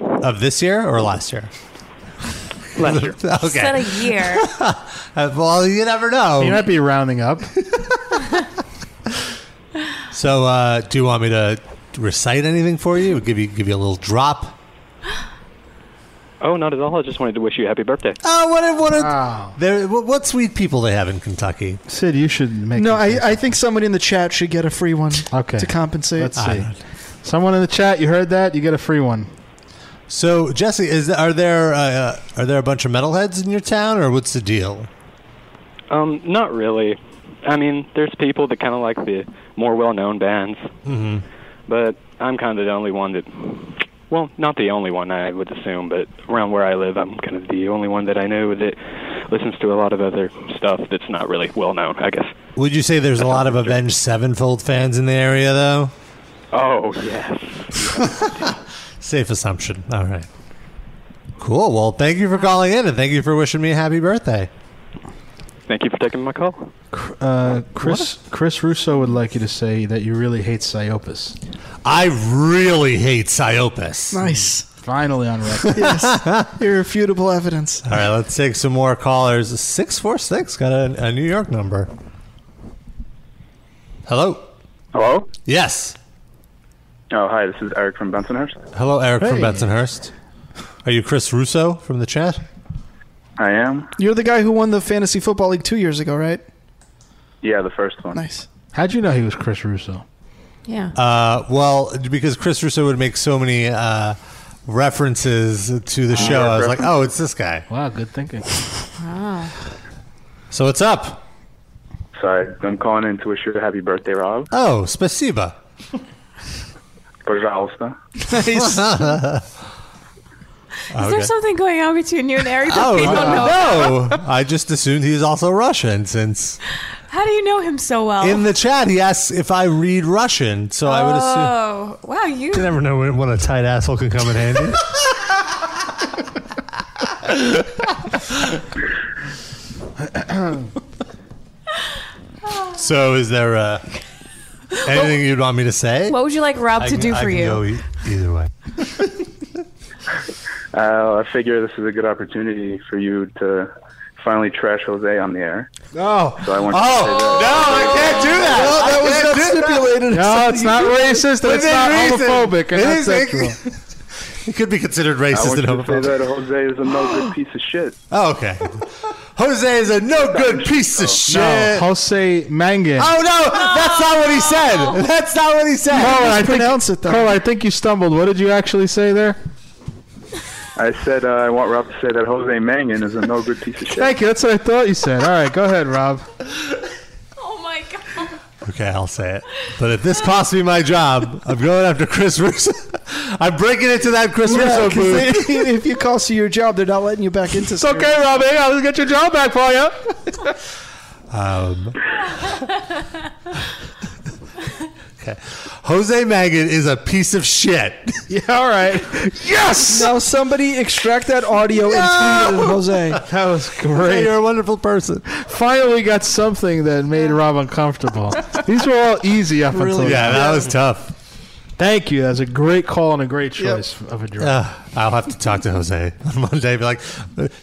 B: of this year or last year?
R: Last year.
B: *laughs* okay.
D: Said a year.
B: Uh, *laughs* well, you never know.
E: You might be rounding up.
B: So, uh, do you want me to recite anything for you? Give you give you a little drop.
R: Oh, not at all. I just wanted to wish you happy birthday.
C: Ah,
B: Oh, what a, what a, there, what, what sweet people they have in Kentucky.
E: Sid, you should make.
C: No, I, I think somebody in the chat should get a
E: *laughs*
C: free one okay. to compensate.
E: Let's see. Someone in the chat, you heard that? You get a free one.
B: So, Jesse, is are there uh, uh, are there a bunch of metalheads in your town, or what's the deal?
R: Um, not really. I mean, there's people that kind of like the more well-known bands,
B: *laughs*
D: *laughs*
B: Mm-hmm.
R: but I'm kind of the only one that. Well, not the only one, I would assume, but around where I live, I'm kind of the only one that I know that listens to a lot of other stuff that's not really well known, I guess.
B: Would you say there's a lot of Avenged Sevenfold fans in the area, though?
R: Oh, yes.
B: *laughs* Safe assumption. All right. Cool. Well, thank you for calling in, and thank you for wishing me a happy birthday.
R: Thank you for taking my call.
E: Uh, Chris Chris Russo would like you to say that you really hate Psyopus.
B: I really hate Psyopus.
C: Nice.
E: Finally on record.
C: yes. Irrefutable evidence.
B: *laughs* All right, let's take some more callers. Six four six got a, a New York number. Hello.
S: Hello?
B: Yes.
S: Oh, hi. This is Eric from Bensonhurst.
B: Hello, Eric from
S: Hey.
B: Bensonhurst. Are you Chris Russo from the chat?
S: I am.
C: You're the guy who won the fantasy football league two years ago, right?
S: Yeah, the first one.
C: Nice.
E: How'd you know he was Chris Russo?
D: Yeah.
B: Uh, well, because Chris Russo would make so many uh, references to the show, I was like, oh, it's this guy.
E: Wow, good thinking.
D: Wow.
B: So what's up?
S: Sorry, I'm calling in to wish you a happy birthday, Rob.
B: Oh, spasiba.
S: Пожалуйста.
C: Nice.
D: Is there something going on between you and Eric that
B: Oh
D: we don't know?
B: no! I just assumed he's also Russian since
D: How do you know him so well?
B: in the chat he asks if I read Russian, so I would
D: Oh,
B: assume.
D: wow, you.
B: You never know when, when a tight asshole can come in handy. *laughs* so, is there uh, anything you'd want me to say?
D: What would you like Rob
B: I
D: to
B: can-
D: do
B: I
D: for
B: can
D: you?
B: go e- either way.
S: Uh, I figure this is a good opportunity for you to finally trash Jose on the air.
B: No.
S: So I want you to say
B: Oh.
S: that.
L: No, I can't do that.
B: No, that
L: I
B: was
L: can't
B: not
L: do that.
B: stipulated.
E: No, it's not racist and it's
L: Within
E: not
L: reason.
E: homophobic and
L: It
E: not
L: is-
E: sexual. *laughs*
B: *laughs* It could be considered
S: I
B: racist
S: want
B: and
S: you to say
B: homophobic.
S: that Jose is a no
E: *laughs*
S: good piece of shit.
B: Oh, okay. Jose is a no good piece of shit.
E: No, Jose Mangan.
B: Oh no, that's not what he said. That's not what he said.
E: Carl, I
B: Just
E: think,
B: pronounce it though.
E: Carl, I think you stumbled. What did you actually say there?
S: I said uh, I want Rob to say that Jose Mangan is a no good piece of shit.
E: Thank *laughs* you. That's what I thought you said. All right, go ahead, Rob.
D: Oh my god.
B: Okay, I'll say it. But if this costs me my job, I'm going after Chris Russo. *laughs* I'm breaking into that Chris
C: Yeah,
B: Russo
C: 'cause
B: booth.
C: they- *laughs* if you cost you your job, they're not letting you back into. It's
E: okay, Robbie. I'll get your job back for you.
C: *laughs*
B: Um, okay. Jose Magan is a piece of shit. *laughs*
E: Yeah, all right. Yes.
C: Now somebody extract that audio and tweet it, at
B: *laughs*
C: Jose.
E: That *laughs* was great.
B: you're a wonderful person.
E: Finally got something that made Rob uncomfortable. These were all easy up
B: Really?
E: until
B: Yeah,
E: now.
B: that was tough.
E: Thank you. That's a great call and a great choice of a drug.
B: Uh, I'll have to talk to Jose *laughs* on Monday. and Be like,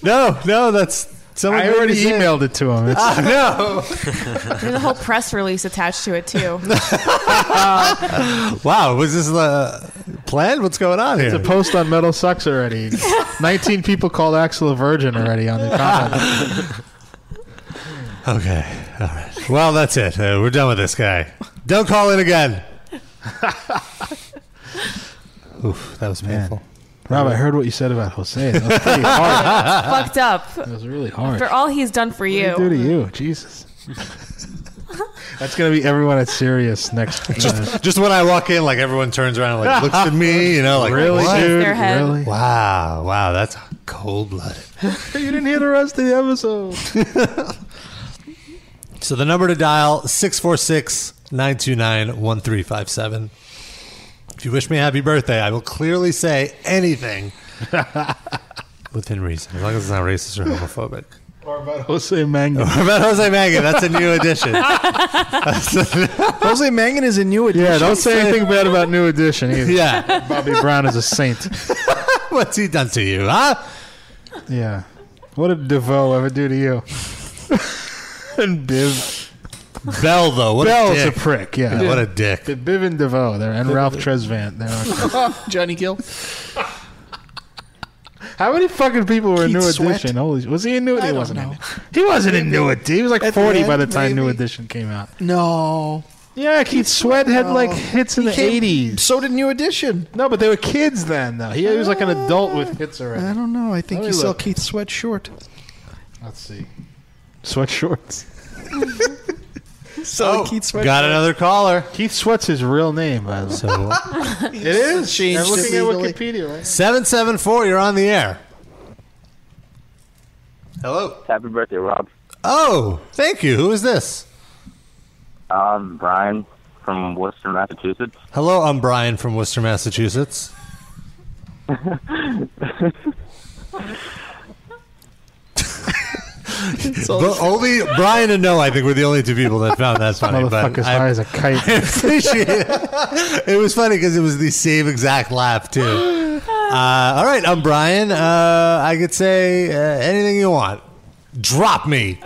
B: no, no, that's someone.
E: I
B: made
E: already
B: me say
E: emailed it to
B: *laughs*
E: him. It's-
B: Ah,
E: *laughs*
D: There's a whole press release attached to it
B: *laughs*
D: too.
B: no. *laughs* wow, was this uh, planned? What's going on
E: It's
B: here?
E: a post on Metal Sucks
B: *laughs*
E: already. 19 people called Axel a virgin already on the comment.
B: Okay. All right. Well, that's it. Uh, we're done with this guy. Don't call in again.
E: *laughs*
B: Oof, that was painful.
E: Rob, I heard what you said about Jose. That was
B: *laughs*
E: pretty hard.
D: Fucked up.
E: That was really hard.
D: For all he's done for
E: What
D: you.
E: did he do to you? Jesus. *laughs* That's going to be everyone at Sirius next. uh,
B: *laughs* Just when I walk in, like everyone turns around, and, like looks at me, you know, like
E: Really,
B: what?
E: dude? Their head. Really?
B: Wow, wow, that's cold blooded.
E: you didn't hear the rest of the episode.
B: *laughs* So the number to dial 646-929-1357. If you wish me happy birthday, I will clearly say anything
E: *laughs*
B: within reason, as long as it's not racist or homophobic.
E: or about Jose Mango.
B: Or *laughs* about Jose Mangan, that's a new
E: *laughs*
B: addition. *laughs*
C: Jose Mangan is a new addition.
E: Yeah, don't say anything bad about New Edition either.
B: *laughs* Yeah.
E: Bobby Brown is a saint.
B: What's he done to you, *laughs* huh?
E: Yeah. What did DeVoe ever do to you?
B: *laughs*
E: and Biv.
B: Bell though, what
E: Bell's
B: a,
E: a,
B: dick.
E: prick, yeah.
B: What a dick.
E: Biv Biv and DeVoe there, and Ralph Tresvant there.
C: *laughs*
N: Johnny Gill.
E: How many fucking people were in
N: Keith
E: New
N: Sweat?
E: Edition? Holy, was he in New Edition? He wasn't in it. He wasn't in New Edition. He was like
C: At the
E: 40 by
C: end,
E: the time New
C: maybe.
E: Edition came out.
C: No.
E: Yeah, Keith Sweat had like hits in the
C: oh. came-
E: 80s.
C: So did New Edition. Uh,
E: No, but they were kids then, though. He, he was like an adult with hits already. *laughs*
C: I don't know. I think
E: Let me
C: you sell
E: look.
C: Keith Sweat short.
E: Let's see. Sweat shorts. Oh.
C: Selling Keith Sweat.
B: Got another caller.
E: Keith Sweat's his real name, by the way.
N: *laughs*
B: So
E: It is.
N: Changed
E: I'm looking
N: it
E: at
N: legally.
E: Wikipedia right
B: 774, you're on the air. Hello.
T: Happy birthday, Rob.
B: Oh, thank you. Who is this?
T: Um, Brian from Worcester, Massachusetts.
B: Hello, I'm Brian from
T: *laughs*
B: Worcester, Massachusetts. But only Brian and No, I think, were the only two people that found that funny. but
E: Motherfucker's
B: I-
E: high as a kite.
B: I appreciate *laughs* it. It was funny because it was the same exact laugh too. Uh, all right, I'm Brian. Uh, I could say uh, anything you want. Drop me.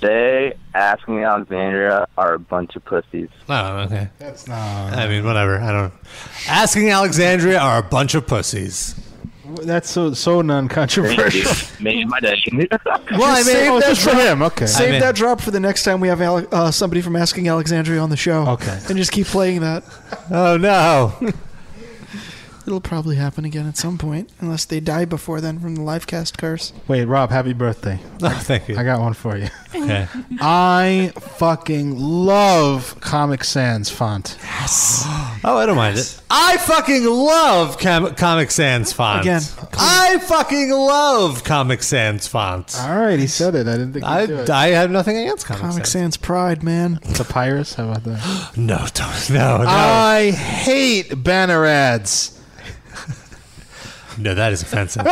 T: They, Ask Me Alexandria, are a bunch of pussies.
B: Oh, okay.
E: That's not.
B: I mean, whatever. I don't. Asking Alexandria are a bunch of pussies.
E: That's so so
T: Thank you.
E: non-controversial.
T: Made my day.
B: Well, I mean-
E: oh, it's just for him, okay.
C: Save
E: I mean-
C: that drop for the next time we have Ale- uh, somebody from Asking Alexandria on the show.
E: Okay.
C: And just keep playing
E: *laughs*
C: that.
B: Oh no.
C: *laughs* It'll probably happen again at some point, unless they die before then from the live cast curse.
E: Wait, Rob, happy
B: *laughs*
E: birthday.
B: Oh, thank you.
E: I got one for you.
B: Okay.
E: I fucking love Comic Sans font.
B: Yes. Oh, I don't mind it. I fucking love Com- Comic Sans fonts.
E: Again.
B: I fucking love Comic Sans fonts.
E: *gasps* All right, he said it. I didn't think
B: I,
E: he'd do it.
B: I have nothing against Comic,
C: Comic
B: Sans.
C: Sans pride, man.
E: Papyrus,
C: *gasps*
E: how about that? *gasps*
B: No, don't. *laughs* Oh, No, no.
E: I hate banner ads.
B: no, that is *laughs* offensive.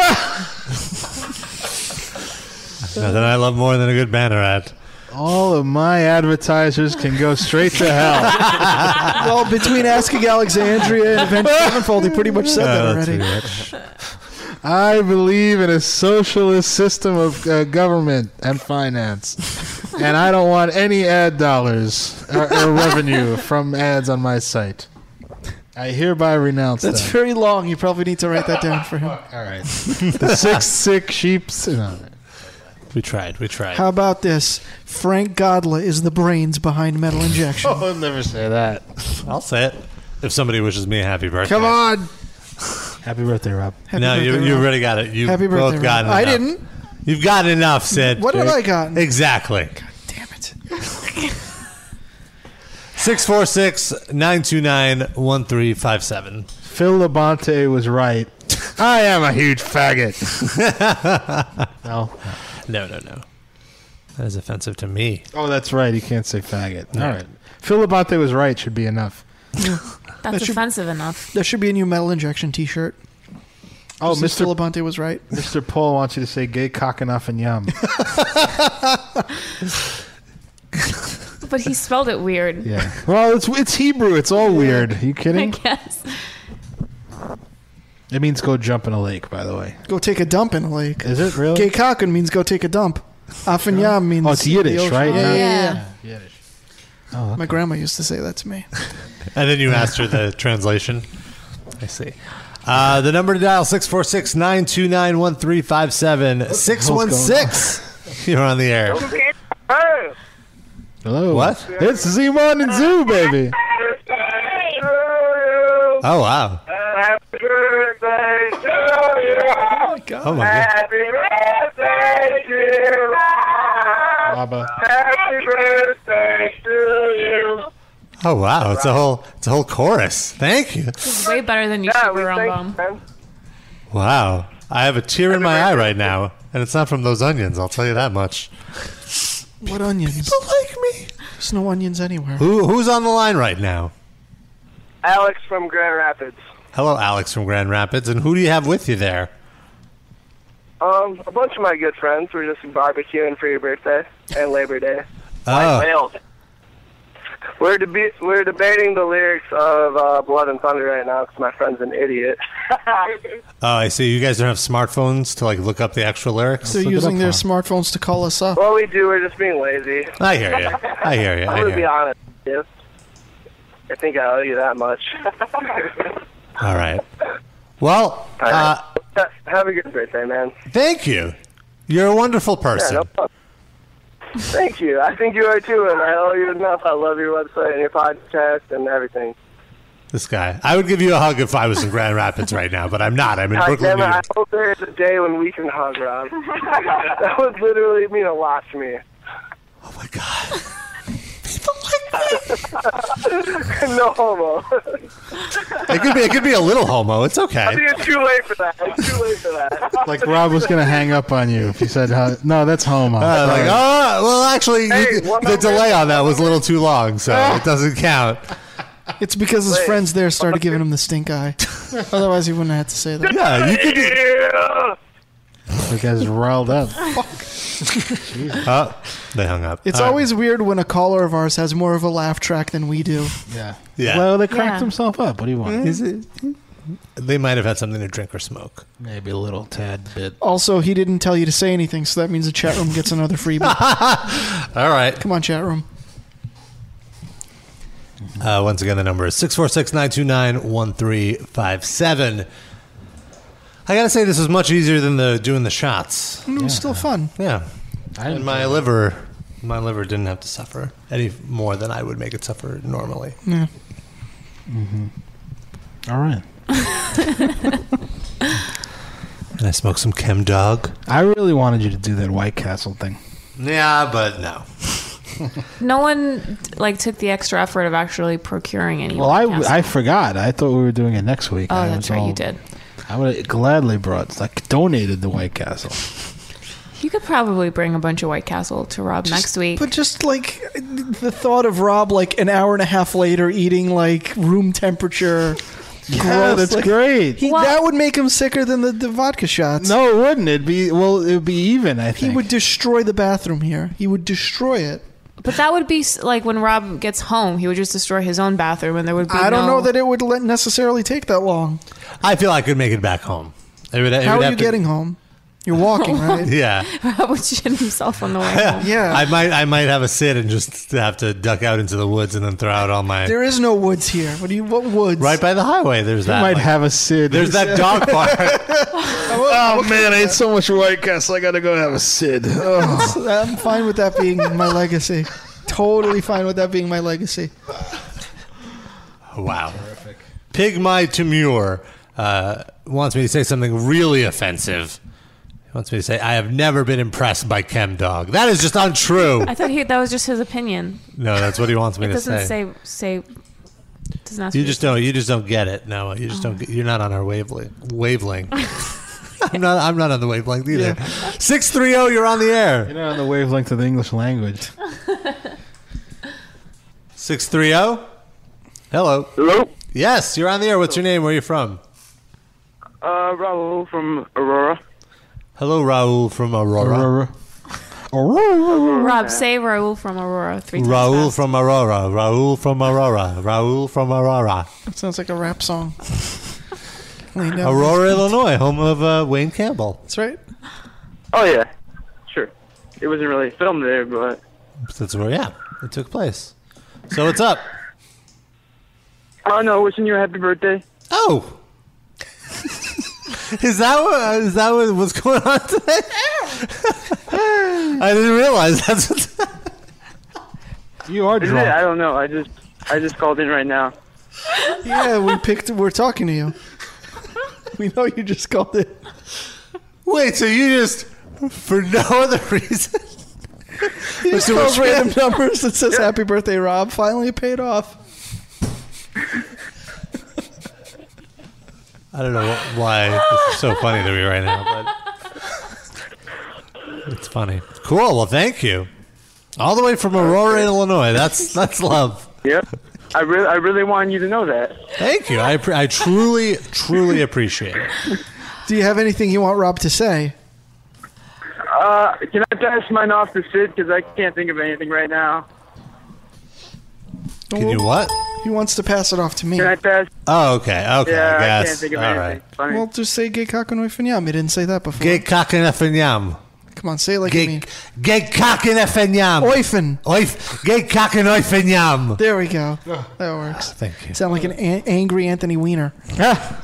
B: Nothing I love more than a good banner ad.
E: *laughs* All of my advertisers can go straight to hell.
C: *laughs* well, between Asking Alexandria and Avenged Sevenfold, he pretty much said that
B: Oh, that's
C: already.
B: pretty much.
E: I believe in a socialist system of uh, government and finance, and I don't want any ad dollars or, or revenue from ads on my site. I hereby renounce
C: That's
E: them.
C: very long. You probably need to write that down
E: *laughs*
C: for him. All *laughs*
E: right. the six sick sheeps. No.
B: We tried. We tried.
C: How about this? Frank Godla is the brains behind metal
E: *laughs*
C: injection.
E: I'll never say that.
B: I'll say it. If somebody wishes me a happy birthday.
C: Come on.
E: Happy birthday, Rob.
C: Happy
B: no, you,
C: birthday,
B: you
C: Rob.
B: already got it. You
C: Happy
B: both
C: birthday,
B: got
C: Rob. I
B: enough.
C: didn't.
B: You've got enough, Sid.
C: What have I gotten?
B: Exactly. God damn it. *laughs* 646 929 1357.
E: Phil Labonte was right. I am a huge
B: *laughs*
E: faggot.
B: No. No, no, no. That is offensive to me.
E: oh, that's right. You can't say faggot.
B: No.
E: All right. Phil Labonte was right. Should be enough.
D: That's offensive enough.
C: That should be a new metal injection t shirt.
E: Oh, Mr.
C: Labonte was
E: *laughs*
C: right.
E: Mr. Paul wants you to say gay cock enough and
B: *laughs*
E: yum.
D: But he spelled it weird.
E: Yeah. Well, it's it's Hebrew. It's all weird.
D: *laughs*
E: you
D: I
E: kidding?
D: guess.
E: It means go jump in a lake, by the way.
C: Go take a dump in a lake.
E: Is it really?
C: Gay cocken means go take a dump. Afanyam means.
E: Oh, it's
C: the
E: Yiddish,
C: ocean.
E: right? Oh,
C: Yeah, yeah, yeah.
E: Yeah.
C: My grandma used to say that to
E: *laughs*
C: me.
B: And then you asked her the translation. I see. Uh, the number to dial 646 929 1357 616. *laughs* You're on the air.
E: Hello.
B: What?
E: It's Zimon and Zoo, baby.
B: Oh, wow. Oh, my God.
K: Happy birthday to you.
B: Oh, wow. It's a whole it's a whole chorus. Thank you.
D: This is way better than you should be Rambam.
B: Wow. I have a tear in my eye right now, and it's not from those onions, I'll tell you that much.
C: What onions? People like me. There's no onions anywhere.
B: Who Who's on the line right now?
N: Alex from Grand Rapids.
B: Hello, Alex from Grand Rapids. And who do you have with you there?
N: Um, a bunch of my good friends were just barbecuing for your birthday and Labor Day.
B: Oh.
N: We're deb- we're debating the lyrics of uh, Blood and Thunder right now because my friend's an idiot. *laughs*
B: Oh, I see. You guys don't have smartphones to like look up the actual lyrics.
C: They're using their smartphones to call us up.
N: well, we do. We're just being lazy.
B: I hear you. I hear you. I
N: I'm gonna
B: hear
N: be
B: you.
N: honest. With you. I think I owe you that much. *laughs*
B: All right. Well, uh,
N: Have a good birthday, man.
B: thank you. You're a wonderful person.
N: Yeah, no problem. Thank you. I think you are too, and I owe you enough. I love your website and your podcast and everything.
B: This guy. I would give you a hug if I was in Grand Rapids right now, but I'm not. I'm in
N: I,
B: Brooklyn, New
N: never- I
B: York.
N: hope there is a day when we can hug, Rob. *laughs* that would literally mean a lot to me.
B: Oh,
N: *laughs* no homo.
B: It could be. It could be a little homo. It's
N: I
B: okay.
N: think it's too late for that. It's too late for that.
E: *laughs* Like Rob was gonna hang up on you if you said hu- no. That's homo.
B: Uh, like, oh, well, actually, you-
N: Hey,
B: *laughs*
N: one
B: the
N: more
B: delay on that was a little too long, so it
E: *laughs*
B: doesn't count.
C: It's because his friends there started giving him the stink eye. *laughs* Otherwise, he wouldn't have to say that.
B: Yeah, you could.
E: You guys riled up.
B: *laughs* Oh, they hung up.
C: *laughs* It's
B: All right.
C: always weird when a caller of ours has more of a laugh track than we do.
E: Yeah.
B: Yeah.
E: Well, they cracked
C: Yeah.
E: himself up. What do you want?
B: Is it- They might have had something to drink or smoke.
E: Maybe a little tad bit.
C: Also, he didn't tell you to say anything, so that means the chat room gets another
E: *laughs*
C: freebie.
B: All right.
C: Come on, chat room.
B: Uh, once again, the number is 646 929 1357. I got to say, this was much easier than the doing the shots.
C: It was still fun.
B: Yeah. and my liver, my liver didn't have to suffer any more than I would make it suffer normally.
C: Yeah.
E: All right.
B: And I smoked some chem dog.
E: I really wanted you to do that White Castle thing.
B: *laughs* Yeah, but no.
D: No one like took the extra effort of actually procuring any.
E: Well, I,
D: webcasts.
E: I forgot. I thought we were doing it next week.
D: Oh,
E: I
D: that's
E: was
D: right, you
E: all-
D: did.
E: I would have gladly brought, like, donated the White Castle.
D: you could probably bring a bunch of White Castle to Rob next week.
C: But just like the thought of Rob, like an hour and a half later, eating like room temperature. gross,
E: that's
C: like-
E: great.
C: He,
E: Well-
C: that would make him sicker than the, the vodka shots.
E: No, it wouldn't. It'd be well. It'd be even. I
C: He
E: think.
C: would destroy the bathroom here. He would destroy it.
D: But that would be s- like when Rob gets home, he would just destroy his own *laughs* bathroom, and there would be.
C: I don't
D: no-
C: know that it would let- necessarily take that long.
B: I feel I could make it back home. It would, it
C: How
B: would
C: are
B: have
C: you
B: to- *laughs*
C: getting home? You're walking, right?
B: Yeah.
D: *laughs* Rob would shit himself on the way home.
C: *laughs* Yeah.
B: I might I might have a sit and just have to duck out into the woods and then throw out all my
C: There is no woods here. What do you? What woods?
B: right by the highway. There's that.
C: *laughs*
E: might
B: like-
E: have a Sid.
L: *laughs*
B: There's that dog park.
L: oh man, I ate so much White Castle. I gotta go have a Sid. Oh.
C: That's- *laughs* I'm fine with that being my legacy. Totally fine with that being my legacy.
B: Oh, wow. Pig my Demure uh, wants me to say something really offensive. He wants me to say I have never been impressed by Chem Dog. That is
D: *laughs*
B: just untrue.
D: I thought he, that was just his opinion.
B: No, that's what he wants me
D: It
B: to
D: doesn't
B: say.
D: say say. Does not.
B: You just don't. You just don't get it. No, you
D: Oh.
B: just don't. Get, you're not on our
D: *laughs*
B: wavelength. Wavelength. I'm not. I'm not on the wavelength either. Six three zero. You're on the air.
E: You're not on the wavelength of the English language.
B: Six three zero. Hello.
J: Hello.
B: Yes, you're on the air. What's your name? Where are you from?
J: Uh, Raul from Aurora.
B: Hello, Raul from Aurora. Aurora.
D: Rob, say Raul from Aurora three times.
B: Raul from Aurora. Raul from Aurora. Raul from Aurora.
C: That sounds like a rap song. Lean down.
B: Aurora, Illinois, home of uh, Wayne Campbell.
C: That's right.
J: Oh yeah, sure. It wasn't really filmed there, but
B: That's where, yeah, it took place. So what's up?
J: oh no, wishing you a happy birthday.
B: Oh. *laughs* Is that what, uh, is that what, what's going on
D: *laughs*
B: today? I didn't realize that's what.
E: you are
J: Isn't it? I don't know. I just I just called in right now.
C: Yeah, we picked. We're talking to you. We know you just called it.
B: Wait, so you just for no other reason?
C: *laughs* you just
B: Let's do a
C: called
B: trip.
C: random numbers that says "Happy Birthday, Rob." Finally, it paid off.
B: I don't know wh- why this is so funny to me right now, but it's funny. Cool. Well, thank you. All the way from Aurora, Illinois. That's that's love.
J: Yep. I really I really wanted you to know that.
B: Thank you. I appre- I truly truly appreciate it.
C: Do you have anything you want Rob to say?
J: Uh, can I pass mine off to Sid because I can't think of anything right now.
B: Can you what?
C: He wants to pass it off to me. Can
J: I pass?
B: Oh, okay. Okay.
J: Yeah, I
B: I
J: can't
B: guess.
J: think of
B: All
J: anything.
B: right.
C: Well, just say "Gay cock and He didn't say that before.
B: Gay cock and a finyam.
C: Come on, say it like you mean.
B: Gay cock and a finyam.
C: Oifen.
B: Oif. Gay cock and oifenyam.
C: There we go. That works.
B: Thank you. Ah.
C: Sound like an an- angry Anthony Weiner.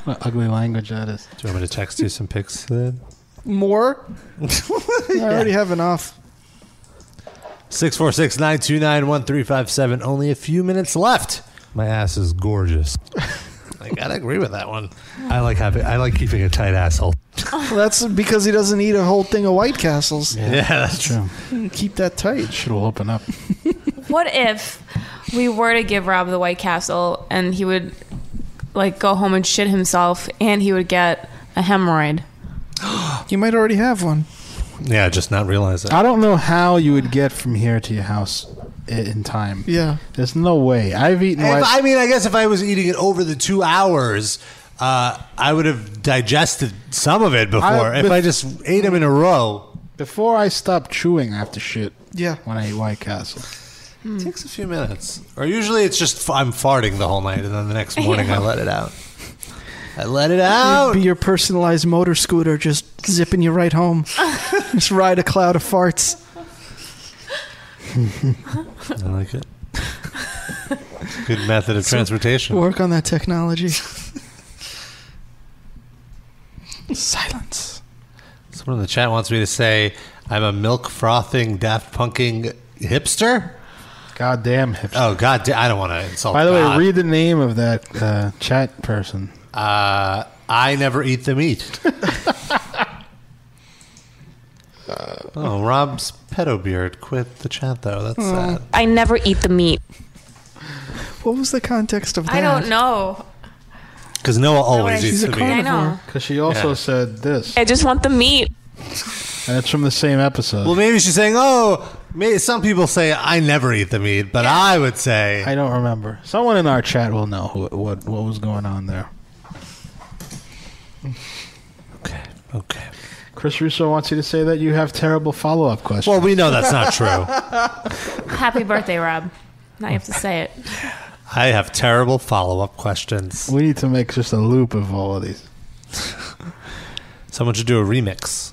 E: What ugly language that is.
B: Do you want me to text you some pics? Then?
C: More?
B: *laughs*
C: I already have enough.
B: Six four six nine two nine one three five seven. Only a few minutes left. My ass is gorgeous. I gotta agree with that one. I like having. I like keeping a tight asshole.
C: Well, that's because he doesn't eat a whole thing of White Castles.
B: Yeah, that's true.
C: Keep that tight.
E: Should will open up.
D: What if we were to give Rob the White Castle and he would like go home and shit himself and he would get a hemorrhoid?
C: *gasps* You might already have one.
B: Yeah, just not realize it.
E: I don't know how you would get from here to your house i- in time.
C: Yeah.
E: There's no way. I've eaten.
B: If-
E: white-
B: I mean, I guess if I was eating it over the two hours, uh, I would have digested some of it before.
E: I-
B: if
E: but-
B: I just ate them in a row,
E: Before I stop chewing, I have to shit.
C: Yeah.
E: When I eat White Castle.
B: it takes a few minutes. Or usually it's just f- I'm farting the whole night, and then the next morning I let it out. I let it out.
C: It'd be your personalized motor scooter just zipping you right home.
B: *laughs*
C: just ride a cloud of farts.
B: I like it. Good method of transportation.
C: Work on that technology. Silence.
B: Someone in the chat wants me to say I'm a milk frothing, daft punking hipster.
E: Goddamn hipster.
B: Oh god, da- I don't want to insult.
E: By the
B: Oh, God.
E: way, read the name of that uh, chat person.
B: Uh, I never eat the meat. oh, Rob's pedo beard quit the chat though. That's
C: Hmm.
B: sad.
D: I never eat the meat.
C: What was the context of that?
D: I don't know.
B: Because Noah always
D: I-
B: eats
D: He's a
B: the meat.
D: I know.
E: Because she also
B: Yeah.
E: said this,
D: I just want the meat.
E: and it's from the same episode.
B: Well, maybe she's saying, "Oh, may some people say I never eat the meat, but I would say
E: I don't remember. Someone in our chat will know who, what what was going on there. Okay.
B: Okay.
E: Chris Russo wants you to say that you have terrible follow up questions.
B: Well, we know that's
E: *laughs*
B: not true.
D: *laughs* Happy birthday, Rob. Now you have to say it.
B: I have terrible follow-up questions."
E: We need to make just a loop of all of these.
B: Someone should do a remix.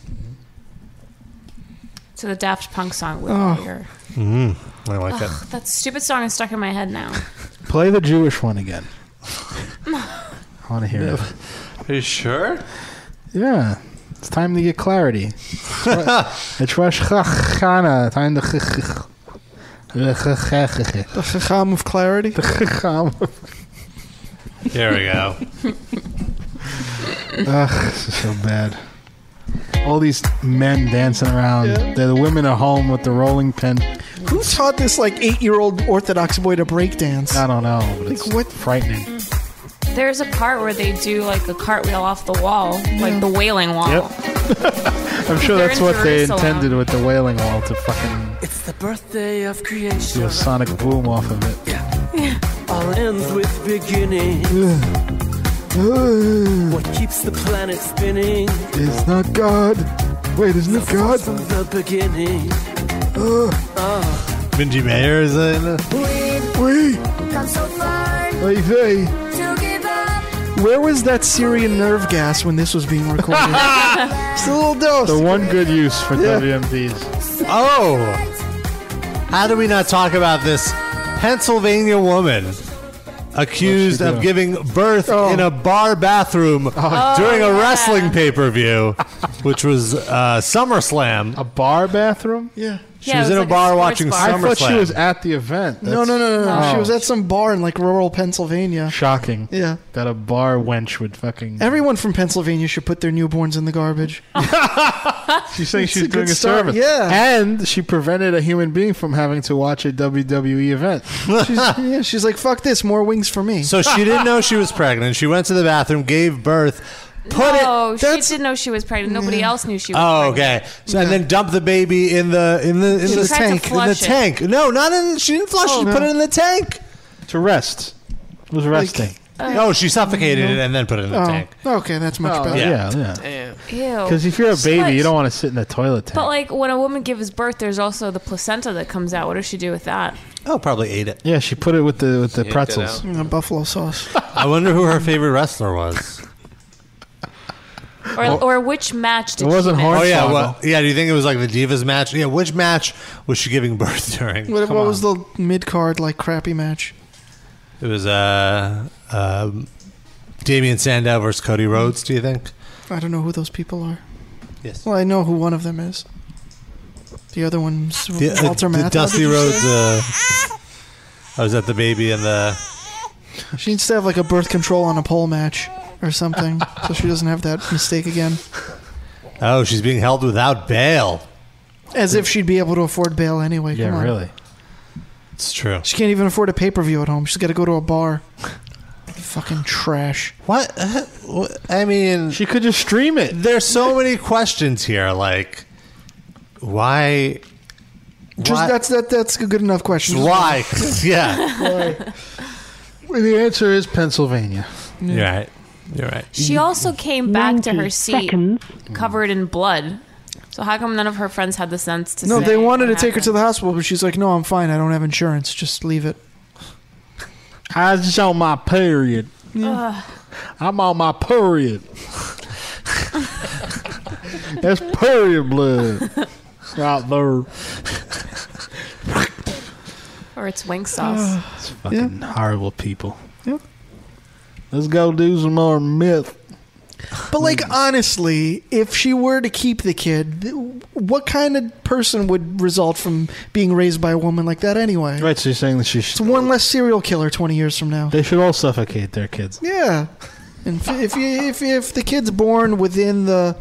D: So the Daft Punk song with
B: Oh.
D: your.
B: Mm, I like
D: Ugh,
B: it.
D: that stupid song is stuck in my head now.
E: Play the Jewish one again. I want to hear it.
F: Are you sure?
E: Yeah. It's time to get
C: *laughs*
E: clarity. It's Ro- it's Rosh Hashanah. Time to. The chacham
C: of clarity?
E: The chacham of
B: There we go.
E: Ugh, this is so bad. All these men dancing around. The the women are home with the rolling pin.
C: Who taught this like eight year old Orthodox boy to breakdance? I
E: don't know. But
C: like, what?
E: Frightening.
D: There's a part where they do like a cartwheel off the wall, like the wailing wall.
E: I'm sure
D: They're
E: that's
D: in
E: what they
D: Jerusalem.
E: intended with the wailing wall to fucking
K: It's the birthday of
E: do
K: creation.
E: a sonic boom off of it.
K: All ends with beginnings. what keeps the planet spinning?
E: It's
C: Oh,
E: not God. Wait, isn't it God?
K: From the beginning.
G: Uh.
K: Oh.
B: Benji Mayer is in.
G: We come so far to give up.
C: Where was that Syrian nerve gas when this was
D: *laughs*
C: being recorded? Just a little dose.
E: The one good use for WMDs.
B: Oh! How do we not talk about this Pennsylvania woman accused
E: What'd she
B: of
E: do? Oh.
B: giving birth in a bar bathroom during a wrestling pay per view, which was uh, SummerSlam? A
E: bar bathroom?
C: Yeah.
B: She was in a bar watching SummerSlam.
E: I thought she was at the event. Oh.
C: No, no, no, no, no. She was
E: at-
C: at some bar in like rural Pennsylvania.
E: Shocking.
C: Yeah.
E: That a bar wench
C: *laughs*
E: would fucking.
C: Everyone from Pennsylvania should put their newborns in the garbage.
E: She's saying
C: It's
E: she's
C: a good
E: doing a
C: start,
E: service.
C: yeah.
E: And she prevented a human being from having to watch a WWE
B: *laughs*
E: event.
C: she's, yeah, she's like, fuck this, more wings for me.
B: So
C: *laughs*
B: she didn't know she was pregnant. She went to the bathroom, gave birth. Put
D: no, she didn't know she was pregnant. Nobody else knew she was.
B: Oh, okay. So, and then dump the baby in the in the in
D: She
B: the
D: tried to
B: tank. In the
D: flush it.
B: tank. No, not in. She didn't flush.
D: Oh,
B: she
D: no.
B: put it in the tank.
E: To rest. It was resting.
D: uh,
B: no, she suffocated it *laughs* and then put it in the
E: Oh.
B: tank.
C: Okay, that's much
E: Oh,
C: better.
E: yeah, yeah.
D: Ew.
E: Because if you're a baby,
D: Slut.
E: you don't want to sit in a toilet tank.
D: But like when a woman gives birth, there's also the placenta that comes out. What does she do with that?
B: Oh, probably ate it.
E: Yeah, she put it with the with the pretzels.
C: Mm, buffalo
E: *laughs*
C: sauce.
B: I wonder who her favorite wrestler was.
D: Or,
B: Well-
D: or which match did she miss?
B: Oh yeah, well, yeah. Do you think it was like the Divas match? Yeah, which match was she giving *laughs* birth during?
C: What,
B: Come
C: what
B: on.
C: was the mid card, like, crappy match?
B: It was uh, um, Damian Sandow versus Cody Rhodes. Do you think?
C: I don't know who those people are.
B: Yes.
C: Well, I know who one of them is. The other one's
B: The, uh,
C: Walter
B: the
C: Matthau.
B: Dusty
C: did you
B: Rhodes.
C: say?
B: Uh, I was at the baby and the.
C: She needs to have like a birth control on a pole match or something, so she doesn't have that mistake again.
B: Oh, she's being held without bail.
C: As if she'd be able to afford bail anyway. Come on.
B: It's true.
C: She can't even afford a pay per view at home. She's got to go to a bar. Fucking trash.
B: What? Uh, I mean,
E: she could just stream it.
B: There's so many questions here. Like, why?
C: Just
B: why-
C: that's that that's a good enough question. Just
E: *laughs*
B: Why?
C: one.
B: yeah.
E: Well, the answer is Pennsylvania.
B: You're right. You're right.
D: She also came back to her seat covered in blood. So how come none of her friends had the sense to
C: No,
D: say
C: they wanted to
D: what
C: take her to the hospital, but she's like, "No, I'm fine. I don't have insurance. Just leave it."
E: I just on my period.
D: happened?
E: I'm on my period. That's period blood. Right there.
D: Ugh. Or it's
E: *sighs*
D: wing sauce.
E: It's fucking horrible people. Let's go do some more myth.
C: But like honestly, if she were to keep the kid, th- what kind of person would result from being raised by a woman like that anyway?
E: Right, so you're saying that she sh-
C: It's one less serial killer 20 years from now.
E: they should all suffocate their kids.
C: Yeah. And if if, you, if if the kid's born within the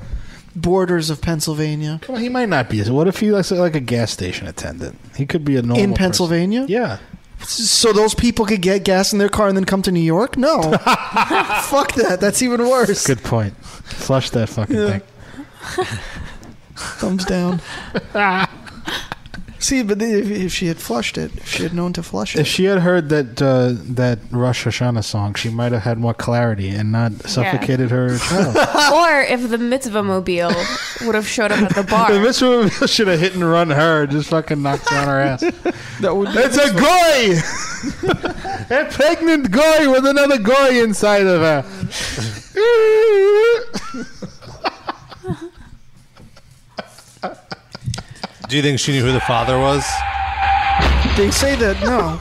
C: borders of Pennsylvania.
E: Come on, he might not be. What if he looks like a gas station attendant? He could be a normal
C: in
E: person.
C: Pennsylvania?
E: Yeah.
C: So those people could get gas in their car and then come to New York? No.
E: *laughs*
C: Fuck that. That's even worse.
E: Good point. Flush that fucking
C: Yeah.
E: thing.
C: Thumbs
E: *laughs*
C: down. See, but if, if she had flushed it, if she had known to flush it.
E: If she had heard that uh, that Rosh Hashanah song, she might have had more clarity and not suffocated her child.
D: or if the mitzvah mobile would have showed up at
E: *laughs*
D: the bar.
E: The mitzvah should have hit and run her, just fucking knocked her on her ass.
C: that would
E: it's a goy, *laughs* a pregnant goy with another goy inside of her.
B: Do you think she knew who the father was?
C: They say that no.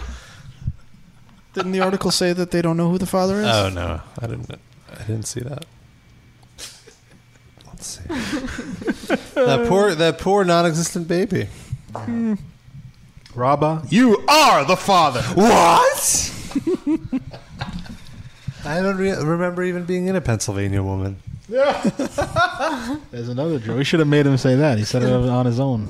C: Didn't the article say that they don't know who the father is?
B: Oh no, I didn't. I didn't see that. Let's see.
G: Uh,
B: that poor, that poor non-existent baby.
C: Hmm.
B: Rabba.
L: You are the father.
B: What? I don't re- remember even being in a Pennsylvania woman. *laughs*
E: There's another joke. We should have made him say that. He said it on his own.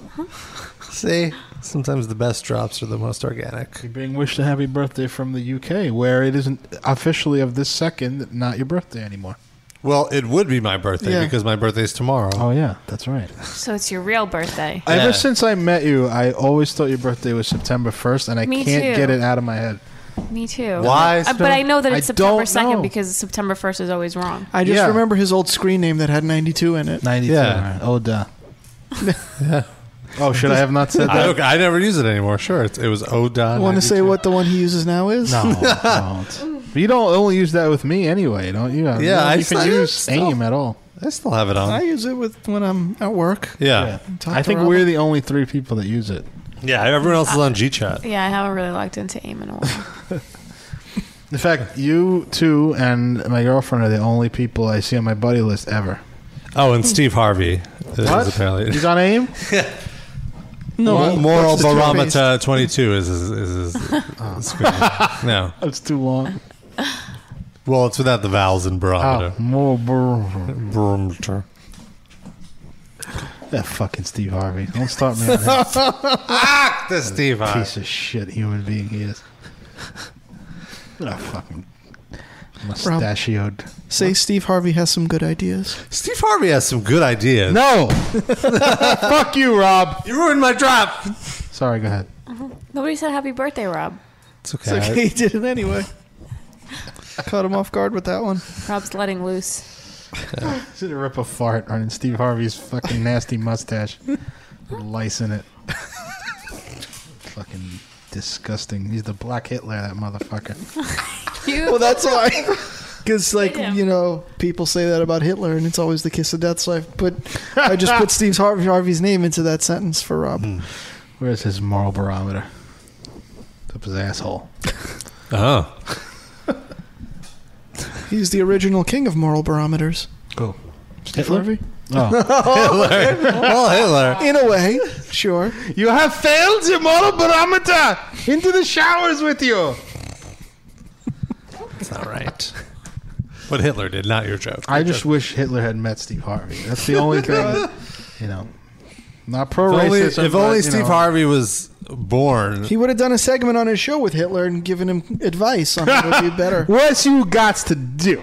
B: *laughs* See, sometimes the best drops are the most organic.
E: You're being wished a happy birthday from the UK, where it isn't officially of this second not your birthday anymore.
B: Well, it would be my birthday
E: Yeah.
B: because my birthday's tomorrow. Oh
E: yeah, that's right.
D: So it's your real birthday.
E: Ever since I met you, I always thought your birthday was September 1st, and I
D: Me
E: can't
D: too.
E: get it out of my head.
D: Me too.
E: Why,
D: Uh,
E: Steph?
D: but I know that
E: I
D: it's September
E: don't
D: second
E: know.
D: because September first is always wrong.
C: I just remember his old screen name that had 92 in it.
E: 92.
B: Yeah.
E: Oh, duh. yeah. Oh, should I have not said
B: I,
E: that?
B: don't- I never use it anymore. Sure, it's, it was Odon.
C: Want to say what the one he uses now is?
E: *laughs* No,
D: *laughs*
E: don't. But you don't only use that with me anyway, don't you?
C: Yeah,
E: I
C: I
E: don't even
C: still-
E: use
C: still-
E: AIM at all.
B: I still have it on.
C: I use it with when I'm at work.
B: Yeah.
C: Talk
E: I
C: to
E: think
C: Robin.
E: we're the only three people that use it.
B: Yeah, everyone else is on GChat.
D: Yeah, I haven't really logged into AIM in a
C: *laughs*
D: while.
E: In fact, you two and my girlfriend are the only people I see on my buddy list ever.
B: Oh, and Steve Harvey. is
E: What?
B: apparently-
E: He's on
B: *laughs*
E: AIM?
B: Mor-
E: Well,
B: moral
E: what's his two-faced?
B: barometer twenty two is is, is, is screen. no.
E: *laughs* That's too long.
B: Well, it's without the vowels and barometer.
E: Moral
B: barometer.
E: That fucking Steve Harvey. Don't start me on
C: *laughs*
B: *laughs*
E: him.
B: the Steve Harvey.
E: Piece of shit human being he is. what a fucking mustachioed.
C: Say Steve Harvey has some good ideas.
E: *laughs*
B: Steve Harvey has some good ideas.
E: No. Fuck
G: *laughs*
E: you, Rob.
B: You ruined my drop.
E: Sorry, go ahead.
D: Nobody said happy birthday, Rob.
B: It's
C: It's okay, he did it anyway. Caught him off guard with that one.
D: Rob's letting loose.
E: *laughs* Should have rip a fart on Steve Harvey's fucking nasty mustache. Lice in it. fucking disgusting. He's the black Hitler, that motherfucker.
C: *laughs* well, that's why. *laughs* Because, like, you know, people say that about Hitler, and it's always the kiss of death. So I put, I just
E: *laughs*
C: put Steve Harvey, Harvey's name into that sentence for Rob.
E: Hmm. Where's his moral barometer? It's Up his asshole.
B: *laughs* Oh.
C: He's the original king of moral barometers.
E: Cool.
C: Steve
E: Hitler?
C: Harvey?
E: Oh.
L: Hitler.
C: *laughs*
E: *laughs*
L: Well, Hitler.
C: In a way, sure.
L: You have failed your moral barometer. Into the showers with you.
B: It's not right. What Hitler did, not your joke.
E: I just wish Hitler had met Steve Harvey. That's the only *laughs* thing, you know. Not pro
B: If only,
E: racist.
B: if only Steve Harvey was born.
C: He would have done a segment on his show with Hitler and given him advice on what would be better.
E: *laughs* What you got to do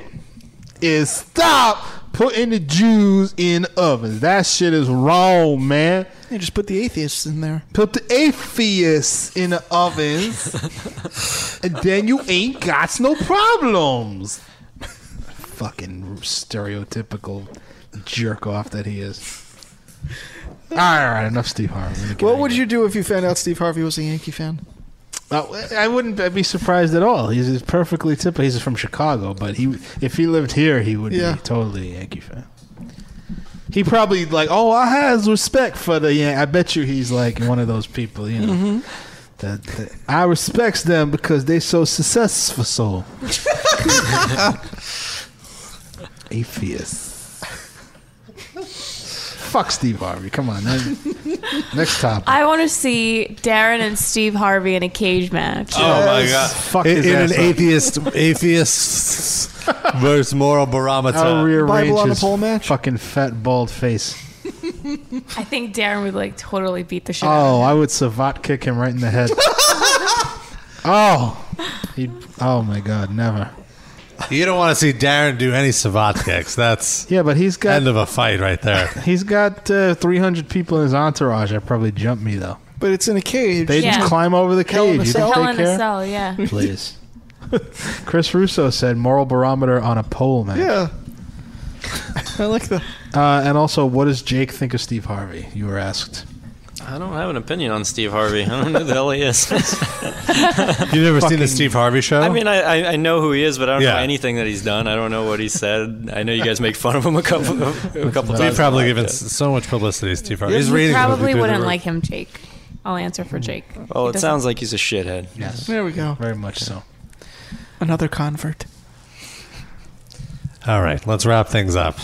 E: is stop putting the Jews in ovens. That shit is wrong, man.
C: You just put the atheists in there.
E: Put the atheists in the
C: *laughs*
E: ovens, and then you ain't got no problems. Fucking stereotypical jerk off that he is. All right, all right enough Steve Harvey.
C: What would you do if you found out Steve Harvey was a Yankee fan?
E: Uh, I wouldn't be surprised at all. He's, he's perfectly typical. He's from Chicago, but he if he lived here, he would
C: Yeah.
E: be totally a Yankee fan. He probably like, oh, I has respect for the Yan I bet you he's like one of those people, you know.
C: Mhm.
E: That, that- I respects them because they so successful. So atheist. Fuck Steve Harvey. Come on, man. next topic.
D: I want to see Darren and Steve Harvey in a cage match.
B: Oh my
E: Yes.
B: god!
E: Fuck
B: in
E: his
B: in
E: ass
B: an
E: up.
B: atheist, atheist versus moral barometer.
E: I'll rearrange his
C: pole match?
E: fucking fat bald face.
D: *laughs* I think Darren would like totally beat the shit. out
E: Oh, I would savat kick him right in
D: *laughs*
E: the head. oh, he. Oh my God, never.
B: You don't want to see Darren do any savat kicks. That's
E: yeah, but he's got
B: end of a fight right there.
E: *laughs* He's got uh, 300 people in his entourage. That probably jump me though.
C: But it's in a cage.
E: They
D: Yeah.
E: just climb over the
D: Hell in
E: cage.
D: a
E: You
D: cell.
E: think
D: Hell
E: they
D: in a
E: care?
D: cell, yeah.
E: Please. Chris Russo said moral barometer on a pole man.
C: *laughs* Yeah. I like that.
E: Uh, and also, what does Jake think of Steve Harvey? You were asked.
F: I don't have an opinion on Steve Harvey. *laughs* I don't know who the hell he is.
B: You've never seen the Steve Harvey show?
F: I mean, I, I, I know who he is, but I don't
B: Yeah.
F: know anything that he's done. I don't know what he said. I know you guys make fun of him a couple of, a couple
B: We've
F: times.
B: probably given s- so much publicity to Steve Harvey. His
D: you
B: ratings would be
D: probably
B: through the
D: wouldn't
B: roof. Mm.
D: like him, Jake. I'll answer for Jake.
F: Well,
D: He
F: Oh, it
D: doesn't-
F: sounds like he's a shithead.
E: Yes.
C: There we go.
E: Very much so.
C: Another convert.
B: All right, let's wrap things up.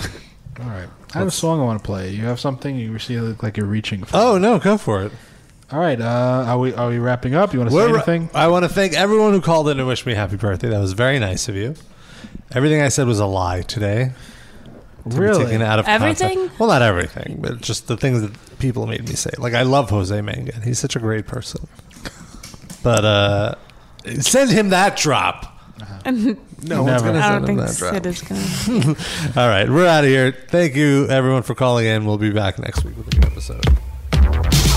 E: All right. I have a song I want to play. You have something? You see, look like you're reaching for.
B: Oh no, go for it.
E: All right. Uh, are we are we wrapping up? You want to say
B: We're-
E: anything?
B: I want to thank everyone who called in and wished me happy birthday. That was very nice of you. Everything I said was a lie today. To be
E: Really?
B: taken out of
D: Everything?
B: Context. Well, not everything, but just the things that people made me say. Like I love Jose Mangan. He's such a great person. But uh send him that drop.
D: *laughs* no
B: one's Never. gonna
D: I don't
B: send him
D: think
B: that drop.
D: Sid is
G: *laughs*
D: gonna.
B: All right, we're out of here. Thank you everyone for calling in. We'll be back next week with a new episode.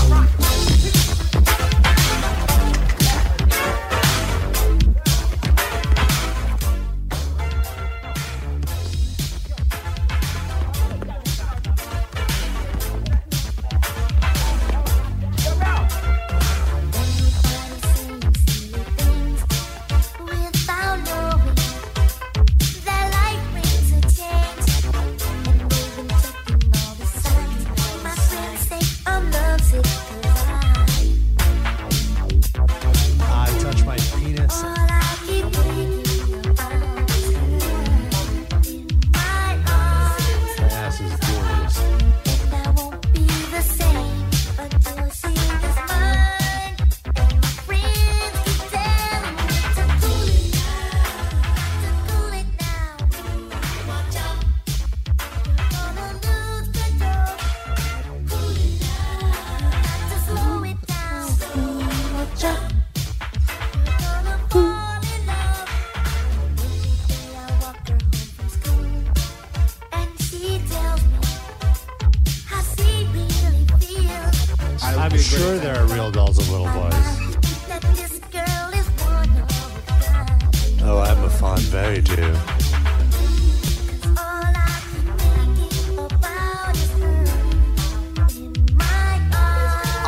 G: Without knowing that light brings a change, and we've been checking all the signs. My friends say I'm not sick 'cause I-
B: I touch my penis.
G: all I keep thinking about is her. My arms, and I won't be the same until she is mine. And my friends keep telling me to cool it down, to cool it down. Watch out, you're gonna lose control. Cool it down, to slow it down. Watch out.
B: I'm sure there are real dolls of little boys. Oh, I'm a fond very Jew.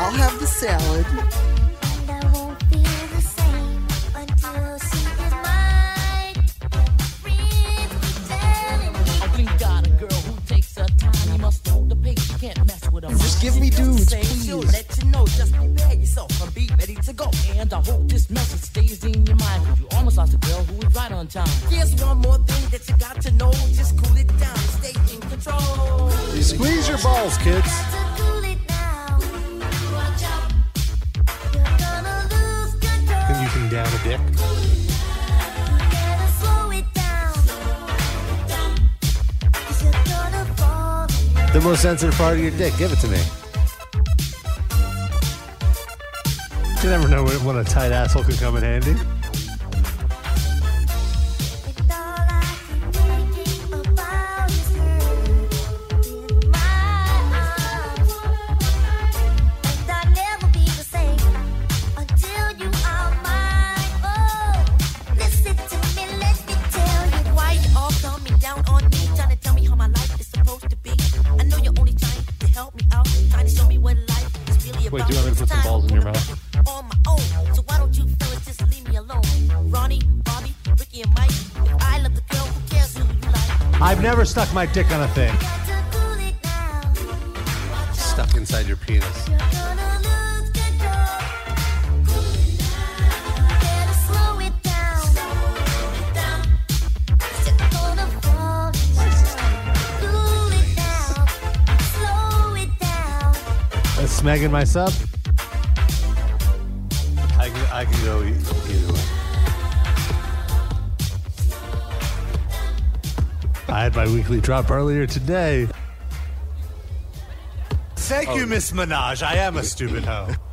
G: I'll have the salad.
U: Just give me dudes, please. She'll let you know, just prepare yourself and be ready to go. And I hope this message stays in your mind. 'cause you almost lost a girl who was right on time. Here's one more thing that you got to know. Just cool it down, stay in control.
B: Squeeze your balls, kids. Then you can down a dick. The most sensitive part of your dick. Give it to me. You never know when- when a tight asshole could come in handy.
L: Wait, do you want me to put some balls in your mouth?
U: on my own. So why don't you fellas just leave me alone? Ronnie, Bobby, Ricky, and Mike. If I love the girl, who cares who you like?
B: I've never stuck my dick on a thing. Stuck inside your penis. That's smacking my sub. I can, I can go e- either way. I had my weekly drop earlier today. Thank you, Miss Minaj. I am a stupid hoe.